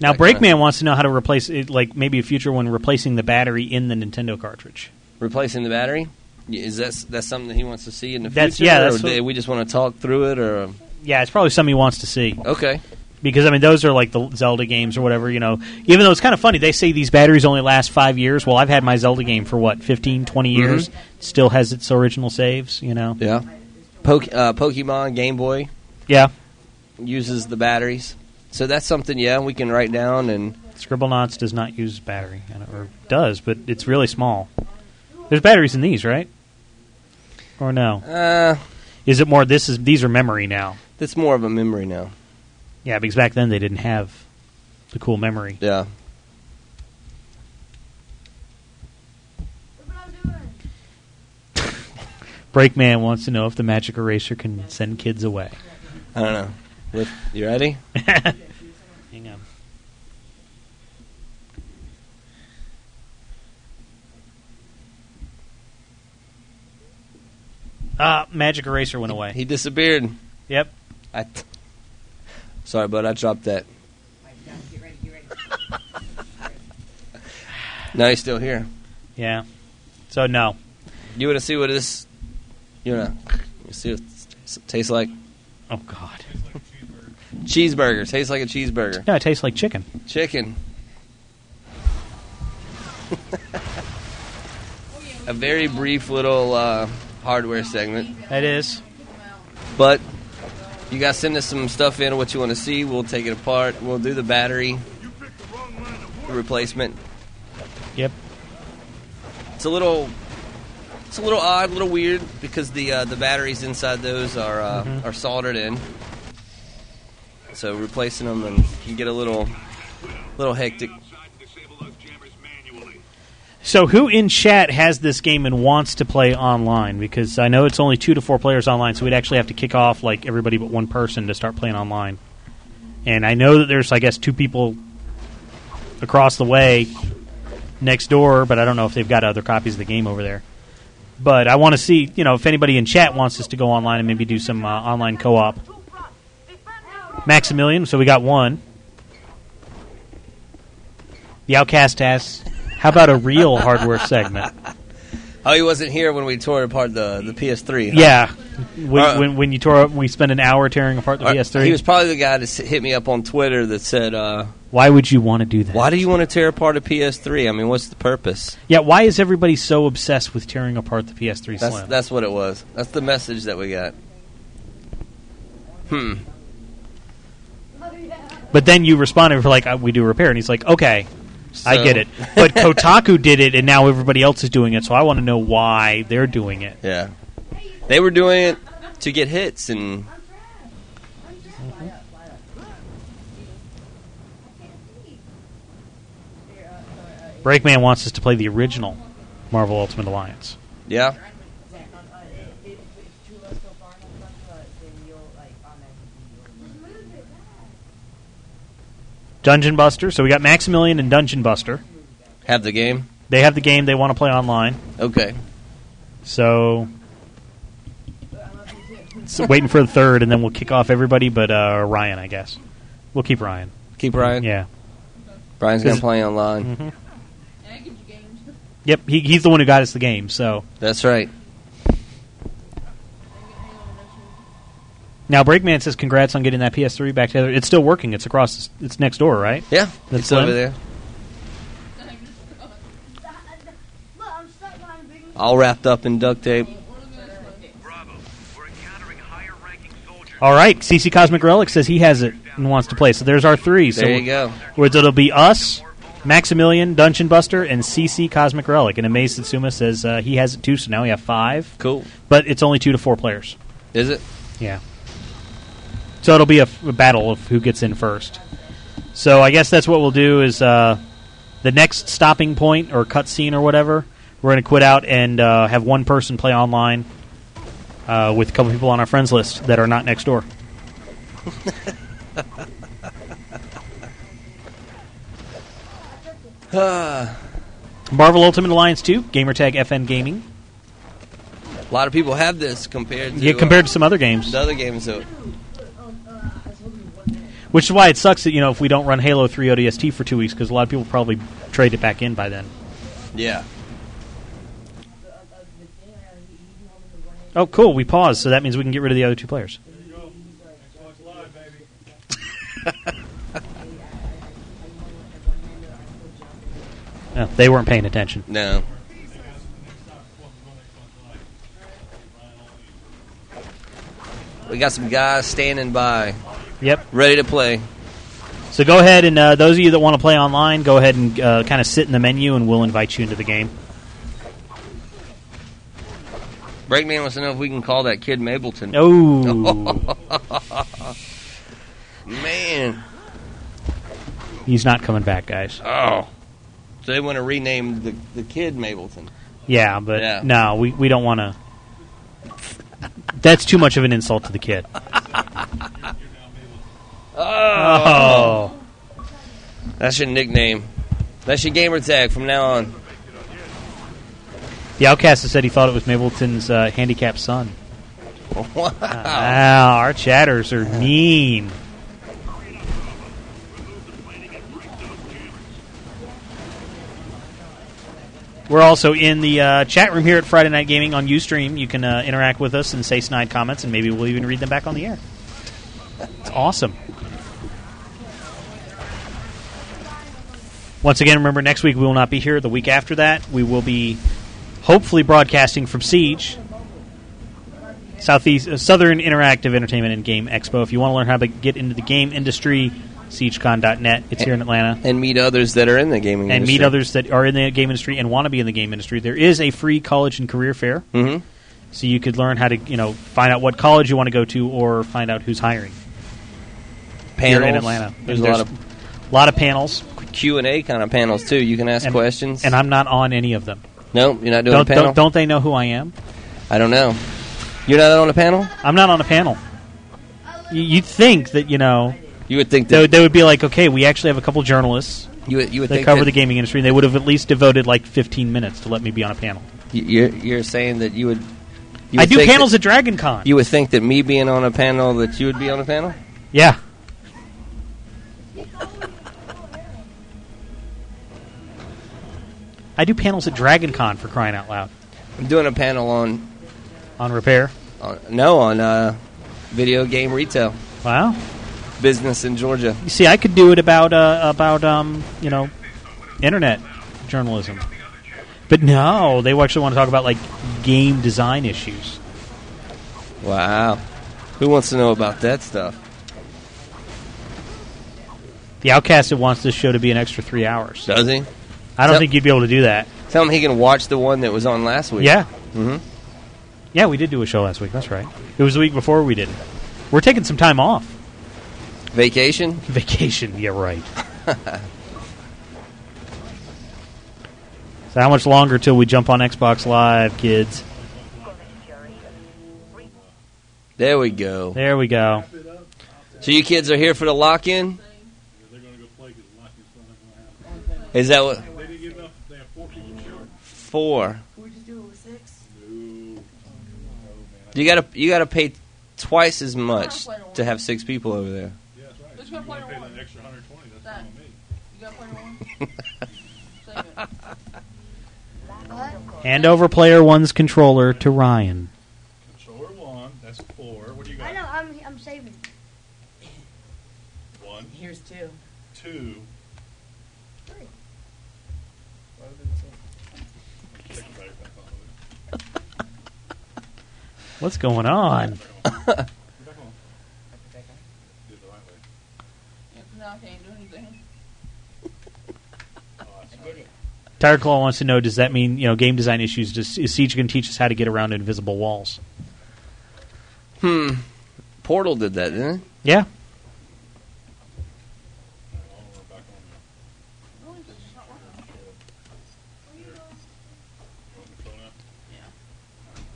Speaker 1: Now,
Speaker 3: That kinda-
Speaker 1: Brakeman wants to know how to replace it, like maybe a future one replacing the battery in the Nintendo cartridge.
Speaker 3: replacing the battery. Y- Is that that's something that he wants to see in the
Speaker 1: That's-
Speaker 3: future?
Speaker 1: yeah,
Speaker 3: or
Speaker 1: that's
Speaker 3: do-
Speaker 1: what-
Speaker 3: we just want to talk through it, or
Speaker 1: Yeah, it's probably something he wants to see.
Speaker 3: okay,
Speaker 1: Because I mean, those are like the Zelda games or whatever, you know. Even though it's kind of funny, they say these batteries only last five years. Well, I've had my Zelda game for what 15, 20 years,
Speaker 3: Mhm.
Speaker 1: still has its original saves. You know.
Speaker 3: yeah. Poke, uh, Pokemon Game Boy
Speaker 1: Yeah.
Speaker 3: uses the batteries, so that's something. Yeah, we can write down and
Speaker 1: Scribblenauts does not use battery, I don't- or does, but it's really small. There's batteries in these, right? Or no?
Speaker 3: uh,
Speaker 1: Is it more? This is these are memory now.
Speaker 3: that's more of a memory now.
Speaker 1: Yeah, because back then they didn't have the cool memory.
Speaker 3: Yeah,
Speaker 1: Breakman wants to know if the magic eraser can send kids away.
Speaker 3: I don't know. With, you ready?
Speaker 1: Hang on. Ah, magic eraser went away.
Speaker 3: He disappeared.
Speaker 1: Yep.
Speaker 3: I. T- Sorry, bud. I dropped that. now he's still here.
Speaker 1: Yeah. So no.
Speaker 3: You want to see what this? You want to see what it tastes like?
Speaker 1: Oh God.
Speaker 3: Cheeseburger tastes like a cheeseburger.
Speaker 1: No, it tastes like chicken.
Speaker 3: Chicken. a very brief little uh, hardware segment,
Speaker 1: That is.
Speaker 3: but you guys send us some stuff in what you want to see. We'll take it apart. We'll do the battery replacement.
Speaker 1: Yep.
Speaker 3: It's a little It's a little odd, a little weird because the uh, the batteries inside those are uh,
Speaker 1: Mm-hmm.
Speaker 3: are soldered in. So replacing them and can get a little little hectic.
Speaker 1: So, who in chat has this game and wants to play online? Because I know it's only two to four players online, so we'd actually have to kick off like everybody but one person to start playing online. And I know that there's, I guess, two people across the way next door, but I don't know if they've got other copies of the game over there. But I want to see, you know, if anybody in chat wants us to go online and maybe do some uh, online co-op. Maximilian, so we got one. The Outcast asks, "How about a real hardware segment?"
Speaker 3: Oh, he wasn't here when we tore apart the the PS3. huh?
Speaker 1: Yeah, when,
Speaker 3: Uh,
Speaker 1: when, when you tore up, we spent an hour tearing apart the
Speaker 3: Or-
Speaker 1: PS3.
Speaker 3: He was probably the guy that s- hit me up on Twitter that said, uh,
Speaker 1: Why would you want to do that?
Speaker 3: "Why do you want to tear apart a PS3? I mean, what's the purpose?"
Speaker 1: Yeah, why is everybody so obsessed with tearing apart the PS3
Speaker 3: That's
Speaker 1: Slim?
Speaker 3: that's what it was. That's the message that we got. Hmm.
Speaker 1: But then you responded for like, uh, "We do repair," and he's like, "Okay, I
Speaker 3: So-
Speaker 1: get it." But Kotaku did it, and now everybody else is doing it. So I want to know why they're doing it.
Speaker 3: Yeah. They were doing it to get hits and
Speaker 1: Breakman wants us to play the original Marvel Ultimate Alliance.
Speaker 3: yeah.
Speaker 1: Dungeon Buster. So we got Maximilian and Dungeon Buster.
Speaker 3: Have the game.
Speaker 1: They have the game they want to play online.
Speaker 3: Okay.
Speaker 1: So, so waiting for the third, and then we'll kick off everybody but uh, Ryan, I guess. We'll keep Ryan.
Speaker 3: Keep Ryan.
Speaker 1: Yeah.
Speaker 3: Brian's gonna play online.
Speaker 1: Mhm. Yep, he, he's the one who got us the game. So
Speaker 3: That's right.
Speaker 1: now Breakman says, "Congrats on getting that PS3 back together. It's still working. It's across. It's next door, right?
Speaker 3: Yeah,
Speaker 1: That's
Speaker 3: it's over
Speaker 1: Slim?
Speaker 3: there. All wrapped up in duct tape.
Speaker 1: All right, CC Cosmic Relic says he has it and wants to play. So there's our three. so
Speaker 3: There you go.
Speaker 1: Where it'll be us, Maximilian, Dungeon Buster, and CC Cosmic Relic. And Amaze Satsuma says uh, he has it too, so now we have five.
Speaker 3: Cool.
Speaker 1: But it's only two to four players.
Speaker 3: Is it?
Speaker 1: Yeah. So it'll be a, f- a battle of who gets in first. So I guess that's what we'll do is uh, the next stopping point or cutscene or whatever. We're going to quit out and uh, have one person play online uh, with a couple people on our friends list that are not next door.
Speaker 3: Ah,
Speaker 1: Marvel Ultimate Alliance 2, gamertag FN Gaming.
Speaker 3: a lot of people have this compared to uh,
Speaker 1: Yeah, compared to some other games.
Speaker 3: The other games that
Speaker 1: Which is why it sucks that, you know, if we don't run Halo 3 ODST for two weeks, because a lot of people probably trade it back in by then.
Speaker 3: yeah.
Speaker 1: Oh, cool. We paused, so that means we can get rid of the other two players. No, Oh, they weren't paying attention.
Speaker 3: No. We got some guys standing by,
Speaker 1: Yep.
Speaker 3: ready to play.
Speaker 1: So go ahead and uh, those of you that want to play online, go ahead and uh, kind of sit in the menu, and we'll invite you into the game.
Speaker 3: Breakman wants to know if we can call that kid Mableton.
Speaker 1: Oh.
Speaker 3: Man.
Speaker 1: He's not coming back, guys.
Speaker 3: Oh. So they want to rename the, the kid Mableton.
Speaker 1: Yeah, but
Speaker 3: Yeah.
Speaker 1: no, we, we don't want to. That's too much of an insult to the kid.
Speaker 3: Oh. That's your nickname. That's your gamer tag from now on.
Speaker 1: The outcast has said he thought it was Mableton's uh, handicapped son.
Speaker 3: Wow.
Speaker 1: Wow, our chatters are mean. We're also in the uh, chat room here at Friday Night Gaming on Ustream. You can uh, interact with us and say snide comments, and maybe we'll even read them back on the air. It's awesome. Once again, remember next week we will not be here. The week after that, we will be hopefully broadcasting from Siege, Southeast uh, Southern Interactive Entertainment and Game Expo. If you want to learn how to get into the game industry SiegeCon.net. It's here in Atlanta.
Speaker 3: And meet others that are in the gaming
Speaker 1: and
Speaker 3: industry.
Speaker 1: meet others that are in the game industry and want to be in the game industry. There is a free college and career fair,
Speaker 3: Mhm.
Speaker 1: so you could learn how to you know find out what college you want to go to or find out who's hiring. here in
Speaker 3: Panels.
Speaker 1: Atlanta.
Speaker 3: There's a lot of
Speaker 1: lot of panels,
Speaker 3: Q and A kind of panels too. You can ask
Speaker 1: And-
Speaker 3: questions.
Speaker 1: and I'm not on any of them.
Speaker 3: No, you're not doing
Speaker 1: Don't,
Speaker 3: a panel.
Speaker 1: don't, don't they know who I am?
Speaker 3: I don't know. You're not on a panel.
Speaker 1: I'm not on a panel. You, you'd think that you know.
Speaker 3: You would think
Speaker 1: that they, would be like, okay, we actually have a couple journalists.
Speaker 3: You would- you would
Speaker 1: that
Speaker 3: think
Speaker 1: cover
Speaker 3: that-
Speaker 1: the gaming industry. and They would have at least devoted like 15 minutes to let me be on a panel.
Speaker 3: Y- You're, you're saying that you would. You
Speaker 1: I
Speaker 3: would
Speaker 1: do
Speaker 3: think
Speaker 1: panels
Speaker 3: that-
Speaker 1: at Dragon Con.
Speaker 3: You would think that me being on a panel that you would be on a panel.
Speaker 1: Yeah. I do panels at Dragon Con for crying out loud.
Speaker 3: I'm doing a panel on
Speaker 1: on repair.
Speaker 3: On, no, on uh, video game retail.
Speaker 1: Wow.
Speaker 3: Business in Georgia.
Speaker 1: You see, I could do it about uh, about um, you know, internet journalism, but no, they actually want to talk about like game design issues.
Speaker 3: Wow. Who wants to know about that stuff?
Speaker 1: The Outcast wants this show to be an extra three hours.
Speaker 3: Does he?
Speaker 1: I don't
Speaker 3: Tell-
Speaker 1: think you'd be able to do that.
Speaker 3: Tell him he can watch the one that was on last week.
Speaker 1: Yeah.
Speaker 3: hmm
Speaker 1: Yeah, we did do a show last week. That's right. It was the week before we did. We're taking some time off.
Speaker 3: Vacation.
Speaker 1: Vacation. Yeah, right. So how much longer till we jump on Xbox Live, kids?
Speaker 3: There we go.
Speaker 1: There we go.
Speaker 3: So you kids are here for the lock-in? Is that what? Four.
Speaker 13: Oh,
Speaker 3: You gotta you gotta pay twice as much to have six people over there.
Speaker 4: Who's gonna play the one?
Speaker 13: extra 120. That's
Speaker 4: That. You gonna play the one?
Speaker 1: Hand over player one's controller to Ryan.
Speaker 13: controller one. That's four. What do you
Speaker 6: I
Speaker 13: got?
Speaker 6: know. I'm I'm saving.
Speaker 13: One,
Speaker 8: Here's two.
Speaker 13: two.
Speaker 1: What's going on?
Speaker 4: No, I can't do anything.
Speaker 1: Tire Claw wants to know: Does that mean you know game design issues? Does, is Siege going to teach us how to get around invisible walls?
Speaker 3: Hmm. Portal did that, didn't it?
Speaker 1: Yeah.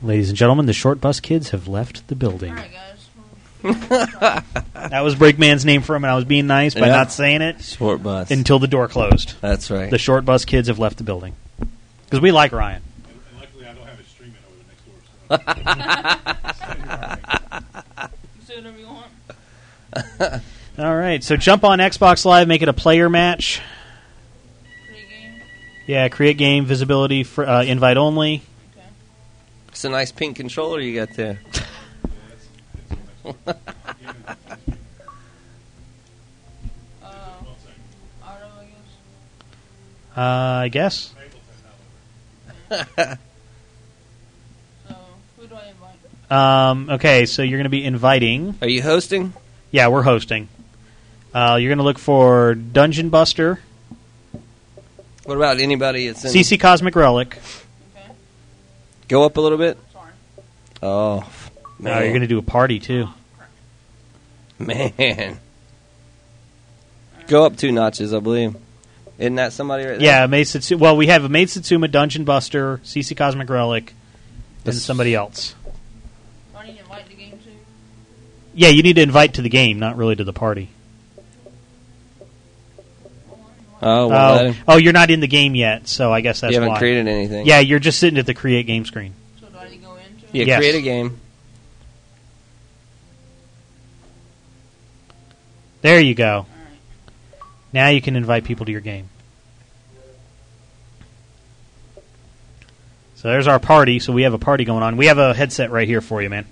Speaker 1: Ladies and gentlemen, the short bus kids have left the building. that was Breakman's name for him, and I was being nice by
Speaker 3: Yeah.
Speaker 1: not saying it.
Speaker 3: Short bus.
Speaker 1: Until the door closed.
Speaker 3: That's right.
Speaker 1: The short bus kids have left the building. Because we like Ryan.
Speaker 11: Uh.
Speaker 1: All right, so jump on Xbox Live, make it a player match. Yeah, create game, visibility, for, uh, invite only.
Speaker 3: It's a nice pink controller you got there.
Speaker 1: Uh, I guess. Um, okay, so you're going to be inviting.
Speaker 3: Are you hosting?
Speaker 1: Yeah, we're hosting. Uh, you're going to look for Dungeon Buster,
Speaker 3: what about anybody that's in?
Speaker 1: CC Cosmic Relic.
Speaker 3: Go up a little bit. Oh.
Speaker 1: No, you're going to do a party too.
Speaker 3: Man. Go up two notches, I believe. Isn't that somebody right there?
Speaker 1: Yeah, Maid Satsu- Well, we have a Maid Satsuma, Dungeon Buster, CC Cosmic Relic, and somebody else.
Speaker 4: I need to invite the game too.
Speaker 1: Yeah, you need to invite to the game, not really to the party.
Speaker 3: Oh, well,
Speaker 1: Oh,
Speaker 3: that-
Speaker 1: oh, you're not in the game yet, so I guess that's
Speaker 3: haven't
Speaker 1: why.
Speaker 3: created anything.
Speaker 1: Yeah, you're just sitting at the create game screen.
Speaker 3: yeah,
Speaker 1: Yes.
Speaker 3: create a game.
Speaker 1: There you go. Now you can invite people to your game. So there's our party. So we have a party going on. We have a headset right here for you, man.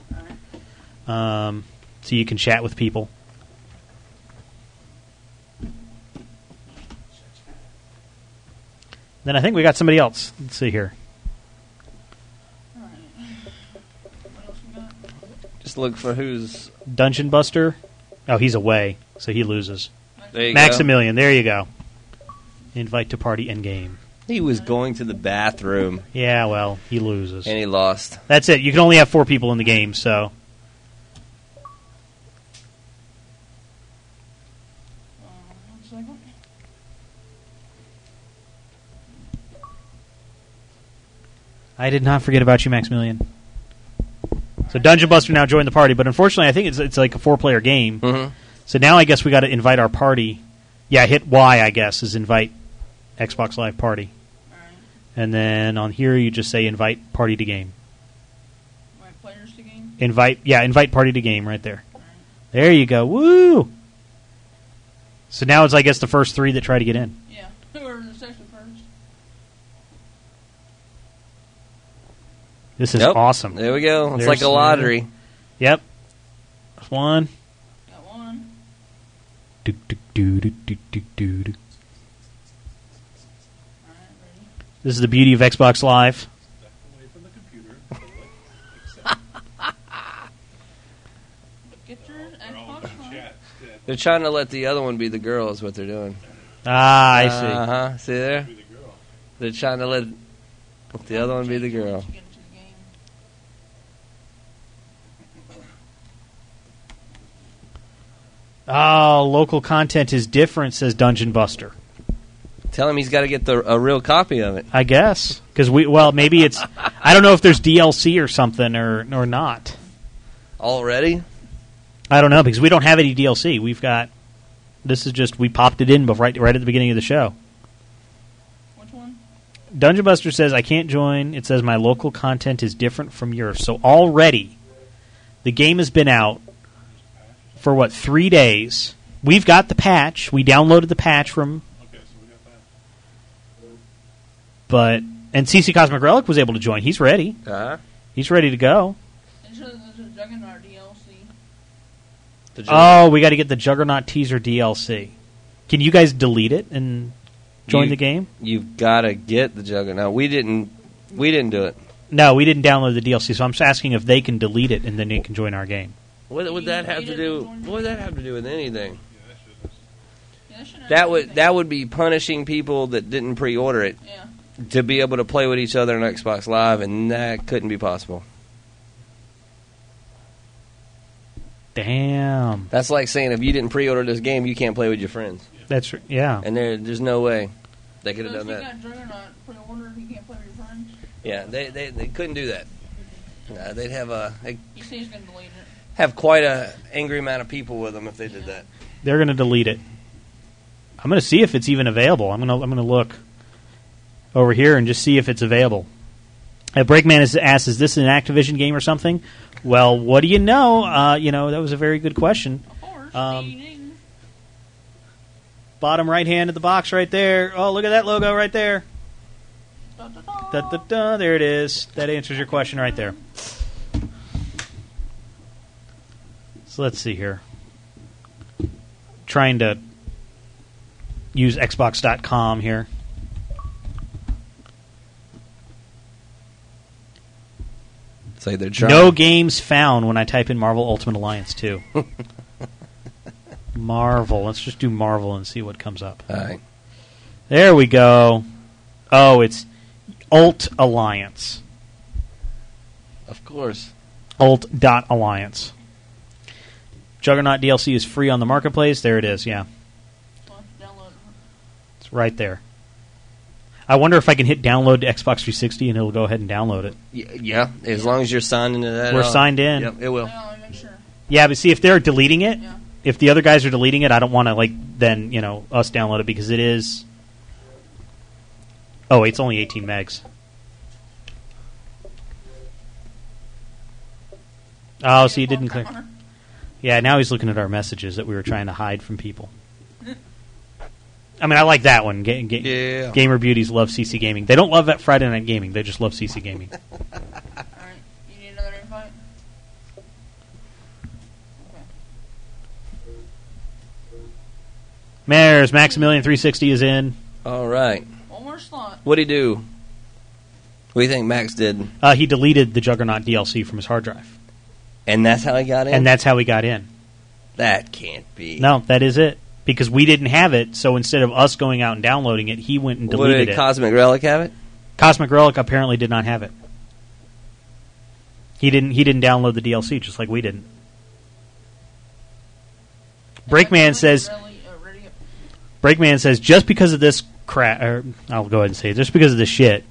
Speaker 1: Um, so you can chat with people. Then I think we got somebody else. Let's see here.
Speaker 3: Just look for who's
Speaker 1: Dungeon Buster. Oh, he's away, so he loses.
Speaker 4: I
Speaker 3: There you go.
Speaker 1: Maximilian, there you go. Invite to party endgame.
Speaker 3: He was going to the bathroom
Speaker 1: Yeah, well, he loses.
Speaker 3: and he lost.
Speaker 1: That's it. You can only have four people in the game, so I did not forget about you, Maximilian. So Dungeon Buster now joined the party, but unfortunately, I think it's it's like a four player game.
Speaker 3: Mhm.
Speaker 1: So now I guess we got to invite our party. Yeah, hit Y. I guess is invite Xbox Live party, and then on here you just say invite party to game. Invite yeah, invite party to game right there. There you go. Woo! So now it's I guess the first three that try to get in.
Speaker 4: Yeah. Who are in the section first?
Speaker 1: This is
Speaker 3: Nope.
Speaker 1: awesome.
Speaker 3: There we go. It's
Speaker 1: There's-
Speaker 3: like a lottery.
Speaker 1: Yep. That's one.
Speaker 4: Got one.
Speaker 1: Do, do, do, do, do, do, do, do. This is the beauty of Xbox Live.
Speaker 4: Get your Xbox One.
Speaker 3: They're trying to let the other one be the girl. Is what they're doing.
Speaker 1: Ah, I see.
Speaker 3: Uh huh. See there? They're trying to let, let the other one be the girl.
Speaker 1: Oh, local content is different, says Dungeon Buster.
Speaker 3: Tell him he's got to get the a real copy of it.
Speaker 1: I guess because we well maybe it's I don't know if there's DLC or something or or not.
Speaker 3: Already?
Speaker 1: I don't know because we don't have any DLC. We've got this is just we popped it in before, right right at the beginning of the show.
Speaker 4: Which one?
Speaker 1: Dungeon Buster says I can't join. It says my local content is different from yours. So already the game has been out for what 3 days. We've got the patch. We downloaded the patch from But and CC Cosmic Relic was able to join. He's ready.
Speaker 3: Uh-huh.
Speaker 1: He's ready to go.
Speaker 4: It says this is Juggernaut DLC.
Speaker 1: Oh, we got to get the Juggernaut teaser DLC. Can you guys delete it and join
Speaker 3: You-
Speaker 1: the game?
Speaker 3: You've got to get the juggernaut. We didn't. We didn't do it.
Speaker 1: No, we didn't download the DLC, so I'm just asking if they can delete it and then they can join our game.
Speaker 3: What would that have to do? What would that have to do with anything?
Speaker 4: Yeah, that should have
Speaker 3: That would that would be punishing people that didn't pre-order it
Speaker 4: Yeah.
Speaker 3: to be able to play with each other on Xbox Live, and that couldn't be possible.
Speaker 1: Damn,
Speaker 3: That's like saying if you didn't pre-order this game, you can't play with your friends,
Speaker 1: that's r- yeah.
Speaker 3: and there, there's no way they could have
Speaker 4: So if
Speaker 3: done
Speaker 4: you
Speaker 3: that.
Speaker 4: got Juggernaut pre-ordered, you can't play with your friends.
Speaker 3: Yeah, they, they, they couldn't do that. Uh, they'd have a they'd
Speaker 4: You see, he's gonna delete it.
Speaker 3: have quite a angry amount of people with them if they did that.
Speaker 1: They're going to delete it. I'm going to see if it's even available. I'm going to I'm going to look over here and just see if it's available. Uh, Breakman is, asks, "Is this an Activision game or something?" Well, what do you know? Uh, you know that was a very good question. Um, bottom right hand of the box, right there. Oh, look at that logo right there. Da, da, da, there it is. That answers your question right there. So let's see here. Trying to use Xbox.com here.
Speaker 3: It's like they're
Speaker 1: No games found when I type in Marvel Ultimate Alliance 2. Marvel. Let's just do Marvel and see what comes up.
Speaker 3: All right.
Speaker 1: There we go. Oh, it's Alt Alliance.
Speaker 3: Of course.
Speaker 1: Alt dot Alliance. Juggernaut DLC is free on the marketplace. There it is. Yeah, it's right there. I wonder if I can hit download to Xbox 360 and it'll go ahead and download it.
Speaker 3: Y- yeah, as long as you're signed into that.
Speaker 1: We're
Speaker 3: uh,
Speaker 1: signed in.
Speaker 3: Yep, it will.
Speaker 1: Yeah, but see if they're deleting it, if the other guys are deleting it, I don't want to like then you know us download it because it is. Oh, it's only 18 megs. Oh, see, it didn't click. Yeah, now he's looking at our messages that we were trying to hide from people. I mean, I like that one. Ga- ga-
Speaker 3: Yeah.
Speaker 1: Gamer beauties love CC gaming. They don't love that Friday night gaming. They just love CC gaming.
Speaker 4: You need another invite.
Speaker 1: Mares Maximilian 360 is in.
Speaker 3: All right.
Speaker 4: One more slot.
Speaker 3: What'd he do? What do you think Max did?
Speaker 1: Uh, he deleted the Juggernaut DLC from his hard drive,
Speaker 3: And that's how he got in?
Speaker 1: and that's how he got in.
Speaker 3: that can't be.
Speaker 1: No, that is it. because we didn't have it. So instead of us going out and downloading it, he went and
Speaker 3: What
Speaker 1: deleted
Speaker 3: did
Speaker 1: it.
Speaker 3: Cosmic Relic have it?
Speaker 1: Cosmic Relic apparently did not have it. He didn't. He didn't download the DLC just like we didn't. Breakman says.
Speaker 4: uh,
Speaker 1: Breakman says just because of this crap, or I'll go ahead and say it, just because of this shit,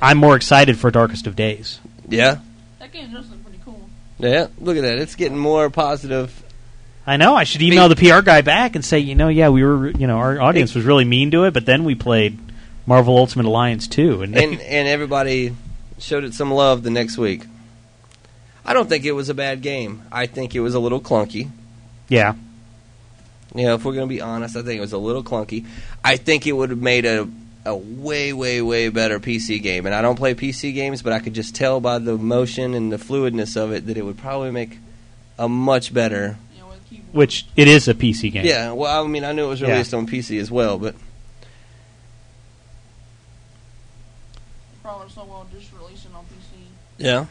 Speaker 1: I'm more excited for Darkest of Days.
Speaker 3: Yeah,
Speaker 4: That game's actually pretty cool.
Speaker 3: yeah. Look at that. It's getting more positive.
Speaker 1: I know. I should email the PR guy back and say, you know, yeah, we were, you know, our audience was really mean to it, but then we played Marvel Ultimate Alliance 2. And,
Speaker 3: and and everybody showed it some love the next week. I don't think it was a bad game. I think it was a little clunky.
Speaker 1: yeah.
Speaker 3: You know, if we're going to be honest, I think it was a little clunky. I think it would have made a a way, way, way better PC game. And I don't play PC games, but I could just tell by the motion and the fluidness of it that it would probably make a much better.
Speaker 1: Which it is a PC game.
Speaker 3: Yeah. Well, I mean, I knew it was
Speaker 1: Yeah.
Speaker 3: released on PC as well, but
Speaker 4: Probably so well just releasing on PC.
Speaker 3: yeah.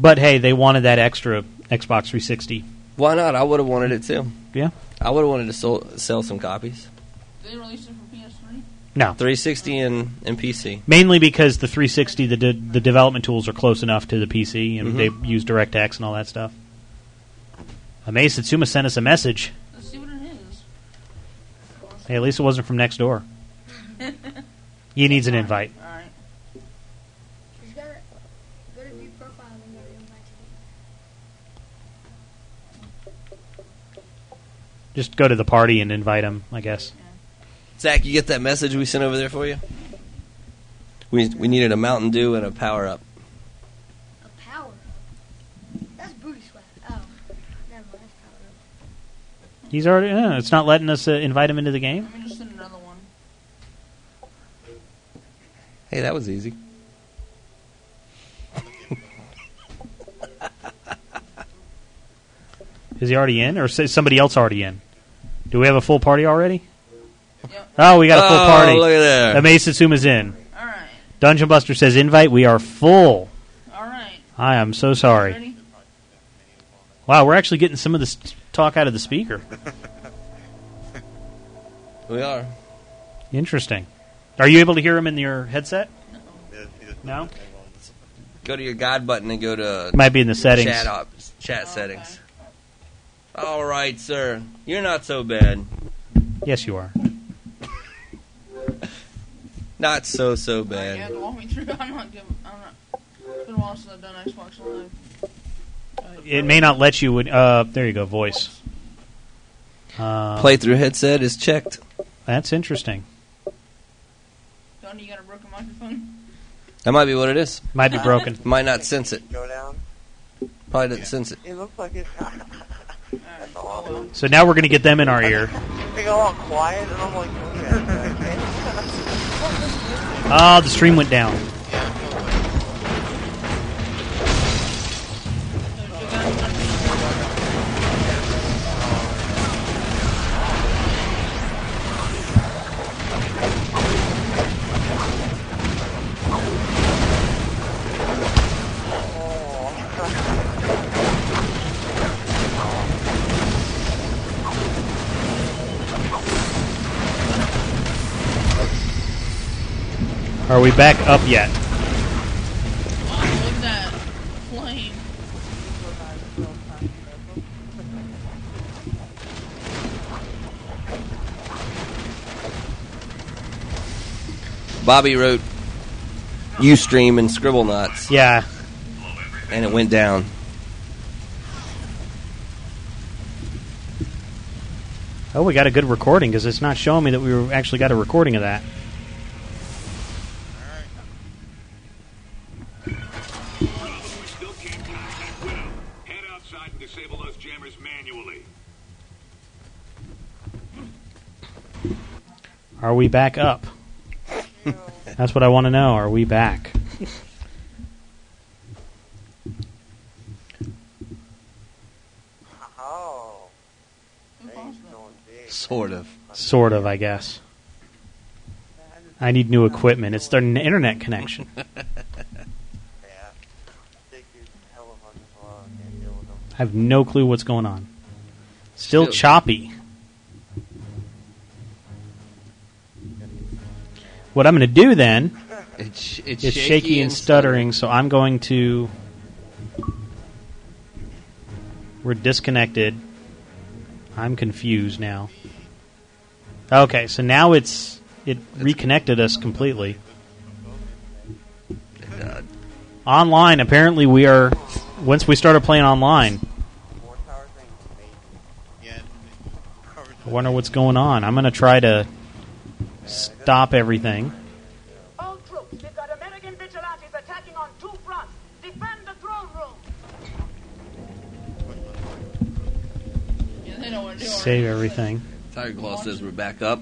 Speaker 1: But hey, they wanted that extra Xbox 360.
Speaker 3: Why not? I would have wanted it too.
Speaker 1: Yeah.
Speaker 3: I would have wanted to sol- sell some copies.
Speaker 4: They released it for PS3.
Speaker 1: No.
Speaker 3: 360 and, and PC.
Speaker 1: Mainly because the 360, the, de- the development tools are close enough to the PC, and
Speaker 3: Mhm.
Speaker 1: they use DirectX and all that stuff. Amaze Satsuma sent us a message.
Speaker 4: Let's see what it is.
Speaker 1: Hey, at least it wasn't from next door. He needs an invite.
Speaker 4: Alright.
Speaker 6: He's got a- go to view profile and go to invite
Speaker 1: Just go to the party and invite him, I guess.
Speaker 3: Zach, you get that message we sent over there for you? We, we needed a Mountain Dew and a power up.
Speaker 6: a power. That's booty sweat. Oh, never mind. That's power.
Speaker 1: He's already. Uh, it's not letting us uh, invite him into the game.
Speaker 4: Let me just send another one.
Speaker 3: Hey, that was easy.
Speaker 1: Is he already in, or is somebody else already in? Do we have a full party already? Oh, we got a full
Speaker 3: Oh,
Speaker 1: party.
Speaker 3: look at there.
Speaker 1: Amaze Satsuma's in. Dungeon Buster says, "Invite. We are full."
Speaker 4: All right.
Speaker 1: I am so sorry.
Speaker 4: Ready?
Speaker 1: Wow, we're actually getting some of this talk out of the speaker.
Speaker 3: We are.
Speaker 1: Interesting. Are you able to hear him in your headset? No.
Speaker 3: Go to your guide button and go to.
Speaker 1: Might be in the settings.
Speaker 3: Chat, op, chat settings. All right, sir. You're not so bad.
Speaker 1: Yes, you are.
Speaker 3: Not so, so
Speaker 4: You have
Speaker 3: bad.
Speaker 4: to walk me through. I'm not giving. I'm not. It's been a while since I've done Xbox Live.
Speaker 1: It may not let you. When, uh, there you go. Voice. Uh,
Speaker 3: Playthrough headset is checked.
Speaker 1: That's interesting.
Speaker 4: Donnie, you got a broken microphone?
Speaker 3: That might be what it is.
Speaker 1: Might be broken.
Speaker 3: might not sense it.
Speaker 8: Go down.
Speaker 3: Probably doesn't sense it.
Speaker 8: It looks like it. That's all.
Speaker 1: So now we're going to get them in our ear.
Speaker 8: It got all quiet, and I'm like, okay.
Speaker 1: Ah, the stream went down. Are we back up yet?
Speaker 4: Oh, look at that flame.
Speaker 3: Bobby wrote, "You stream and scribble knots."
Speaker 1: Yeah.
Speaker 3: And it went down.
Speaker 1: Oh, we got a good recording because it's not showing me that we were actually got a recording of that.
Speaker 5: Head outside and disable those jammers manually.
Speaker 1: Are we back up? That's what I want to know. Are we back?
Speaker 8: Oh,
Speaker 3: Sort of.
Speaker 1: Sort of, I guess. I need new equipment. It's their n- internet connection.
Speaker 8: oh,
Speaker 1: I have no clue what's going on. Still choppy. What I'm going to do then
Speaker 14: It's,
Speaker 1: is shaky, and stuttering, so I'm going to. We're disconnected. I'm confused now. Okay, so now it's it reconnected us completely. Online, apparently we are. Once we started playing online, I wonder what's going on. I'm going to try to stop everything. Save everything.
Speaker 3: Tiger Claw says we're back up.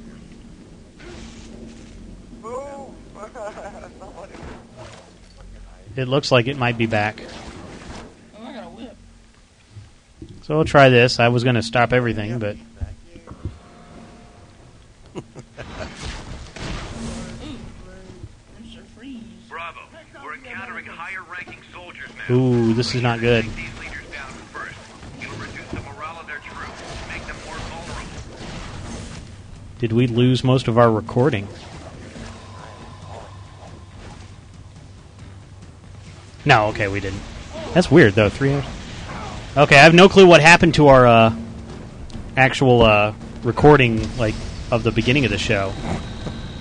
Speaker 1: It looks like it might be back.
Speaker 4: Oh,
Speaker 1: So we'll try this. I was going to stop everything, but ooh, this is not good. Did we lose most of our recording? No, okay, we didn't. That's weird though. Three hours. Okay, I have no clue what happened to our uh, actual uh, recording, like of the beginning of the show,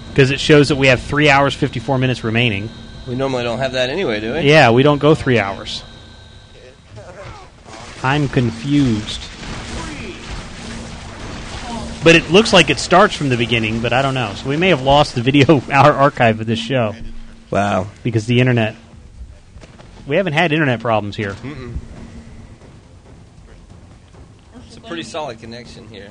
Speaker 1: because it shows that we have three hours fifty four minutes remaining.
Speaker 3: We normally don't have that anyway, do we?
Speaker 1: Yeah, we don't go three hours. I'm confused. But it looks like it starts from the beginning, but I don't know. So we may have lost the video, our archive of this show.
Speaker 3: Wow.
Speaker 1: Because the internet. We haven't had internet problems here.
Speaker 3: Mm-mm. It's a pretty solid connection here.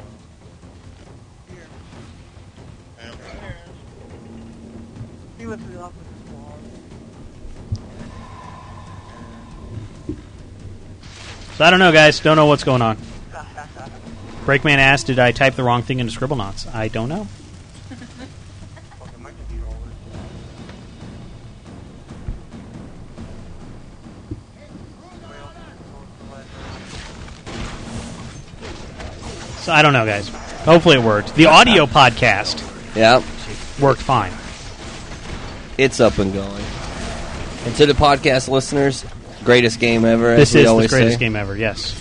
Speaker 1: So I don't know, guys. Don't know what's going on. Breakman asked, did I type the wrong thing into Scribble Knots? I don't know. So I don't know, guys. Hopefully it worked. The audio podcast
Speaker 3: Yeah,
Speaker 1: worked fine.
Speaker 3: it's up and going. And to the podcast listeners, greatest game ever. as
Speaker 1: This
Speaker 3: we
Speaker 1: is the
Speaker 3: always
Speaker 1: greatest
Speaker 3: say.
Speaker 1: game ever, yes.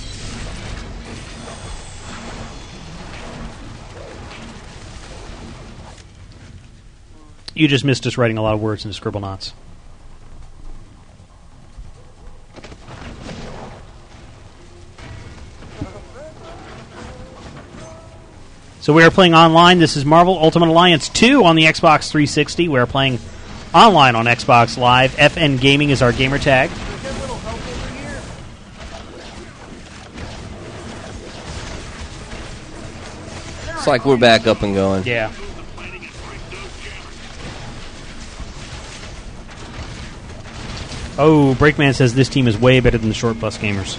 Speaker 1: You just missed us writing a lot of words into Scribble Knots. So we are playing online. This is Marvel Ultimate Alliance 2 on the Xbox 360. We are playing online on Xbox Live. FN Gaming is our gamer tag.
Speaker 3: It's like we're back up and going.
Speaker 1: Yeah. Oh, Breakman says this team is way better than the short bus gamers.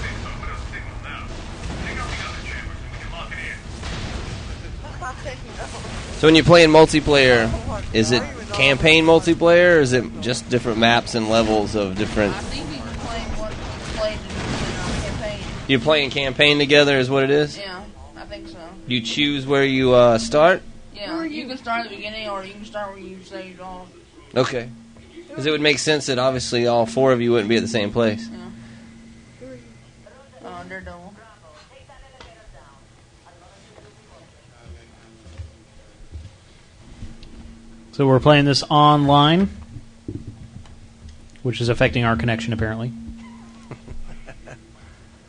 Speaker 4: Oh,
Speaker 3: So when you play in multiplayer, is it campaign multiplayer or is it just different maps and levels of different You're playing campaign together is what it is?
Speaker 4: Yeah, I think so.
Speaker 3: You choose where you uh, start?
Speaker 4: Yeah, you can start at the beginning or you can start where you saved off.
Speaker 3: Okay. Because it would make sense that obviously all four of you wouldn't be at the same place.
Speaker 4: Uh, Daredevil.
Speaker 1: So we're playing this online, which is affecting our connection apparently.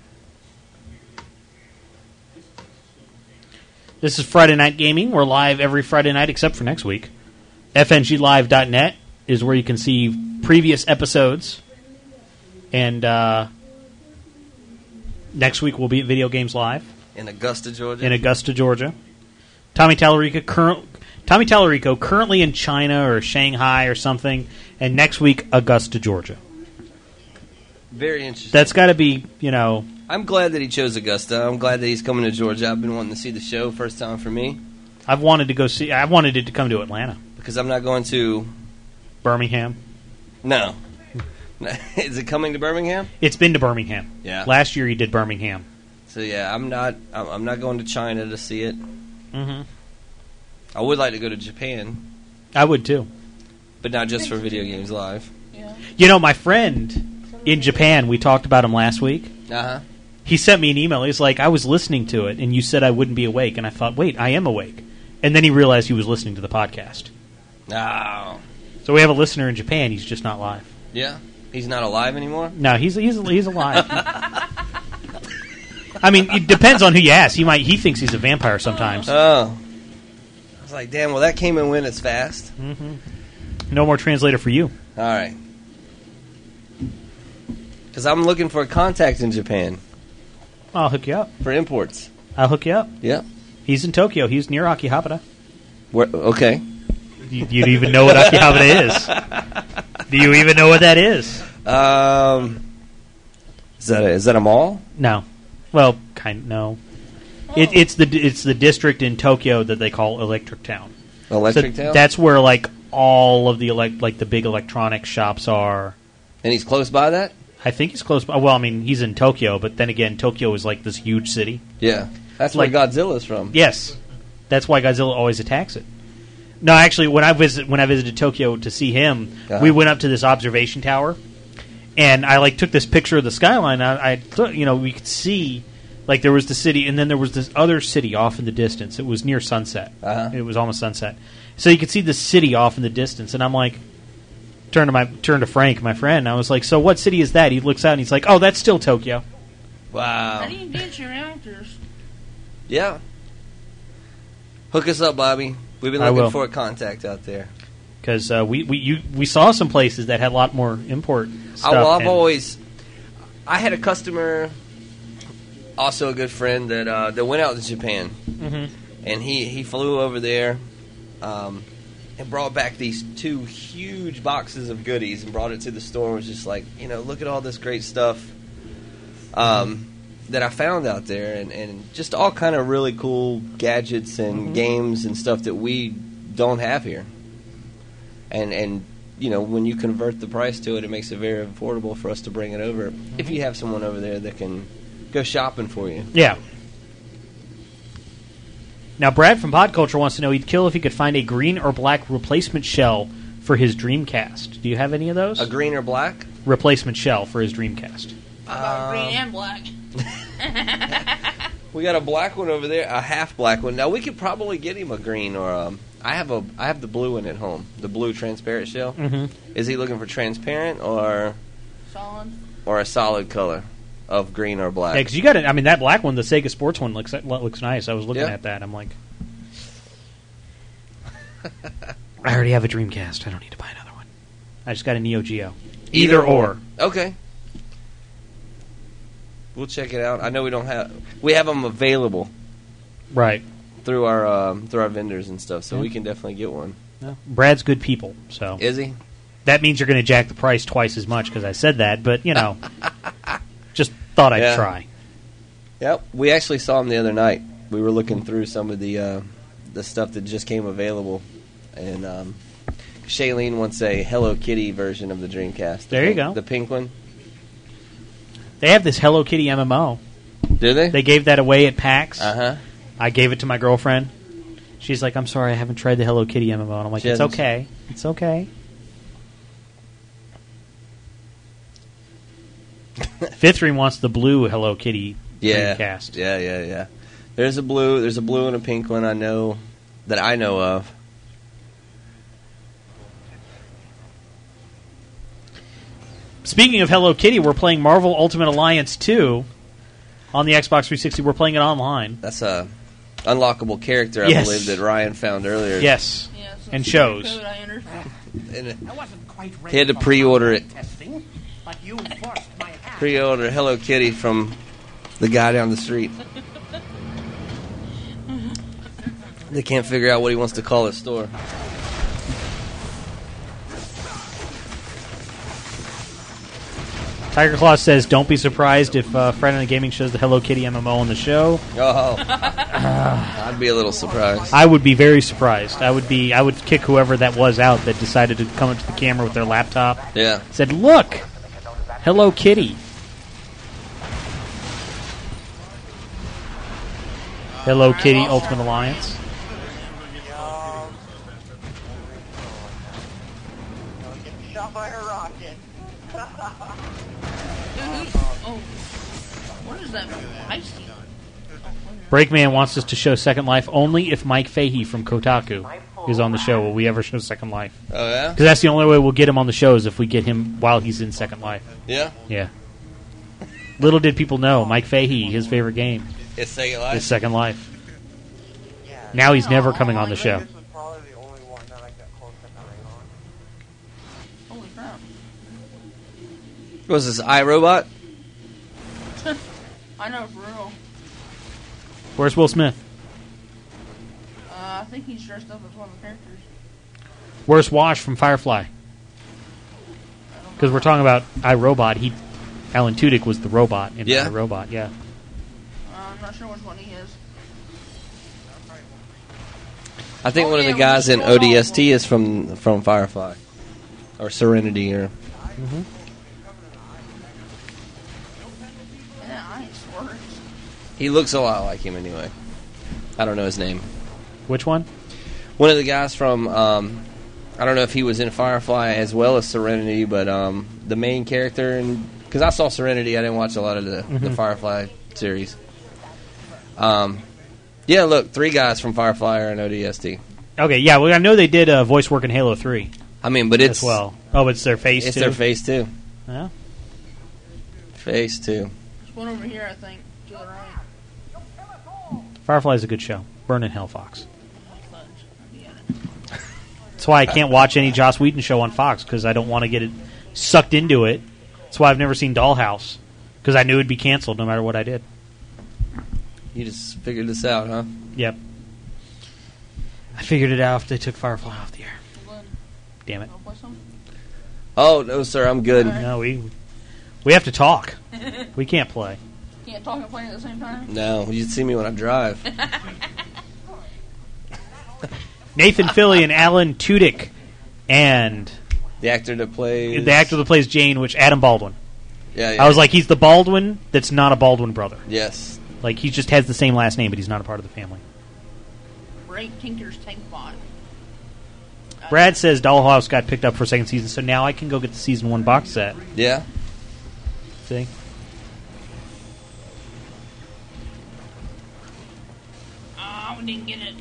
Speaker 1: This is Friday Night Gaming. We're live every Friday night except for next week. FNGLive.net is where you can see previous episodes. And uh, next week we'll be at Video Games Live
Speaker 3: In Augusta, Georgia.
Speaker 1: in Augusta, Georgia. Tommy Tallarico current Tommy Tallarico currently in China or Shanghai or something, and next week Augusta, Georgia.
Speaker 3: Very interesting.
Speaker 1: That's got to be you know
Speaker 3: I'm glad that he chose Augusta. I'm glad that he's coming to Georgia. I've been wanting to see the show first time for me.
Speaker 1: I've wanted to go see I've wanted it to come to Atlanta.
Speaker 3: because I'm not going to.
Speaker 1: Birmingham.
Speaker 3: No. Is it coming to Birmingham?
Speaker 1: It's been to Birmingham.
Speaker 3: Yeah.
Speaker 1: Last year you did Birmingham.
Speaker 3: So yeah, I'm not. I'm I'm not going to China to see it.
Speaker 1: Mm-hmm.
Speaker 3: I would like to go to Japan,
Speaker 1: I would too.
Speaker 3: but not just for video games live.
Speaker 1: You know, my friend in Japan, we talked about him last week.
Speaker 3: Uh huh.
Speaker 1: He sent me an email. He's like, I was listening to it, and you said I wouldn't be awake, and I thought, wait, I am awake. And then he realized he was listening to the podcast.
Speaker 3: No.
Speaker 1: So we have a listener in Japan. He's just not live.
Speaker 3: Yeah. He's not alive anymore.
Speaker 1: No, he's he's he's alive. I mean, it depends on who you ask. He might he thinks he's a vampire sometimes.
Speaker 3: Oh. I was like, damn. Well, that came and went as fast.
Speaker 1: Mm-hmm. No more translator for you.
Speaker 3: All right. Because I'm looking for a contact in Japan
Speaker 1: I'll hook you up.
Speaker 3: for imports.
Speaker 1: I'll hook you up.
Speaker 3: Yeah.
Speaker 1: He's in Tokyo. He's near Akihabara.
Speaker 3: Where, okay.
Speaker 1: You, you don't even know what Akihabara is. Do you even know what that is?
Speaker 3: Um. Is that a, is that a mall?
Speaker 1: No. Well, kind no. It, it's the it's the district in Tokyo that they call Electric Town.
Speaker 3: Electric
Speaker 1: So
Speaker 3: Town?
Speaker 1: That's where like all of the elect like the big electronic shops are.
Speaker 3: And he's close by that.
Speaker 1: I think he's close by. Well, I mean, he's in Tokyo, but then again, Tokyo is like this huge city.
Speaker 3: Yeah. That's
Speaker 1: Like-
Speaker 3: where Godzilla's from.
Speaker 1: Yes, that's why Godzilla always attacks it. No, actually, when I visit when I visited Tokyo to see him,
Speaker 3: Uh-huh.
Speaker 1: we went up to this observation tower, and I like took this picture of the skyline. I, I took, you know, we could see like there was the city, and then there was this other city off in the distance. It was near sunset.
Speaker 3: Uh-huh.
Speaker 1: It was almost sunset, so you could see the city off in the distance. And I'm like, turn to my turn to Frank, my friend. and I was like, so what city is that? He looks out and he's like, oh, that's still Tokyo.
Speaker 3: Wow.
Speaker 4: How do you get your actors?
Speaker 3: Yeah. Hook us up, Bobby. We've been
Speaker 1: I
Speaker 3: looking
Speaker 1: will.
Speaker 3: for a contact out there.
Speaker 1: because uh, we we you, we saw some places that had a lot more import. Stuff
Speaker 3: I, well, I've
Speaker 1: and-
Speaker 3: always. I had a customer, also a good friend that uh, that went out to Japan,
Speaker 1: Mhm.
Speaker 3: and he he flew over there, um, and brought back these two huge boxes of goodies and brought it to the store. and Was just like, you know, look at all this great stuff. Um. That I found out there, and, and just all kind of really cool gadgets and
Speaker 1: Mm-hmm.
Speaker 3: games and stuff that we don't have here and and you know when you convert the price to it, it makes it very affordable for us to bring it over. If you have someone over there that can go shopping for you,
Speaker 1: yeah. Now, Brad from Pod Culture wants to know he'd kill if he could find a green or black replacement shell for his Dreamcast. Do you have any of those?
Speaker 3: a green or black.
Speaker 1: replacement shell for his Dreamcast.
Speaker 4: Green
Speaker 3: Um,
Speaker 4: and black.
Speaker 3: we got a black one over there, a half black one. Now we could probably get him a green or um. I have a I have the blue one at home, the blue transparent shell.
Speaker 1: Mhm.
Speaker 3: Is he looking for transparent or
Speaker 4: Solid.
Speaker 3: or a solid color of green or black?
Speaker 1: Yeah, because you got it. I mean, that black one, the Sega Sports one, looks looks nice. I was looking
Speaker 3: Yeah.
Speaker 1: at that. I'm like, I already have a Dreamcast. I don't need to buy another one. I just got a Neo Geo. Either or.
Speaker 3: Okay. We'll check it out. I know we don't have we have them available
Speaker 1: Right.
Speaker 3: through our um, through our vendors and stuff, so
Speaker 1: Yeah.
Speaker 3: we can definitely get one.
Speaker 1: Brad's good people, so
Speaker 3: Is he?
Speaker 1: that means you're going to jack the price twice as much because I said that. But you know, just thought I'd
Speaker 3: Yeah.
Speaker 1: try.
Speaker 3: Yep. We actually saw him the other night. We were looking through some of the uh, the stuff that just came available, and um, Shailene wants a Hello Kitty version of the Dreamcast. The
Speaker 1: There you
Speaker 3: pink-
Speaker 1: go.
Speaker 3: The pink one.
Speaker 1: They have this Hello Kitty MMO.
Speaker 3: Do they?
Speaker 1: They gave that away at PAX.
Speaker 3: Uh huh.
Speaker 1: I gave it to my girlfriend. She's like, "I'm sorry, I haven't tried the Hello Kitty MMO," and I'm like,
Speaker 3: She
Speaker 1: "It's
Speaker 3: hasn't-
Speaker 1: okay, it's okay." Fifth ring wants the blue Hello Kitty
Speaker 3: Yeah.
Speaker 1: Dreamcast.
Speaker 3: Yeah, yeah, yeah. There's a blue. There's a blue and a pink one. I know that I know of.
Speaker 1: Speaking of Hello Kitty, we're playing Marvel Ultimate Alliance 2 on the Xbox 360. We're playing it online.
Speaker 3: That's a unlockable character. I
Speaker 1: Yes.
Speaker 3: believe that Ryan found earlier.
Speaker 1: Yes. and shows.
Speaker 4: Code, I understand.
Speaker 3: And, uh,
Speaker 14: wasn't quite
Speaker 3: He had to pre-order it.
Speaker 14: Testing, but you forced my hand.
Speaker 3: Pre-order Hello Kitty from the guy down the street. They can't figure out what he wants to call his store.
Speaker 1: Tiger Claw says, "Don't be surprised if uh, Friday Night Gaming shows the Hello Kitty MMO on the show."
Speaker 3: Oh, I'd be a little surprised.
Speaker 1: I would be very surprised. I would be. I would kick whoever that was out that decided to come up to the camera with their laptop.
Speaker 3: Yeah.
Speaker 1: Said, "Look, Hello Kitty." Hello Kitty Ultimate Alliance.
Speaker 4: oh, what is that? Icy.
Speaker 1: Breakman wants us to show Second Life only if Mike Fahey from Kotaku is on the show. Will we ever show Second Life?
Speaker 3: Oh, yeah?
Speaker 1: Because that's the only way we'll get him on the show is if we get him while he's in Second Life.
Speaker 3: Yeah?
Speaker 1: Yeah. Little did people know, Mike Fahey, his favorite game
Speaker 3: Is Second Life?
Speaker 1: is Second Life. Now he's never coming on the show.
Speaker 4: Holy crap.
Speaker 3: What Was this iRobot?
Speaker 4: I know, for real.
Speaker 1: Where's Will Smith?
Speaker 4: Uh, I think he's dressed up as one of the characters.
Speaker 1: Where's Wash from Firefly? Because we're talking about iRobot. He, Alan Tudyk was the robot in
Speaker 3: Yeah?
Speaker 1: iRobot. Yeah.
Speaker 4: Uh, I'm not sure which one he is.
Speaker 3: I think one of the guys in ODST is from from Firefly or Serenity or
Speaker 4: Yeah, ice works.
Speaker 3: he looks a lot like him anyway. I don't know his name.
Speaker 1: Which one?
Speaker 3: One of the guys from um, I don't know if he was in Firefly as well as Serenity, but um, the main character and because I saw Serenity, I didn't watch a lot of the, the
Speaker 1: Mm-hmm.
Speaker 15: Mhm.
Speaker 3: Firefly series. Um, yeah, look, three guys from Firefly are in ODST.
Speaker 1: Okay. Yeah. Well, I know they did uh, voice work in Halo Three.
Speaker 3: I mean, but it's
Speaker 1: as well. Oh, it's their face.
Speaker 3: It's
Speaker 1: too?
Speaker 3: their face too.
Speaker 1: Yeah.
Speaker 3: Face too.
Speaker 4: There's one over here, I think, to the right.
Speaker 1: Firefly's a good show. Burn in Hell Fox. That's why I can't watch any Joss Whedon show on Fox because I don't want to get it sucked into it. That's why I've never seen Dollhouse because I knew it'd be canceled no matter what I did.
Speaker 3: You just figured this out, huh?
Speaker 1: Yep. I figured it out if they took Firefly off the air. Damn it.
Speaker 3: Oh no, sir, I'm good.
Speaker 1: No, we we have to talk. We can't play.
Speaker 4: Can't talk and play at the same time.
Speaker 3: No, you'd see me when I drive.
Speaker 1: Nathan Philly and Alan Tudyk and
Speaker 3: The actor that plays
Speaker 1: the actor that plays Jane, which Adam Baldwin.
Speaker 3: Yeah, yeah.
Speaker 1: I was like, he's the Baldwin that's not a Baldwin brother.
Speaker 3: Yes.
Speaker 1: Like he just has the same last name, but he's not a part of the family.
Speaker 4: Break Tinker's tank bot.
Speaker 1: Brad says Dollhouse got picked up for second season, so now I can go get the season one box set.
Speaker 3: Yeah.
Speaker 1: See?
Speaker 4: Ah, we didn't get it.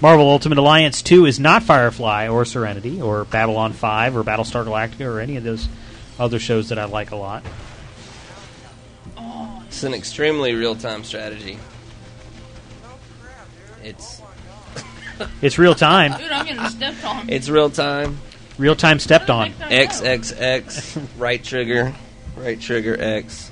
Speaker 1: Marvel Ultimate Alliance 2 is not Firefly or Serenity or Babylon 5 or Battlestar Galactica or any of those other shows that I like a lot.
Speaker 3: It's an extremely real time strategy. It's
Speaker 1: It's real time.
Speaker 4: Dude, I'm getting stepped on.
Speaker 3: it's real time.
Speaker 1: Real time stepped on.
Speaker 3: X X X right trigger. Right trigger X.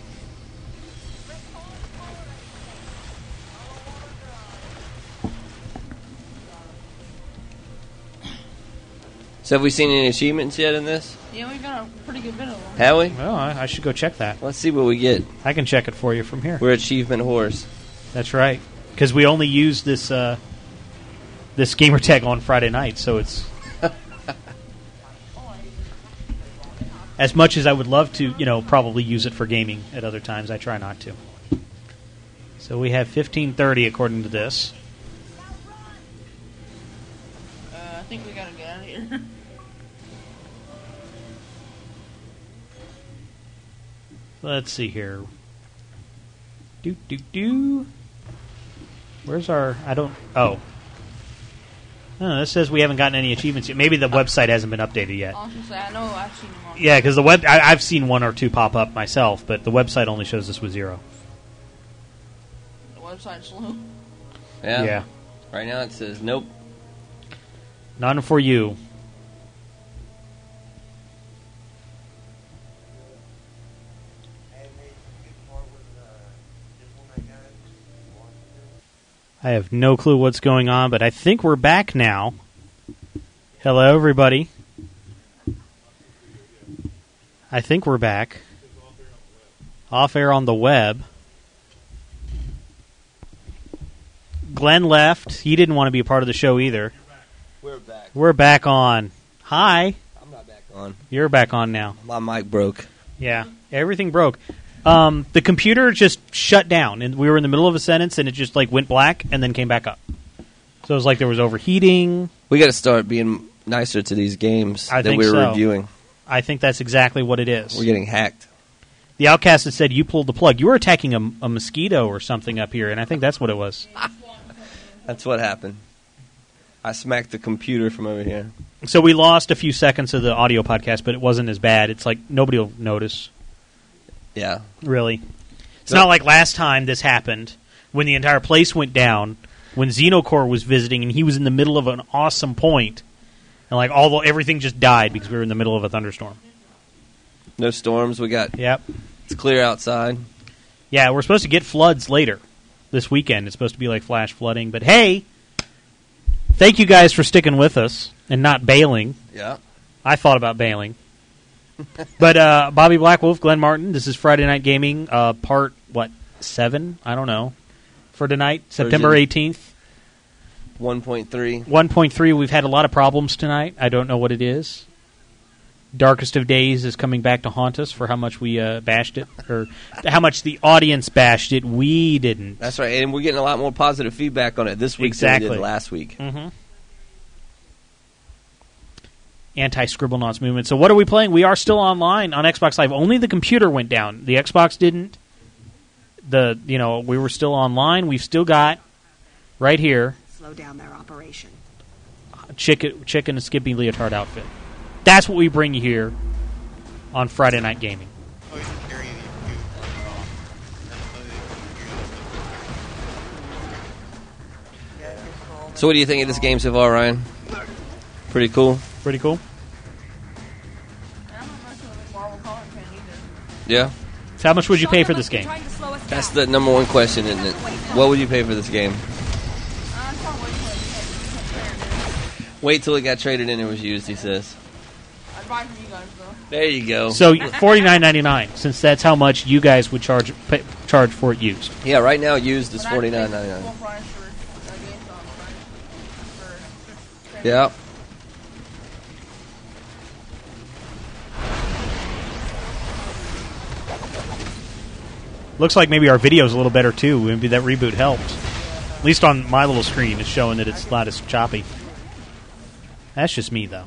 Speaker 3: So have we seen any achievements yet in this?
Speaker 4: Yeah, we got a pretty good bit of them.
Speaker 3: Have we?
Speaker 1: Well, I, I should go check that.
Speaker 3: Let's see what we get.
Speaker 1: I can check it for you from here.
Speaker 3: We're achievement whores.
Speaker 1: That's right. Because we only use this uh, this gamer tag on Friday night, so it's as much as I would love to, you know, probably use it for gaming at other times. I try not to. So we have fifteen thirty according to this.
Speaker 4: Uh, I think we gotta get out of here.
Speaker 1: Let's see here. Do do do. Where's our? I don't. Oh. No, this says we haven't gotten any achievements yet. Maybe the website hasn't been updated yet.
Speaker 4: Honestly, I know I've seen them on.
Speaker 1: Yeah, because the web I, I've seen one or two pop up myself, but the website only shows us with zero.
Speaker 4: The website's low.
Speaker 3: Yeah.
Speaker 1: Yeah.
Speaker 3: Right now it says nope.
Speaker 1: None for you.
Speaker 12: uh,
Speaker 1: I have no clue what's going on, but I think we're back now. Hello, everybody. I think we're back. Off air on the web. Glenn left. He didn't want to be a part of the show either.
Speaker 3: We're back.
Speaker 1: We're back on. Hi.
Speaker 3: I'm not back on.
Speaker 1: You're back on now.
Speaker 3: My mic broke.
Speaker 1: Yeah, everything broke. Um, the computer just shut down, and we were in the middle of a sentence, and it just like went black and then came back up. So it was like there was overheating.
Speaker 3: We got to start being nicer to these games
Speaker 1: I
Speaker 3: that
Speaker 1: think
Speaker 3: we're
Speaker 1: so.
Speaker 3: reviewing.
Speaker 1: I think that's exactly what it is.
Speaker 3: We're getting hacked.
Speaker 1: The outcast has said you pulled the plug. You were attacking a, a mosquito or something up here, and I think that's what it was.
Speaker 3: That's what happened. I smacked the computer from over here.
Speaker 1: So we lost a few seconds of the audio podcast, but it wasn't as bad. It's like nobody will notice.
Speaker 3: Yeah.
Speaker 1: Really. It's
Speaker 3: No.
Speaker 1: not like last time this happened when the entire place went down, when Xenocore was visiting and he was in the middle of an awesome point, and like all the, everything just died because we were in the middle of a thunderstorm.
Speaker 3: No storms. We got.
Speaker 1: Yep.
Speaker 3: It's clear outside.
Speaker 1: Yeah, we're supposed to get floods later this weekend. It's supposed to be like flash flooding, but hey, thank you guys for sticking with us and not bailing.
Speaker 3: Yeah.
Speaker 1: I thought about bailing. but uh, Bobby Blackwolf, Glenn Martin, this is Friday Night Gaming, uh, part, what, seven? I don't know. For tonight, September
Speaker 3: Version.
Speaker 1: 18th.
Speaker 3: 1.3.
Speaker 1: 1.3, we've had a lot of problems tonight. I don't know what it is. Darkest of Days is coming back to haunt us for how much we uh, bashed it, or how much the audience bashed it. We didn't.
Speaker 3: That's right. And we're getting a lot more positive feedback on it this week than we
Speaker 1: Exactly.
Speaker 3: did last week.
Speaker 1: Mm-hmm. anti Scribblenauts movement. So what are we playing? We are still online on Xbox Live. Only the computer went down. The Xbox didn't. The you know we were still online. We've still got right here
Speaker 15: Slow down their operation.
Speaker 1: chicken chicken and Skippy leotard outfit. That's what we bring you here on Friday Night Gaming.
Speaker 3: So, what do you think of this game so far, Ryan? Pretty cool.
Speaker 1: Pretty cool.
Speaker 3: Yeah.
Speaker 1: So how much would you pay for this game?
Speaker 3: That's the number one question, isn't it? What would you pay for this game?
Speaker 4: Uh,
Speaker 3: Wait till it got traded and it was used, he says.
Speaker 4: I'd buy from you guys though.
Speaker 3: There you go.
Speaker 1: So forty nine ninety nine, since that's how much you guys would charge pay, charge for it used.
Speaker 3: Yeah, right now used is
Speaker 4: But I'd pay
Speaker 3: forty nine ninety
Speaker 4: full
Speaker 3: nine.
Speaker 4: price for uh, a GameStop price for-
Speaker 3: Yeah.
Speaker 1: Looks like maybe our video's a little better too. Maybe that reboot helped. At least on my little screen, it's showing that it's not as choppy. That's just me though.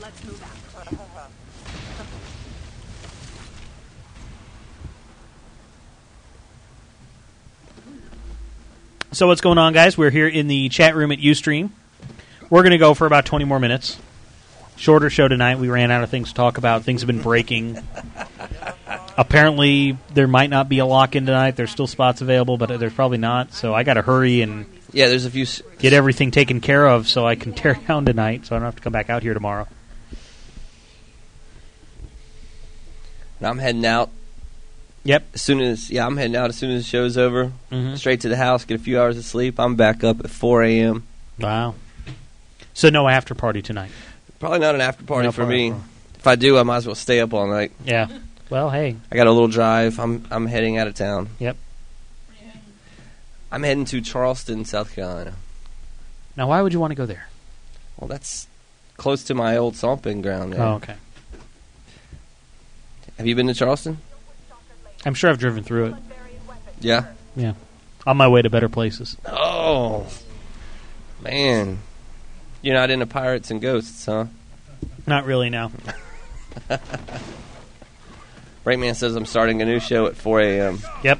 Speaker 15: Let's move out.
Speaker 1: So what's going on, guys? We're here in the chat room at UStream. We're going to go for about 20 more minutes. Shorter show tonight. We ran out of things to talk about. Things have been breaking. Apparently, there might not be a lock in tonight. There's still spots available, but there's probably not. So I got to hurry and
Speaker 3: Yeah, there's a few. s-
Speaker 1: get everything taken care of so I can tear down tonight. So I don't have to come back out here tomorrow.
Speaker 3: and I'm heading out.
Speaker 1: Yep.
Speaker 3: As soon as yeah, I'm heading out as soon as the show's over.
Speaker 1: Mhm.
Speaker 3: Straight to the house, get a few hours of sleep. I'm back up at four a.m.
Speaker 1: Wow. So no after party tonight.
Speaker 3: Probably not an after party
Speaker 1: No
Speaker 3: for
Speaker 1: party
Speaker 3: me. If I do, I might as well stay up all night.
Speaker 1: Yeah. Well, hey.
Speaker 3: I got a little drive. I'm I'm heading out of town.
Speaker 1: Yep.
Speaker 3: I'm heading to Charleston, South Carolina.
Speaker 1: Now, why would you want to go there?
Speaker 3: Well, that's close to my old stomping ground. There.
Speaker 1: Oh, okay.
Speaker 3: Have you been to Charleston?
Speaker 1: I'm sure I've driven through it.
Speaker 3: Yeah.
Speaker 1: Yeah. On my way to better places.
Speaker 3: Oh, man. You're not into pirates and ghosts, huh?
Speaker 1: Not really now.
Speaker 3: Rayman says I'm starting a new show at 4 a.m.
Speaker 1: Yep.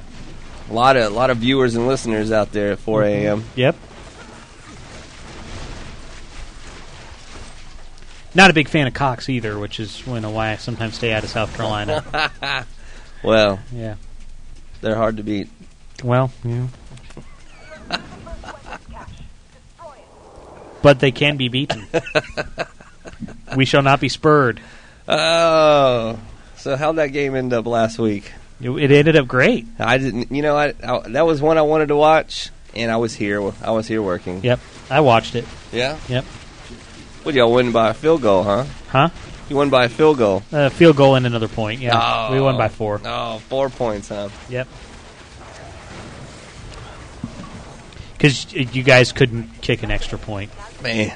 Speaker 3: A lot of lot of viewers and listeners out there at 4
Speaker 1: Mm-hmm.
Speaker 3: a.m.
Speaker 1: Yep. Not a big fan of Cox either, which is you know, why I sometimes stay out of South Carolina.
Speaker 3: Well,
Speaker 1: yeah.
Speaker 3: They're hard to beat.
Speaker 1: well, yeah. but they can be beaten. we shall not be spurred.
Speaker 3: Oh, so how'd that game end up last week?
Speaker 1: It, it ended up great.
Speaker 3: I didn't. You know, I, I that was one I wanted to watch, and I was here. I was here working.
Speaker 1: Yep. I watched it.
Speaker 3: Yeah.
Speaker 1: Yep.
Speaker 3: What y'all win by a field goal, huh?
Speaker 1: Huh?
Speaker 3: You You won by a field goal.
Speaker 1: Uh, field goal and another point. Yeah,
Speaker 3: Oh.
Speaker 1: we won by four.
Speaker 3: Oh, four points, huh?
Speaker 1: Yep. Because you guys couldn't kick an extra point.
Speaker 3: Man.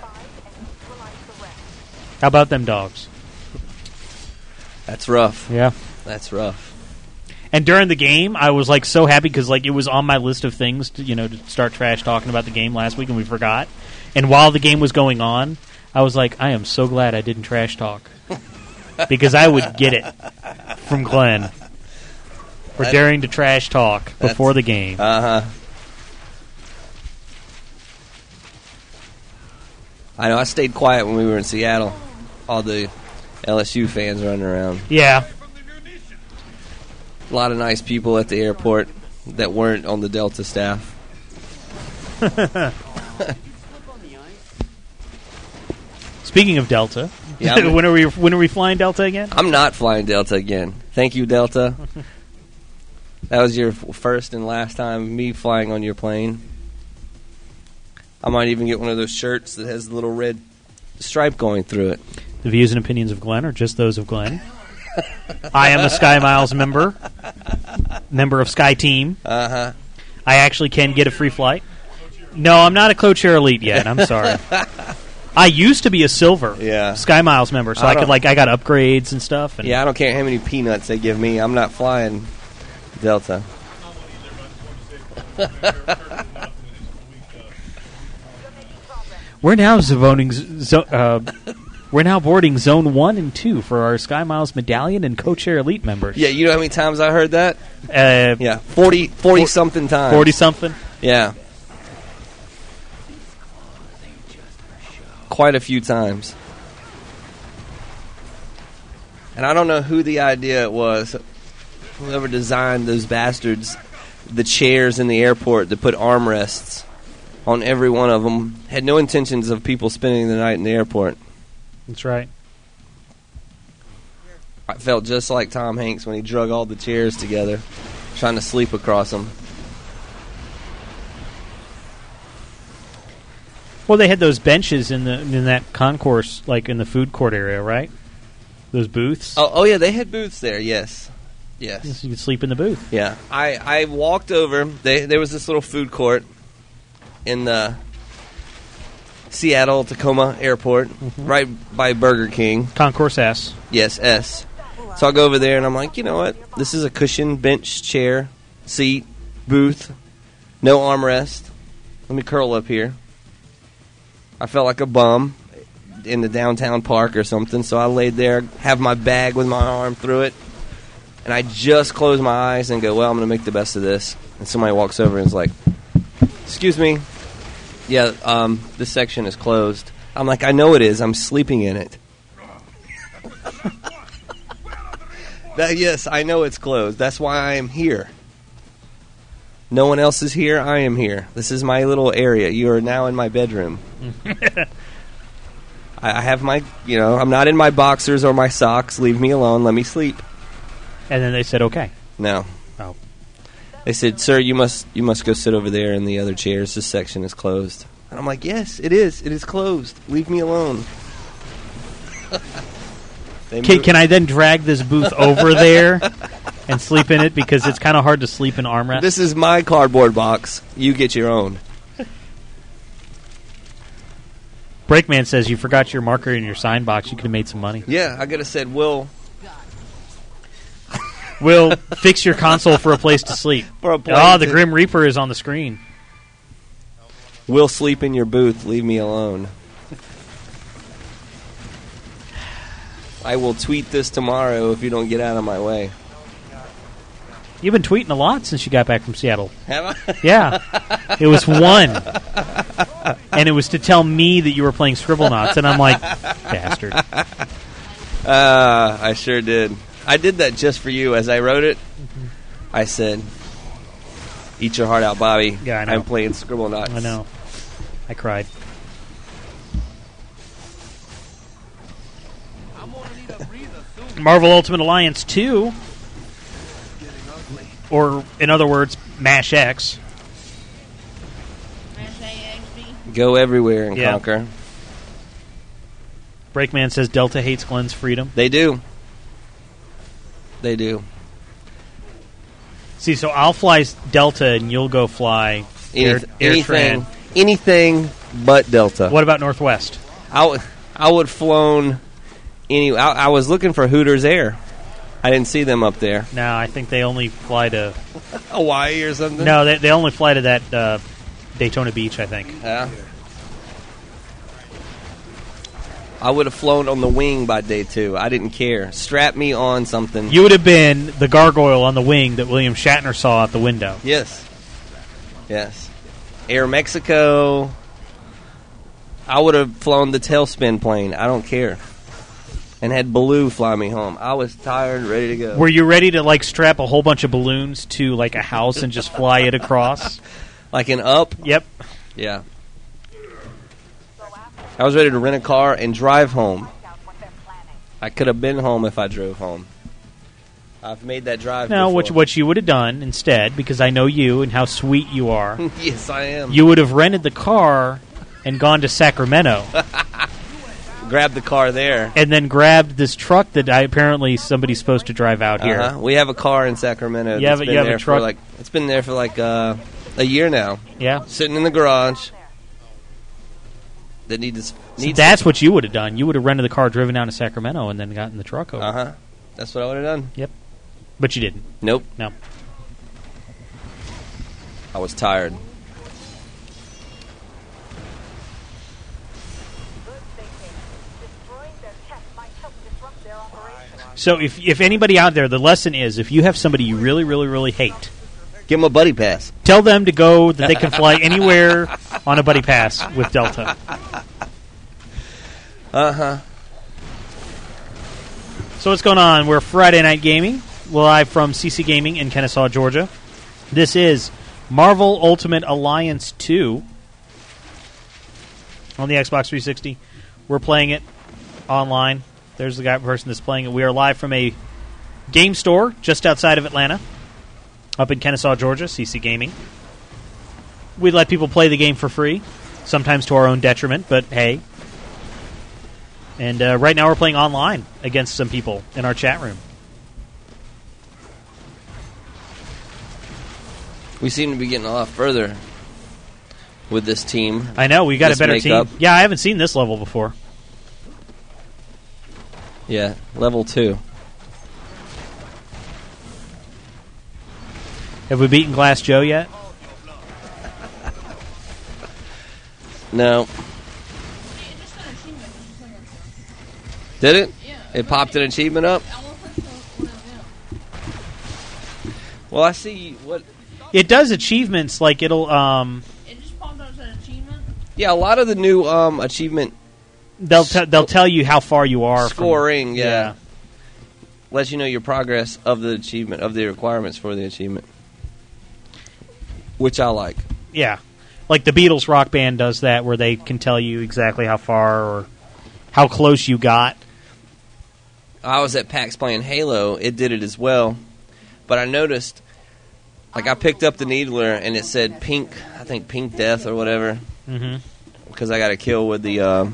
Speaker 1: How about them dogs?
Speaker 3: That's rough.
Speaker 1: Yeah.
Speaker 3: That's rough.
Speaker 1: And during the game, I was like so happy because like it was on my list of things to you know to start trash talking about the game last week, and we forgot. And while the game was going on, I was like, I am so glad I didn't trash talk because I would get it from Glenn for
Speaker 3: That-
Speaker 1: daring to trash talk before the game.
Speaker 3: Uh huh. I know. I stayed quiet when we were in Seattle. All the LSU fans running around.
Speaker 1: Yeah,
Speaker 3: A lot of nice people at the airport that weren't on the Delta staff.
Speaker 1: Speaking of Delta,
Speaker 3: Yeah, I'm-
Speaker 1: when are we when are we flying Delta again?
Speaker 3: I'm not flying Delta again. Thank you, Delta. that was your f- first and last time me flying on your plane. I might even get one of those shirts that has the little red stripe going through it.
Speaker 1: The views and opinions of Glenn are just those of Glenn. I am a Sky Miles member, member of Sky Team.
Speaker 3: Uh huh.
Speaker 1: I actually can get a free flight. No, I'm not a co-chair elite yet. I'm sorry. I used to be a silver
Speaker 3: Yeah.
Speaker 1: Sky Miles member, so
Speaker 3: I
Speaker 1: I, could
Speaker 3: don't-
Speaker 1: like I got upgrades and stuff. And
Speaker 3: Yeah, I don't care how many peanuts they give me. I'm not flying Delta.
Speaker 1: we're now zoning, zo- uh, we're now boarding Zone One and Two for our Sky Miles Medallion and co-chair elite members.
Speaker 3: Yeah, you know how many times I heard that?
Speaker 1: Uh,
Speaker 3: yeah, 40, 40 something times.
Speaker 1: Forty something.
Speaker 3: Yeah. Quite a few times. And I don't know who the idea was, whoever designed those bastards, the chairs in the airport that put armrests on every one of them, had no intentions of people spending the night in the airport.
Speaker 1: That's right.
Speaker 3: I felt just like Tom Hanks when he drug all the chairs together, trying to sleep across them.
Speaker 1: Well, they had those benches in the in that concourse, like in the food court area, right? Those booths.
Speaker 3: Oh, oh yeah, they had booths there. Yes, yes.
Speaker 1: You could sleep in the booth.
Speaker 3: Yeah. I, I walked over. They, there was this little food court in the Seattle Tacoma airport, right by Burger King.
Speaker 1: Concourse S.
Speaker 3: Yes, S. So I go over there and I'm like, you know what? This is a cushion, bench, chair, seat, booth, no armrest. Let me curl up here. I felt like a bum in the downtown park or something, so I laid there, have my bag with my arm through it, and I just close my eyes and go, well, I'm going to make the best of this. And somebody walks over and is like, excuse me, yeah, um, this section is closed. I'm like, I know it is. I'm sleeping in it. That, yes, I know it's closed. That's why I am here. No one else is here. I am here. This is my little area. You are now in my bedroom. I, I have my, you know, I'm not in my boxers or my socks. Leave me alone. Let me sleep.
Speaker 1: And then they said, "Okay."
Speaker 3: No.
Speaker 1: Oh.
Speaker 3: They said, "Sir, you must you must go sit over there in the other chairs. This section is closed." And I'm like, "Yes, it is. It is closed. Leave me alone." They
Speaker 1: Can,
Speaker 3: moved-
Speaker 1: can I then drag this booth over there and sleep in it because it's kind of hard to sleep in armrest?
Speaker 3: This is my cardboard box. You get your own.
Speaker 1: Breakman says you forgot your marker in your sign box. You could have made some money.
Speaker 3: Yeah, I could have said, "Will,
Speaker 1: Will fix your console for a place to sleep.
Speaker 3: For a place
Speaker 1: oh, the
Speaker 3: to-
Speaker 1: Grim Reaper is on the screen.
Speaker 3: will sleep in your booth. Leave me alone." I will tweet this tomorrow if you don't get out of my way.
Speaker 1: You've been tweeting a lot since you got back from Seattle.
Speaker 3: Have I?
Speaker 1: Yeah, it was one, and it was to tell me that you were playing Scribblenauts, and I'm like, bastard.
Speaker 3: Uh, I sure did. I did that just for you. As I wrote it,
Speaker 1: Mm-hmm.
Speaker 3: I said, "Eat your heart out, Bobby."
Speaker 1: Yeah, I know.
Speaker 3: I'm playing Scribble Knots.
Speaker 1: I know. I cried. Marvel Ultimate Alliance 2, or in other words, MASH X.
Speaker 3: Go everywhere and
Speaker 1: Yeah.
Speaker 3: conquer.
Speaker 1: Breakman says Delta hates Glenn's freedom.
Speaker 3: They do. They do.
Speaker 1: See, so I'll fly s- Delta and you'll go fly Air,
Speaker 3: Anyth-
Speaker 1: Air
Speaker 3: anything,
Speaker 1: Tran.
Speaker 3: anything but Delta.
Speaker 1: What about Northwest?
Speaker 3: I, w- I would flown any. I, I was looking for Hooters Air. I didn't see them up there.
Speaker 1: No, I think they only fly to
Speaker 3: Hawaii or something.
Speaker 1: No, they, they only fly to that uh, Daytona Beach, I think.
Speaker 3: Yeah. I would have flown on the wing by day two. I didn't care. Strap me on something.
Speaker 1: You would have been the gargoyle on the wing that William Shatner saw out the window.
Speaker 3: Yes. Yes. Air Mexico. I would have flown the tailspin plane. I don't care. And had Baloo fly me home. I was tired, ready to go.
Speaker 1: Were you ready to like strap a whole bunch of balloons to like a house and just fly it across?
Speaker 3: like an up?
Speaker 1: Yep.
Speaker 3: Yeah. I was ready to rent a car and drive home. I could have been home if I drove home. I've made that drive.
Speaker 1: No, what
Speaker 3: before.
Speaker 1: what you would have done instead, because I know you and how sweet you are.
Speaker 3: yes, I am.
Speaker 1: you would have rented the car and gone to Sacramento,
Speaker 3: grabbed the car there.
Speaker 1: and then grabbed this truck that I apparently somebody's supposed to drive out here.
Speaker 3: Uh-huh. We have a car in Sacramento.
Speaker 1: You
Speaker 3: that's
Speaker 1: have a-
Speaker 3: been
Speaker 1: you have a
Speaker 3: there
Speaker 1: truck?
Speaker 3: For like it's been there for like uh, a year now.
Speaker 1: Yeah.
Speaker 3: sitting in the garage. That needs
Speaker 1: So
Speaker 3: needs.
Speaker 1: that's what you would have done. You would have rented the car, driven down to Sacramento, and then gotten the truck over.
Speaker 3: Uh huh. That's what I would have done.
Speaker 1: Yep. But you didn't.
Speaker 3: Nope.
Speaker 1: No.
Speaker 3: I was tired.
Speaker 1: So if if anybody out there, the lesson is if you have somebody you really, really, really hate,
Speaker 3: give them a buddy pass.
Speaker 1: Tell them to go that they can fly anywhere on a buddy pass with Delta.
Speaker 3: Uh huh.
Speaker 1: So what's going on? We're Friday Night Gaming, live from CC Gaming in Kennesaw, Georgia. This is Marvel Ultimate Alliance 2 on the Xbox 360. We're playing it online. There's the guy person that's playing it. We are live from a game store just outside of Atlanta, up in Kennesaw, Georgia, CC Gaming. We let people play the game for free, sometimes to our own detriment, but hey, and uh, right now we're playing online against some people in our chat room.
Speaker 3: We seem to be getting a lot further with this team.
Speaker 1: I know we got
Speaker 3: This
Speaker 1: a better
Speaker 3: makeup.
Speaker 1: team. Yeah, I haven't seen this level before.
Speaker 3: Yeah, level two.
Speaker 1: Have we beaten Glass Joe yet?
Speaker 3: No. Did it? It popped an achievement up. Well, I see what.
Speaker 1: It does achievements like it'll um
Speaker 3: Yeah, a lot of the new um, achievement
Speaker 1: they'll t- they'll tell you how far you are. from-
Speaker 3: scoring, yeah, lets you know your progress of the achievement of the requirements for the achievement, which I like.
Speaker 1: yeah, like the Beatles rock band does that where they can tell you exactly how far or how close you got.
Speaker 3: I was at PAX playing Halo. It did it as well, but I noticed, like, I picked up the needler and it said pink. I think pink death or whatever.
Speaker 1: Mhm.
Speaker 3: Because I got a kill with the uh,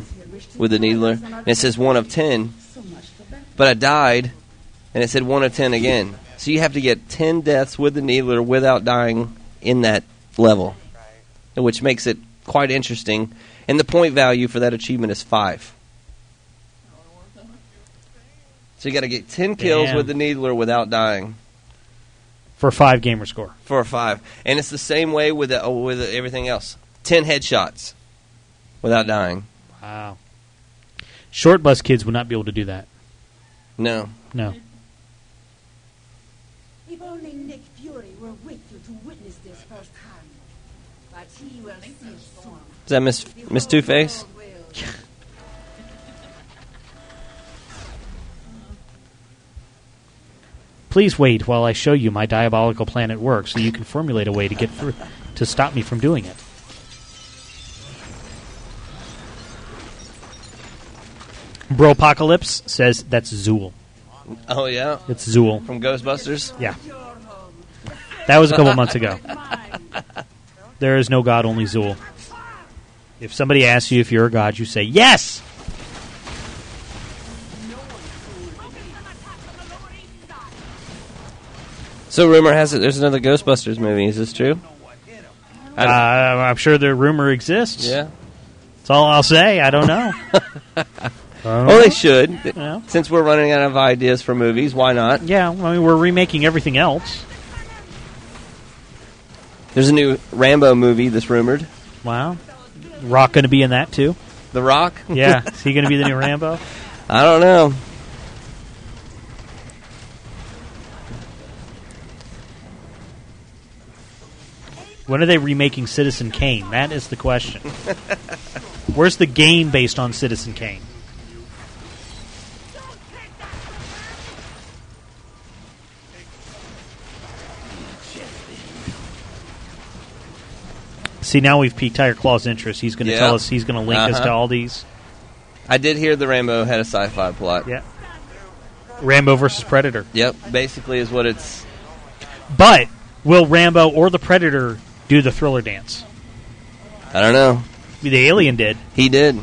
Speaker 3: with the needler, and it says one of ten. But I died, and it said one of ten again. So you have to get ten deaths with the needler without dying in that level, which makes it quite interesting. And the point value for that achievement is five. So you got to get ten kills
Speaker 1: Damn.
Speaker 3: with the needler without dying
Speaker 1: for five gamer score.
Speaker 3: for a five. And it's the same way with the, oh, with everything else. Ten headshots without dying.
Speaker 1: Wow. Short bus kids would not be able to do that.
Speaker 3: No.
Speaker 1: No.
Speaker 15: If only Nick Fury were with you to witness this first time. But he will see it soon.
Speaker 3: Is that Miss Miss Two Face?
Speaker 1: Please wait while I show you my diabolical plan at work so you can formulate a way to get through to stop me from doing it. Bropocalypse says that's Zool.
Speaker 3: Oh yeah.
Speaker 1: It's Zool.
Speaker 3: from Ghostbusters.
Speaker 1: Yeah. That was a couple months ago. There is no god, only Zool. If somebody asks you if you're a god, you say yes.
Speaker 3: So rumor has it there's another Ghostbusters movie. Is this true?
Speaker 1: Uh, I'm sure the rumor exists.
Speaker 3: Yeah.
Speaker 1: That's all I'll say. I don't know.
Speaker 3: Oh, they should. Since we're running out of ideas for movies, why not?
Speaker 1: Yeah, I mean, we're remaking everything else.
Speaker 3: There's a new Rambo movie that's rumored.
Speaker 1: Wow. Rock going to be in that too?
Speaker 3: The Rock?
Speaker 1: Yeah. Is he going to be the new Rambo?
Speaker 3: I don't know.
Speaker 1: When are they remaking Citizen Kane? That is the question. Where's the game based on Citizen Kane? See, now we've piqued Tiger Claw's interest. He's going to
Speaker 3: Yeah.
Speaker 1: tell us, he's going to link us
Speaker 3: Uh-huh.
Speaker 1: to all these.
Speaker 3: I did hear the Rambo had a sci-fi plot.
Speaker 1: Yeah. Rambo versus Predator.
Speaker 3: Yep. Basically, is what it's.
Speaker 1: But will Rambo or the Predator do the thriller dance?
Speaker 3: I don't know.
Speaker 1: The alien did.
Speaker 3: He did.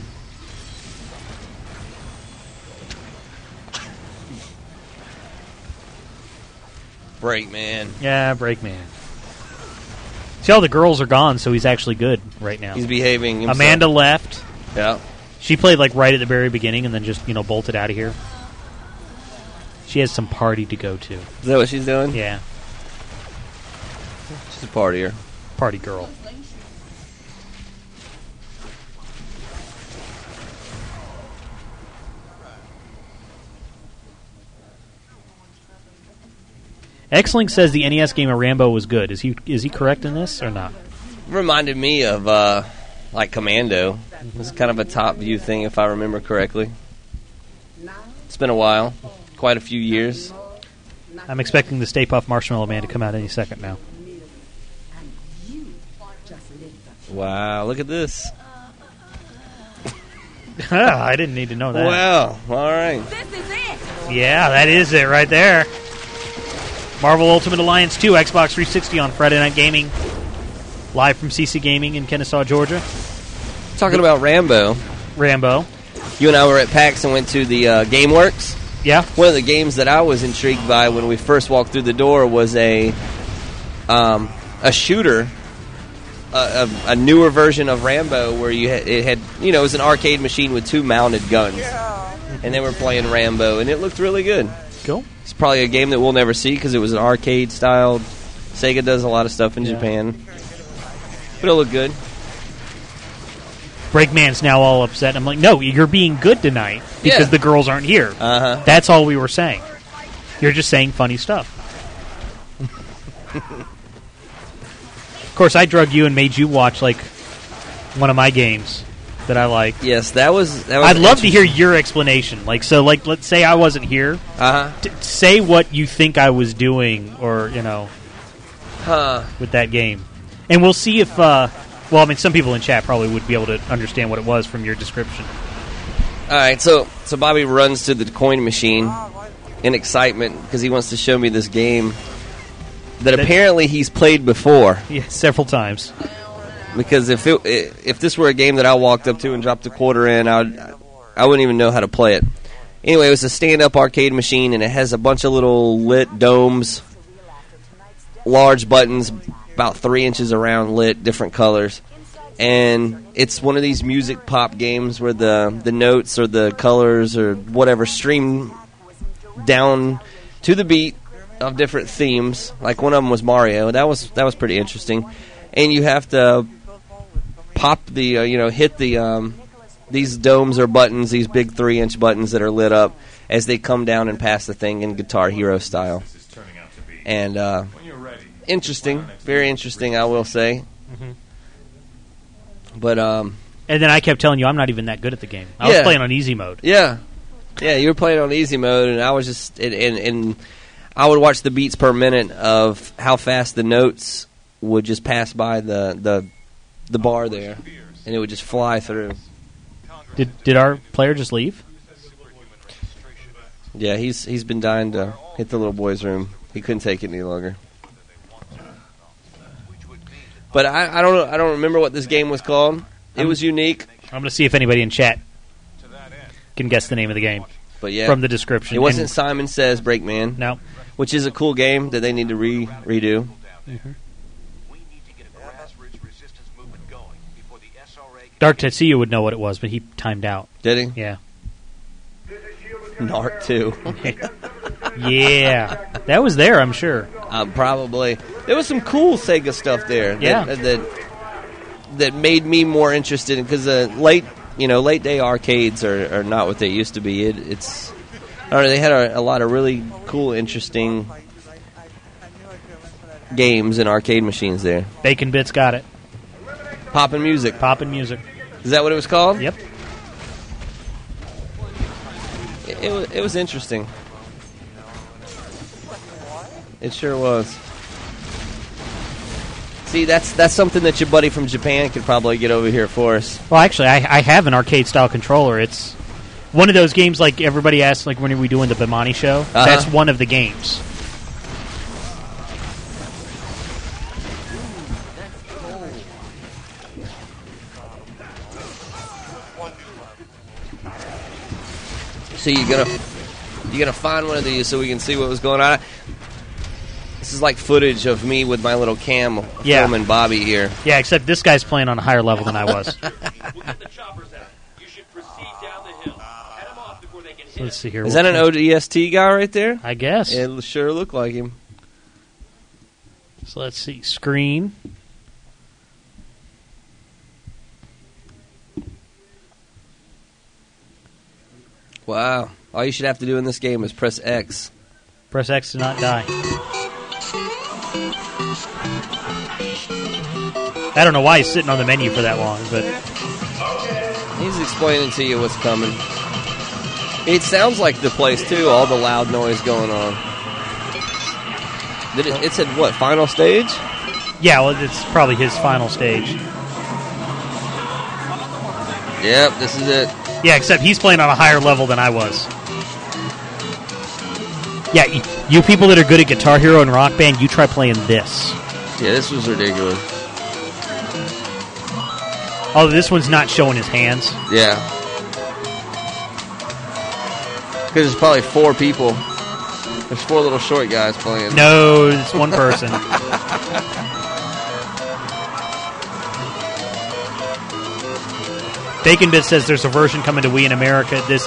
Speaker 3: Break man.
Speaker 1: Yeah, Brakeman. See, all the girls are gone, so he's actually good right now.
Speaker 3: He's behaving. Himself.
Speaker 1: Amanda left.
Speaker 3: Yeah.
Speaker 1: She played like right at the very beginning and then just, you know, bolted out of here. She has some party to go to.
Speaker 3: Is that what she's doing?
Speaker 1: Yeah.
Speaker 3: She's a partier.
Speaker 1: Party girl. X-Link says the NES game of Rambo was good. Is he is he correct in this or not?
Speaker 3: Reminded me of uh, like Commando. It was kind of a top view thing, if I remember correctly. It's been a while, quite a few years.
Speaker 1: I'm expecting the Stay Puft Marshmallow Man to come out any second now.
Speaker 3: Wow, look at this.
Speaker 1: I didn't need to know that.
Speaker 3: Wow, all right.
Speaker 1: Yeah, that is it right there. Marvel Ultimate Alliance 2, Xbox 360 on Friday Night Gaming. Live from CC Gaming in Kennesaw, Georgia.
Speaker 3: Talking about Rambo.
Speaker 1: Rambo.
Speaker 3: You and I were at PAX and went to the uh, GameWorks.
Speaker 1: Yeah.
Speaker 3: One of the games that I was intrigued by when we first walked through the door was a um, a shooter, a, a, a newer version of Rambo, where you had, it had you know it was an arcade machine with two mounted guns, and they were playing Rambo, and it looked really good.
Speaker 1: Cool.
Speaker 3: It's probably a game that we'll never see because it was an arcade style. Sega does a lot of stuff in Japan, but it looked good.
Speaker 1: Breakman's now all upset. I'm like, no, you're being good tonight because
Speaker 3: Yeah.
Speaker 1: the girls aren't here.
Speaker 3: Uh-huh.
Speaker 1: That's all we were saying. You're just saying funny stuff. Of course, I drug you and made you watch like one of my games that I like.
Speaker 3: Yes, that was. That was
Speaker 1: I'd love to hear your explanation. Like, so, like, let's say I wasn't here.
Speaker 3: Uh
Speaker 1: huh. Say what you think I was doing, or you know, with that game, and we'll see if. Uh, well, I mean, some people in chat probably would be able to understand what it was from your description.
Speaker 3: All right, so so Bobby runs to the coin machine in excitement because he wants to show me this game that, apparently he's played before.
Speaker 1: Yeah, several times.
Speaker 3: Because if it, i- if this were a game that I walked up to and dropped a quarter in, I'd I wouldn't even know how to play it. Anyway, it was a stand-up arcade machine, and it has a bunch of little lit domes, large buttons, about three inches around, lit, different colors, and it's one of these music pop games where the the notes or the colors or whatever stream down to the beat of different themes. Like one of them was Mario. That was that was pretty interesting, and you have to pop the uh, you know hit the um, these domes or buttons, these big three inch buttons that are lit up as they come down and pass the thing in Guitar Hero style. And uh, interesting, very interesting, I will say. But um,
Speaker 1: And then I kept telling you I'm not even that good at the game. I was
Speaker 3: Yeah.
Speaker 1: playing on easy mode.
Speaker 3: Yeah, yeah. You were playing on easy mode, and I was just and, and and I would watch the beats per minute of how fast the notes would just pass by the the the bar there, and it would just fly through.
Speaker 1: Did did our player just leave?
Speaker 3: Yeah, he's he's been dying to hit the little boy's room. He couldn't take it any longer. But I, I don't know, I don't remember what this game was called. It was unique.
Speaker 1: I'm going to see if anybody in chat can guess the name of the game.
Speaker 3: But yeah,
Speaker 1: from the description.
Speaker 3: it wasn't
Speaker 1: And-
Speaker 3: Simon Says Breakman.
Speaker 1: No,
Speaker 3: which is a cool game that they need to re redo.
Speaker 1: Dark Tetsuya would know what it was, but he timed out.
Speaker 3: Did
Speaker 1: he? Yeah.
Speaker 3: Narc too.
Speaker 1: yeah, that was there, I'm sure.
Speaker 3: Uh, probably there was some cool Sega stuff there. that-
Speaker 1: Yeah.
Speaker 3: that that, that made me more interested in because the late you know late day arcades are, are not what they used to be. It, it's I don't know. They had a, a lot of really cool, interesting games and arcade machines there.
Speaker 1: Bacon Bits got it.
Speaker 3: Poppin' music.
Speaker 1: Poppin' music.
Speaker 3: Is that what it was called?
Speaker 1: Yep.
Speaker 3: It, it, wa- it was interesting. It sure was. See, that's that's something that your buddy from Japan could probably get over here for us.
Speaker 1: Well, actually, I, I have an arcade style controller. It's one of those games like everybody asks, like when are we doing the Bimani show?
Speaker 3: Uh-huh.
Speaker 1: That's one of the games.
Speaker 3: So you're gonna you're gonna find one of these so we can see what was going on. This is like footage of me with my little cam
Speaker 1: Yeah.
Speaker 3: filming Bobby here.
Speaker 1: Yeah, except this guy's playing on a higher level than I was. So let's see here.
Speaker 3: Is that an ODST guy right there?
Speaker 1: I guess.
Speaker 3: It sure looked like him.
Speaker 1: So let's see. Screen.
Speaker 3: Wow. All you should have to do in this game is press X.
Speaker 1: Press X to not die. I don't know why he's sitting on the menu for that long, but
Speaker 3: He's explaining to you what's coming. It sounds like the place too. All the loud noise going on. Did it, it said what? Final stage?
Speaker 1: yeah, well, it's probably his final stage.
Speaker 3: Yep, this is it.
Speaker 1: Yeah, except he's playing on a higher level than I was. Yeah, y- you people that are good at Guitar Hero and Rock Band, you try playing this.
Speaker 3: Yeah, this was ridiculous.
Speaker 1: Although this one's not showing his hands.
Speaker 3: Yeah. Because there's probably four people. There's four little short guys playing.
Speaker 1: No, it's one person. Bacon Bit says there's a version coming to Wii in America. This,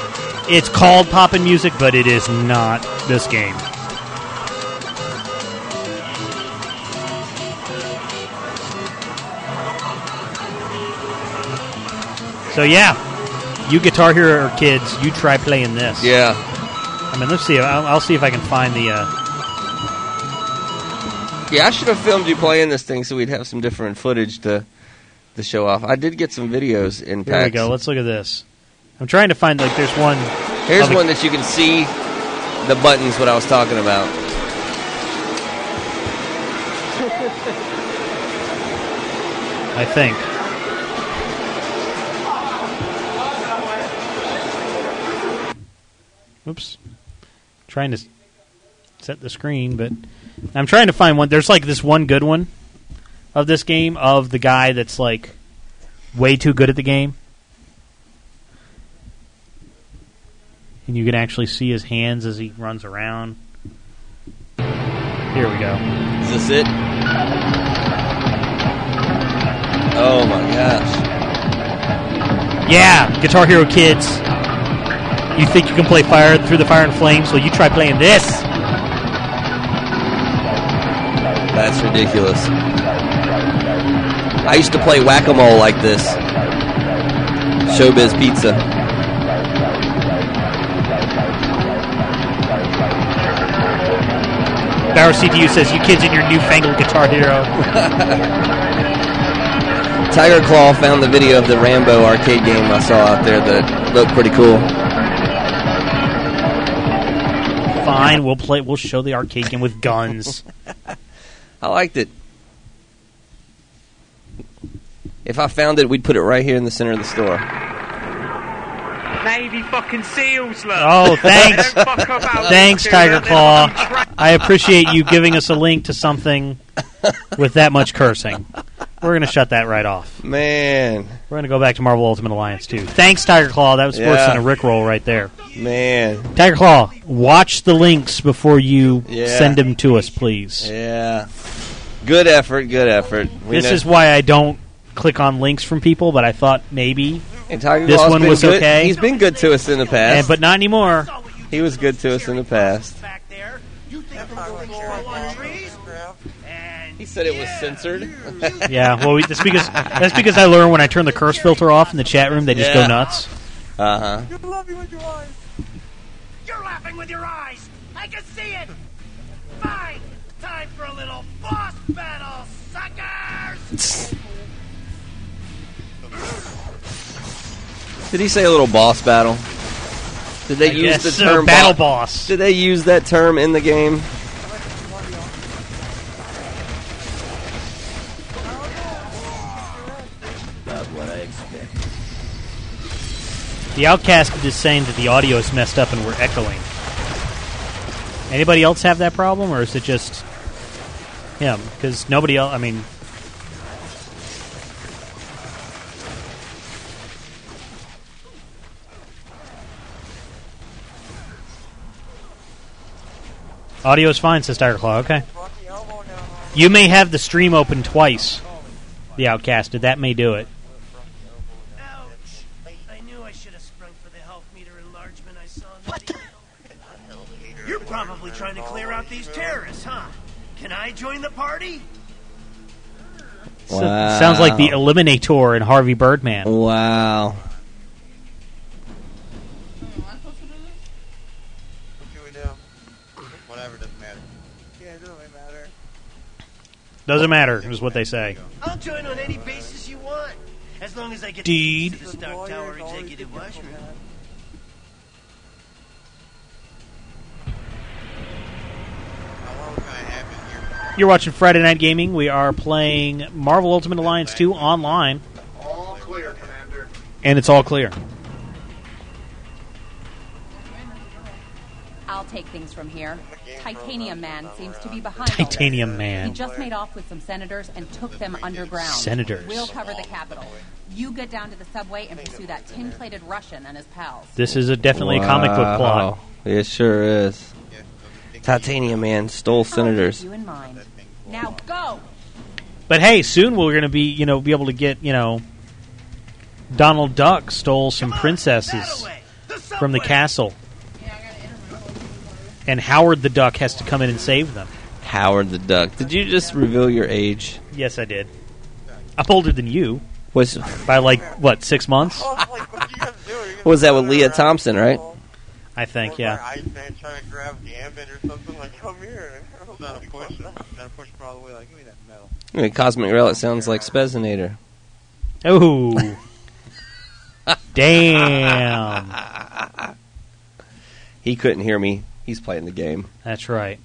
Speaker 1: it's called Poppin' Music, but it is not this game. So yeah, you Guitar Hero kids, you try playing this.
Speaker 3: Yeah.
Speaker 1: I mean, let's see. I'll, I'll see if I can find the. Uh,
Speaker 3: Yeah, I should have filmed you playing this thing so we'd have some different footage to to show off. I did get some videos in
Speaker 1: Here we
Speaker 3: packs.
Speaker 1: go. Let's look at this. I'm trying to find like there's one.
Speaker 3: Here's
Speaker 1: of a-
Speaker 3: one that you can see the buttons, what I was talking about.
Speaker 1: I think. Oops. Trying to s- set the screen, but I'm trying to find one. There's like this one good one of this game of the guy that's like way too good at the game. And you can actually see his hands as he runs around. Here we go.
Speaker 3: Is this it? Oh my gosh.
Speaker 1: Yeah, Guitar Hero Kids. You think you can play Fire Through the Fire and Flames? Well, you try playing this.
Speaker 3: That's ridiculous. I used to play whack a mole like this. Showbiz Pizza.
Speaker 1: Barrow CTU says, You kids and your newfangled Guitar Hero.
Speaker 3: Tiger Claw found the video of the Rambo arcade game I saw out there that looked pretty cool.
Speaker 1: Fine, we'll play. We'll show the arcade game with guns.
Speaker 3: I liked it. If I found it, we'd put it right here in the center of the store.
Speaker 16: Navy fucking SEALs, look.
Speaker 1: Oh, thanks,
Speaker 16: They don't fuck about
Speaker 1: thanks,
Speaker 16: it,
Speaker 1: Tiger
Speaker 16: look. They're
Speaker 1: Claw.
Speaker 16: fucking tra-
Speaker 1: I appreciate you giving us a link to something with that much cursing. We're gonna shut that right off.
Speaker 3: Man,
Speaker 1: we're gonna go back to Marvel Ultimate Alliance too. Thanks, Tiger Claw. That was worse
Speaker 3: Yeah.
Speaker 1: than a rickroll right there.
Speaker 3: Man.
Speaker 1: Tiger Claw, watch the links before you
Speaker 3: Yeah.
Speaker 1: send them to us, please.
Speaker 3: Yeah. Good effort. Good effort. We
Speaker 1: this
Speaker 3: know-
Speaker 1: is why I don't click on links from people, but I thought maybe
Speaker 3: And Tiger
Speaker 1: this
Speaker 3: Claw's
Speaker 1: one
Speaker 3: been
Speaker 1: was
Speaker 3: good-
Speaker 1: okay.
Speaker 3: He's been good to us in the past,
Speaker 1: And- but not anymore.
Speaker 3: He was good to us in the past. He said it was censored.
Speaker 1: yeah, well, we, that's because that's because I learned when I turn the curse filter off in the chat room, they just go
Speaker 3: Yeah.
Speaker 1: nuts.
Speaker 3: Uh huh.
Speaker 12: You're laughing with your eyes. I can see it. Fine. Time for a little boss battle, suckers.
Speaker 3: Did he say a little boss battle? Did they
Speaker 1: I
Speaker 3: use
Speaker 1: guess
Speaker 3: the
Speaker 1: so,
Speaker 3: term
Speaker 1: battle
Speaker 3: bo-
Speaker 1: boss?
Speaker 3: Did they use that term in the game?
Speaker 17: About what I expect.
Speaker 1: The outcast is saying that the audio is messed up and we're echoing. Anybody else have that problem, or is it just him? Because nobody else. I mean, audio is fine, says Tiger Claw. Okay. You may have the stream open twice. The outcasted that may do it.
Speaker 12: I knew I should have sprung for the health meter enlargement I saw. In the video. You're probably trying to clear out these terrorists, huh? Can I join the party?
Speaker 1: So- Sounds like the Eliminator and Harvey Birdman.
Speaker 3: Wow.
Speaker 4: Whatever, doesn't matter. Yeah, it doesn't really matter.
Speaker 1: Doesn't matter, is what they say.
Speaker 12: I'll join on any basis you want, as long as I get
Speaker 1: Deed.
Speaker 12: to the Stark Tower executive washroom.
Speaker 1: You're watching Friday Night Gaming. We are playing Marvel Ultimate Alliance 2 online,
Speaker 18: All clear, Commander.
Speaker 1: and it's all clear.
Speaker 8: I'll take things from here. Titanium Man seems to be behind. all this.
Speaker 1: Titanium Man.
Speaker 8: He just made off with some senators and took them underground.
Speaker 1: Senators.
Speaker 8: We'll cover the capital. You get down to the subway and pursue that tin-plated Russian and his pals.
Speaker 1: This is a, definitely a comic book plot.
Speaker 3: Wow. It sure is. Titanium Man stole senators.
Speaker 8: You in mind. Now go.
Speaker 1: But hey, soon we're going to be, you know, be able to get, you know, Donald Duck stole some princesses from the castle. And Howard the Duck has to come in and save them.
Speaker 3: Howard the Duck. Did you just reveal your age?
Speaker 1: Yes, I did. I'm older than you.
Speaker 3: Was
Speaker 1: by like what six months?
Speaker 3: was that with Leah Thompson, right?
Speaker 1: I think, yeah.
Speaker 3: I mean, Cosmic Relic sounds like Spezinator.
Speaker 1: Oh, damn!
Speaker 3: He couldn't hear me. He's playing the game.
Speaker 1: That's right.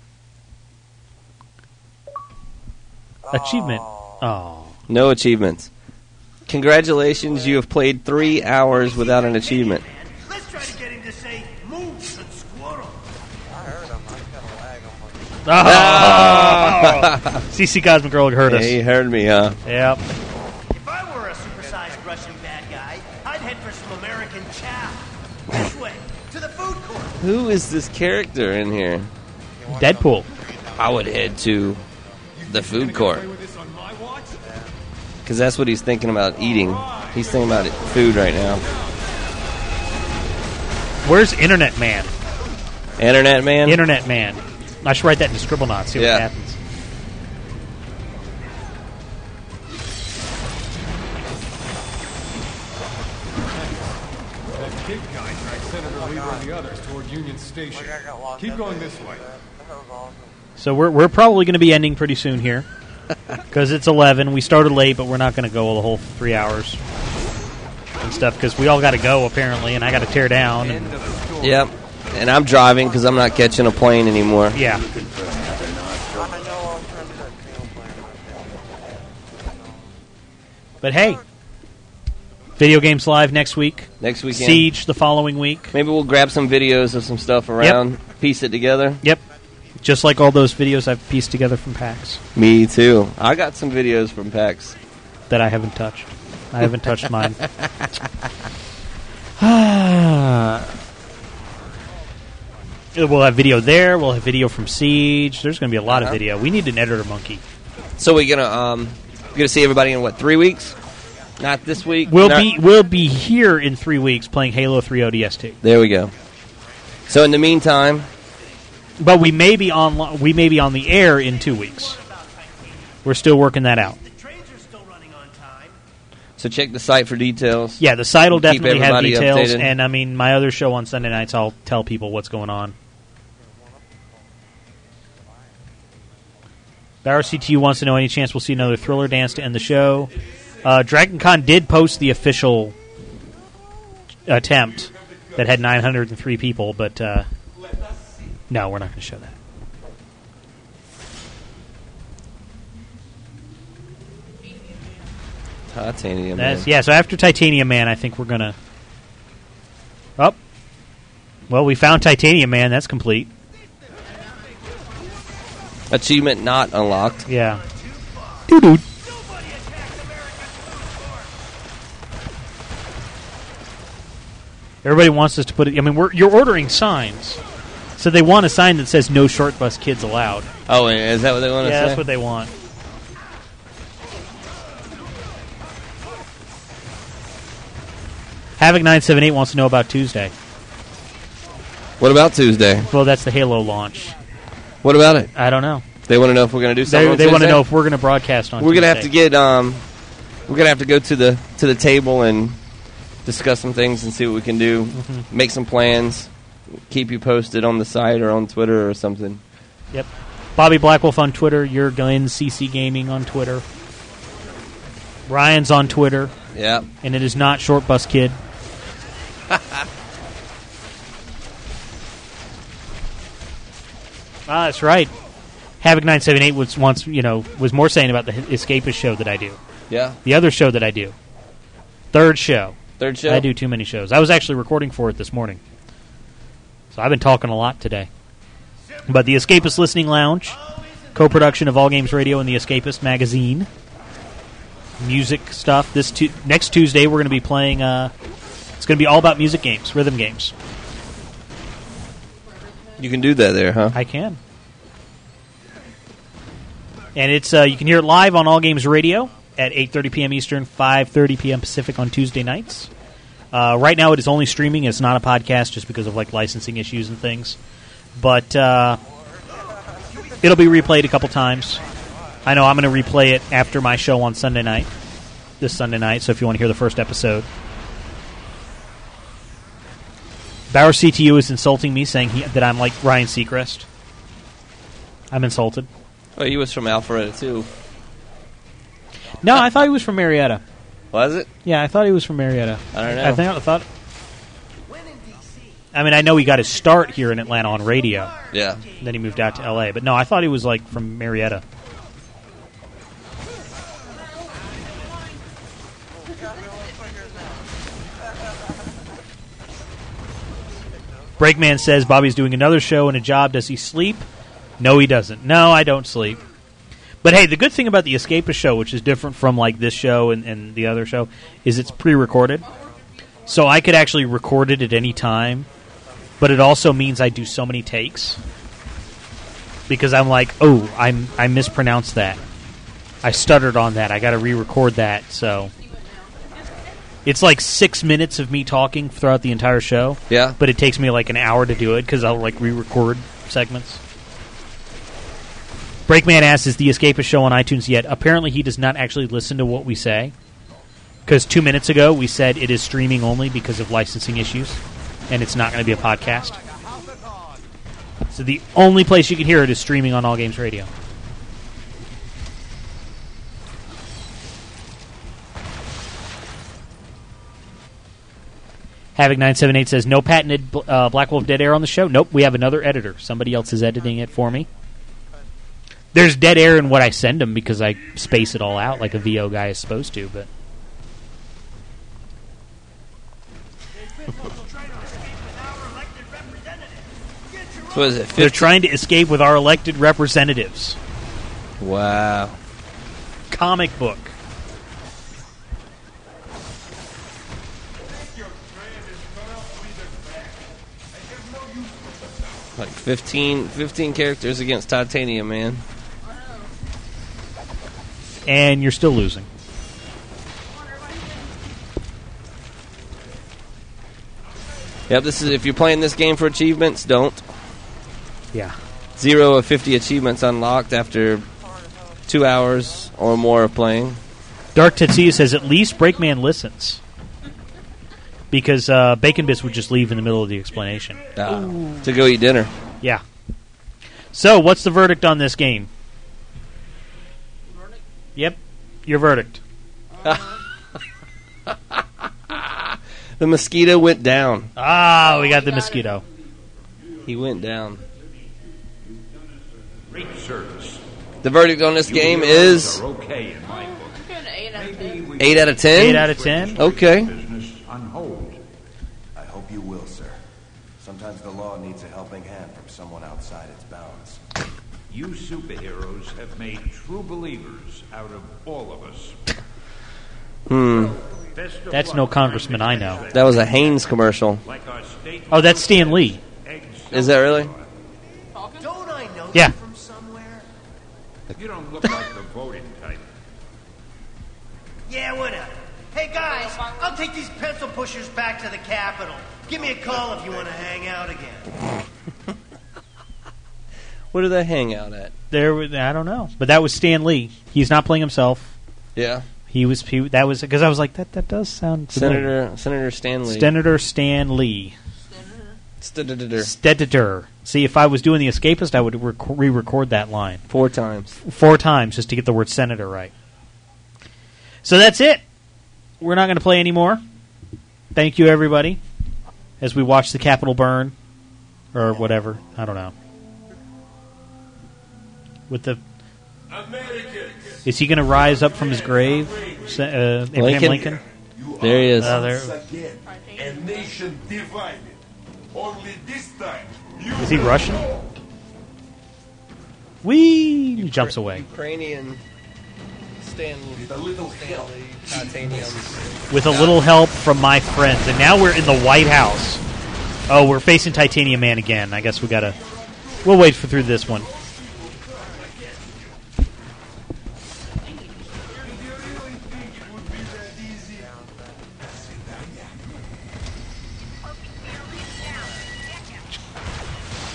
Speaker 1: Achievement. Oh,
Speaker 3: No achievements. Congratulations, you have played three hours without an achievement.
Speaker 12: Let's try to get him to say moose and squirrel. I heard him. I got a lag on
Speaker 1: Oh. CC Cosmic Girl heard us.
Speaker 3: He heard me, huh?
Speaker 1: Yep.
Speaker 12: If I were a supersized Russian bad guy, I'd head for some American chow. This way, to the food court.
Speaker 3: Who is this character in here?
Speaker 1: Deadpool.
Speaker 3: I would head to the food court. Because that's what he's thinking about eating. He's thinking about it- food right now.
Speaker 1: Where's Internet Man?
Speaker 3: Internet Man?
Speaker 1: Internet Man. I should write that into Scribblenauts. See
Speaker 3: Yeah.
Speaker 1: what happens.
Speaker 7: That big guy dragged Senator Weaver and the others toward Union Station. Keep going this way.
Speaker 1: So we're we're probably going to be ending pretty soon here because it's eleven. We started late, but we're not going to go the whole three hours and stuff because we all got to go apparently, and I got to tear down. And
Speaker 3: Yep. And I'm driving because I'm not catching a plane anymore.
Speaker 1: yeah. But hey, video games live next week.
Speaker 3: Next weekend.
Speaker 1: Siege the following week.
Speaker 3: Maybe we'll grab some videos of some stuff around, piece it together.
Speaker 1: Yep. Just like all those videos I've pieced together from PAX.
Speaker 3: Me too. I got some videos from PAX.
Speaker 1: that I haven't touched. I haven't touched mine. we'll have video there. We'll have video from Siege. There's going to be a lot of
Speaker 3: Uh-huh.
Speaker 1: video. We need an editor monkey.
Speaker 3: So we're gonna um, we're gonna see everybody in what three weeks? Not this week.
Speaker 1: We'll
Speaker 3: not-
Speaker 1: be we'll be here in three weeks playing Halo Three ODST.
Speaker 3: There we go. So in the meantime,
Speaker 1: but we may be on we may be on the air in two weeks. We're still working that out.
Speaker 3: So check the site for details.
Speaker 1: Yeah, the site will
Speaker 3: Keep
Speaker 1: definitely have
Speaker 3: everybody
Speaker 1: details,
Speaker 3: updated.
Speaker 1: and I mean my other show on Sunday nights, I'll tell people what's going on. The RCTU wants to know any chance we'll see another thriller dance to end the show. Uh, Dragon Con did post the official attempt that had 903 people, but uh, no, we're not going to show that.
Speaker 3: Titanium.
Speaker 1: That's,
Speaker 3: Man.
Speaker 1: yeah, so after Titanium Man, I think we're going to. Oh. Well, we found Titanium Man. That's complete.
Speaker 3: Achievement not unlocked.
Speaker 1: Yeah. Everybody wants us to put it. I mean, we're, you're ordering signs. So they want a sign that says no short bus kids allowed.
Speaker 3: Oh, and is that what they want to
Speaker 1: yeah,
Speaker 3: say?
Speaker 1: that's what they want. Havoc nine seven eight wants to know about Tuesday.
Speaker 3: What about Tuesday?
Speaker 1: Well, that's the Halo launch.
Speaker 3: What about it?
Speaker 1: I don't know.
Speaker 3: They want to know if we're going to do something.
Speaker 1: They,
Speaker 3: on
Speaker 1: they want to
Speaker 3: Tuesday?
Speaker 1: know if we're going to broadcast on.
Speaker 3: we're gonna have to
Speaker 1: Tuesday.
Speaker 3: get um, we're gonna have to go to the to the table and discuss some things and see what we can do.
Speaker 1: Mhm.
Speaker 3: Make some plans. Keep you posted on the site or on Twitter or something.
Speaker 1: Yep. Bobby Blackwolf on Twitter. Your gun CC Gaming on Twitter. Ryan's on Twitter.
Speaker 3: Yep.
Speaker 1: And it is not Short Bus Kid. Ah, that's right. Havoc nine seven eight was once you know was more saying about the escapist show that I do.
Speaker 3: Yeah.
Speaker 1: The other show that I do. Third show.
Speaker 3: Third show?
Speaker 1: I do too many shows. I was actually recording for it this morning. So I've been talking a lot today. But the Escapist Listening Lounge, co production of All Games Radio and the Escapist magazine. Music stuff. This tu- next Tuesday we're gonna be playing uh it's gonna be all about music games, rhythm games.
Speaker 3: You can do that there, huh?
Speaker 1: I can. And it's uh, you can hear it live on All Games Radio at 8:30 p.m. Eastern, 5:30 p.m. Pacific on Tuesday nights. Uh, right now, it is only streaming; it's not a podcast, just because of like licensing issues and things. But uh, it'll be replayed a couple times. I know I'm going to replay it after my show on Sunday night, this Sunday night. So if you want to hear the first episode, Bauer CTU is insulting me, saying he, that I'm like Ryan Seacrest. I'm insulted.
Speaker 3: Oh, he was from Alpharetta too.
Speaker 1: No, I thought he was from Marietta.
Speaker 3: Was it?
Speaker 1: Yeah, I thought he was from Marietta.
Speaker 3: I don't know.
Speaker 1: I think I thought. I mean, I know he got his start here in Atlanta on radio.
Speaker 3: Yeah.
Speaker 1: Then he moved out to L.A. But no, I thought he was like from Marietta. Breakman says Bobby's doing another show and a job. Does he sleep? No, he doesn't. No, I don't sleep. But hey, the good thing about the Escapist show, which is different from like this show and, and the other show, is it's pre-recorded. So I could actually record it at any time. But it also means I do so many takes because I'm like, oh, I'm I mispronounced that. I stuttered on that. I got to re-record that. So it's like six minutes of me talking throughout the entire show.
Speaker 3: Yeah.
Speaker 1: but it takes me like an hour to do it because I'll like re-record segments. Breakman asks, "Is the Escapist show on iTunes yet?" Apparently, he does not actually listen to what we say because two minutes ago we said it is streaming only because of licensing issues, and it's not going to be a podcast. So the only place you can hear it is streaming on All Games Radio. Havoc nine seven eight says no patented bl- uh, Black Wolf dead air on the show. Nope, we have another editor. Somebody else is editing it for me. There's dead air in what I send them because I space it all out like a VO guy is supposed to. But
Speaker 3: So what is it?
Speaker 1: they're
Speaker 3: 15
Speaker 1: trying to escape with our elected representatives.
Speaker 3: wow.
Speaker 1: Comic book.
Speaker 3: Like 15, 15 characters against Titanium, man.
Speaker 1: and you're still losing.
Speaker 3: Yep, this is if you're playing this game for achievements, don't.
Speaker 1: Yeah.
Speaker 3: Zero of 50 achievements unlocked after two hours or more of playing.
Speaker 1: Dark Tatsuya says at least Breakman listens. Because uh, Bacon Bits would just leave in the middle of the explanation.
Speaker 3: Ah, to go eat dinner.
Speaker 1: Yeah. So, what's the verdict on this game? Yep, your verdict.
Speaker 3: The mosquito went down.
Speaker 1: Ah, we got the mosquito.
Speaker 3: He went down.
Speaker 5: Great service.
Speaker 3: The verdict on this game
Speaker 5: Your heroes
Speaker 3: is
Speaker 5: are okay in my book.
Speaker 3: eight out of ten.
Speaker 1: 8 out of 10.
Speaker 3: Okay.
Speaker 19: Business on hold. I hope you will, sir. Sometimes the law needs a helping hand from someone outside its bounds.
Speaker 5: You superheroes have made true believers out of all of us.
Speaker 3: Hmm.
Speaker 5: Best of
Speaker 1: That's
Speaker 5: luck.
Speaker 1: no congressman I know.
Speaker 3: That was a Haynes commercial.
Speaker 5: Like our state
Speaker 1: Oh, that's Stan Lee.
Speaker 3: Is that really?
Speaker 14: Don't I know
Speaker 1: Yeah.
Speaker 14: you from somewhere?
Speaker 5: You don't look like the voting type.
Speaker 14: Yeah, whatever. Hey guys, I'll take these pencil pushers back to the Capitol. Give me a call if you want to hang out again.
Speaker 3: Where do they hang out at?
Speaker 1: There, was- I don't know, but that was Stan Lee. He's not playing himself.
Speaker 3: Yeah.
Speaker 1: He was. He, that was because I was like that. That does sound familiar.
Speaker 3: Senator Senator Stanley.
Speaker 1: Senator Stan Lee.
Speaker 3: Sten-
Speaker 1: Steditor. See, if I was doing the Escapist, I would rec- re-record that line
Speaker 3: four times.
Speaker 1: Four times just to get the word senator right. So that's it. We're not going to play anymore. Thank you, everybody, as we watch the Capitol burn or whatever. I don't know. With the is he going to rise up from his grave, Se- uh, Abraham
Speaker 3: Lincoln?
Speaker 1: Lincoln?
Speaker 3: There he is.
Speaker 1: Uh, there-
Speaker 20: again, a nation divided. Only this time, you
Speaker 1: Is he Russian? Wee! He jumps away
Speaker 3: Ukrainian Stanley. With a little Stanley titanium.
Speaker 1: with a little help from my friends, and now we're in the White House. Oh, we're facing Titanium Man again. I guess we gotta. We'll wait for through this one.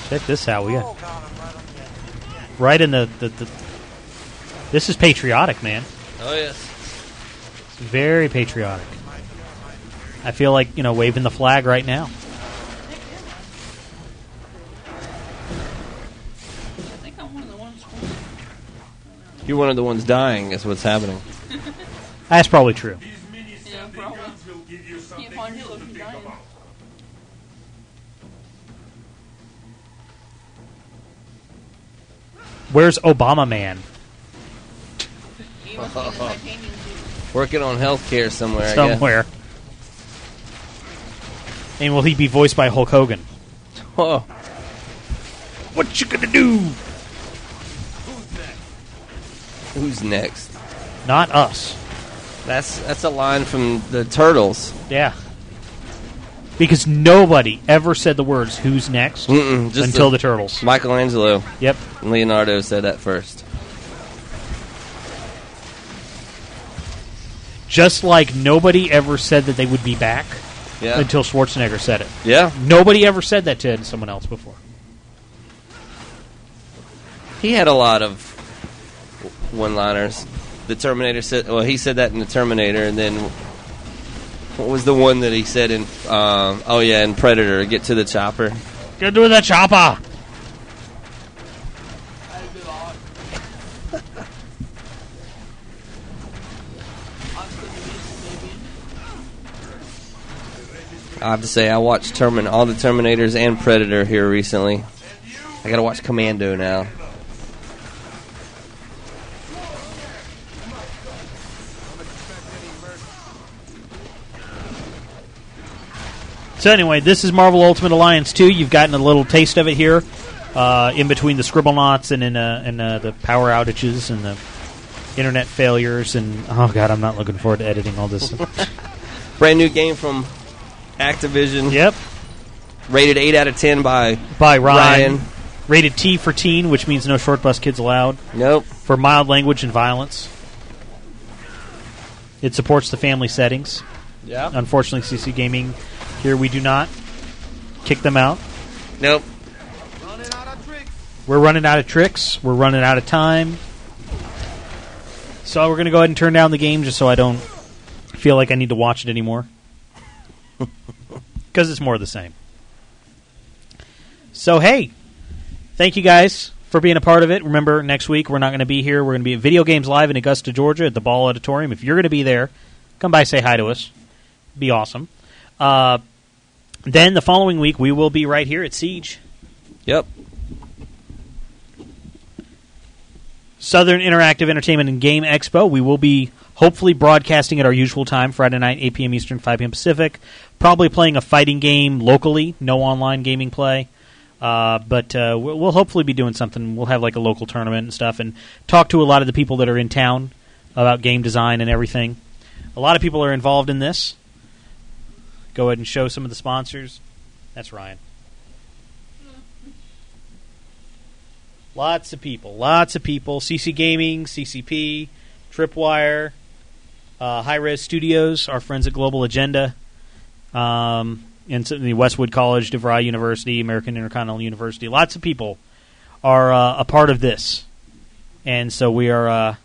Speaker 1: Check this out. We got right in the, the, the. This is patriotic, man.
Speaker 3: Oh yes.
Speaker 1: It's very patriotic. I feel like you know waving the flag right now.
Speaker 3: You're one of the ones dying. Is what's happening.
Speaker 1: That's probably true. Where's Obama Man?
Speaker 3: Working on healthcare somewhere. I guess.
Speaker 1: Somewhere. And will he be voiced by Hulk Hogan?
Speaker 3: Oh.
Speaker 1: What you gonna do?
Speaker 3: Who's next?
Speaker 1: Not us.
Speaker 3: That's that's a line from the Turtles.
Speaker 1: Yeah. Because nobody ever said the words "Who's next?"
Speaker 3: Mm-mm, Mm, just
Speaker 1: until the, Turtles.
Speaker 3: Michelangelo.
Speaker 1: Yep.
Speaker 3: and Leonardo said that first.
Speaker 1: Just like nobody ever said that they would be back
Speaker 3: Yeah.
Speaker 1: until Schwarzenegger said it.
Speaker 3: Yeah.
Speaker 1: Nobody ever said that to someone else before.
Speaker 3: He had a lot of one-liners. The Terminator said, well, he said that in the Terminator, and then what was the one that he said in? Um, oh yeah, in Predator, get to the chopper.
Speaker 1: Get to the chopper.
Speaker 3: I have to say, I watched Termin all the Terminators and Predator here recently. I gotta watch Commando now.
Speaker 1: So anyway, this is Marvel Ultimate Alliance 2. You've gotten a little taste of it here, uh, in between the Scribblenauts and in uh, and uh, the power outages and the internet failures and oh god, I'm not looking forward to editing all this.
Speaker 3: Brand new game from Activision.
Speaker 1: Yep.
Speaker 3: Rated 8 out of 10 by
Speaker 1: by Ryan. Rated T for teen, which means no short bus kids allowed.
Speaker 3: Nope.
Speaker 1: For mild language and violence. It supports the family settings.
Speaker 3: Yeah.
Speaker 1: Unfortunately, CC Gaming here we do not kick them out.
Speaker 3: Nope.
Speaker 1: We're running out of tricks. We're running out of time. So we're going to go ahead and turn down the game just so I don't feel like I need to watch it anymore. Because it's more of the same. So, hey, thank you guys for being a part of it. Remember, next week we're not going to be here. We're going to be at Video Games Live in Augusta, Georgia at the Ball Auditorium. If you're going to be there, come by say hi to us. Be awesome. Uh, then the following week we will be right here at Siege.
Speaker 3: Yep.
Speaker 1: Southern Interactive Entertainment and Game Expo. We will be hopefully broadcasting at our usual time, Friday night, 8 p.m. Eastern, 5 p.m. Pacific. Probably playing a fighting game locally, no online gaming play. Uh, but uh, we'll, we'll hopefully be doing something. We'll have like a local tournament and stuff and talk to a lot of the people that are in town about game design and everything. A lot of people are involved in this. Go ahead and show some of the sponsors. That's Ryan. Lots of people. Lots of people. CC Gaming, CCP, Tripwire, uh, High Res Studios, our friends at Global Agenda, um, and certainly Westwood College, DeVry University, American Intercontinental University. Lots of people are uh, a part of this. And so we are uh,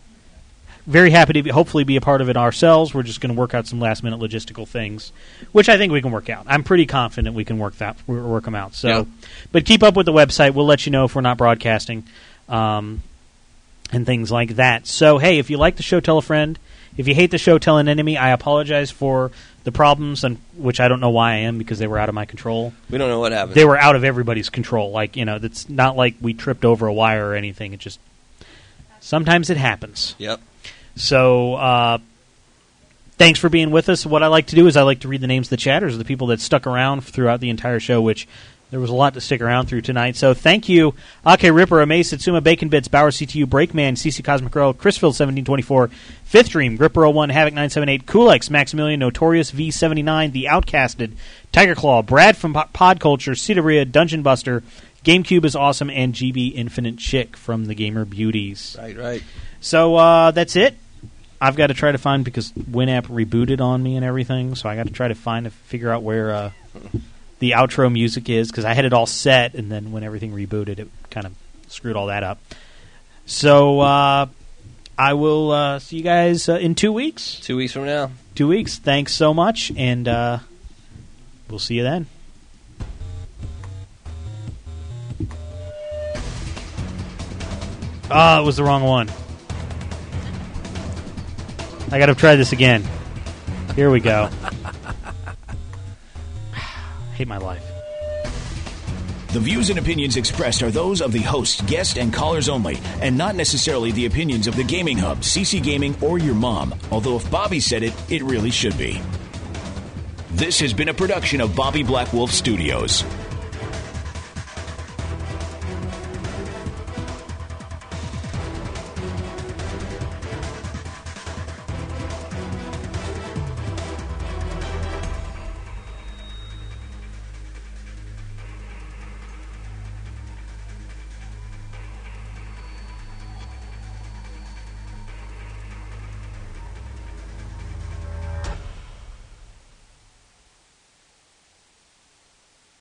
Speaker 1: very happy to be, hopefully be a part of it ourselves. We're just going to work out some last minute logistical things, which I think we can work out. I'm pretty confident we can work that work them out. So,
Speaker 3: Yeah.
Speaker 1: but keep up with the website. We'll let you know if we're not broadcasting, um, and things like that. So hey, if you like the show, tell a friend. If you hate the show, tell an enemy. I apologize for the problems, and which I don't know why I am because they were out of my control.
Speaker 3: We don't know what happened.
Speaker 1: They were out of everybody's control. Like you know, it's not like we tripped over a wire or anything. It just sometimes it happens.
Speaker 3: Yep.
Speaker 1: So uh, thanks for being with us. What I like to do is I like to read the names of the chatters, the people that stuck around throughout the entire show, which there was a lot to stick around through tonight. So thank you, Ake Ripper, Amaze Satsuma, Bacon Bits, Bauer CTU, Breakman, CC Cosmic Girl, Chrisfield1724, Fifth Dream, Ripper01, Havoc978, Kulex, Maximilian, Notorious, V79, The Outcasted, Tiger Claw, Brad from Po- Pod Culture, Cedaria, Dungeon Buster, GameCube is awesome, and GB Infinite Chick from the Gamer Beauties.
Speaker 3: Right, right.
Speaker 1: So uh, that's it. I've got to try to find because Winamp rebooted on me and everything, so I got to try to find to figure out where uh, the outro music is because I had it all set, and then when everything rebooted, it kind of screwed all that up. So uh, I will uh, see you guys uh, in two weeks.
Speaker 3: Two weeks from now.
Speaker 1: Two weeks. Thanks so much, and uh, we'll see you then. Ah, it was the wrong one. I gotta try this again. Here we go. Hate my life.
Speaker 2: The views and opinions expressed are those of the host, guest, and callers only, and not necessarily the opinions of the Gaming Hub, CC Gaming, or your mom. Although if Bobby said it, it really should be. This has been a production of Bobby Black Wolf Studios.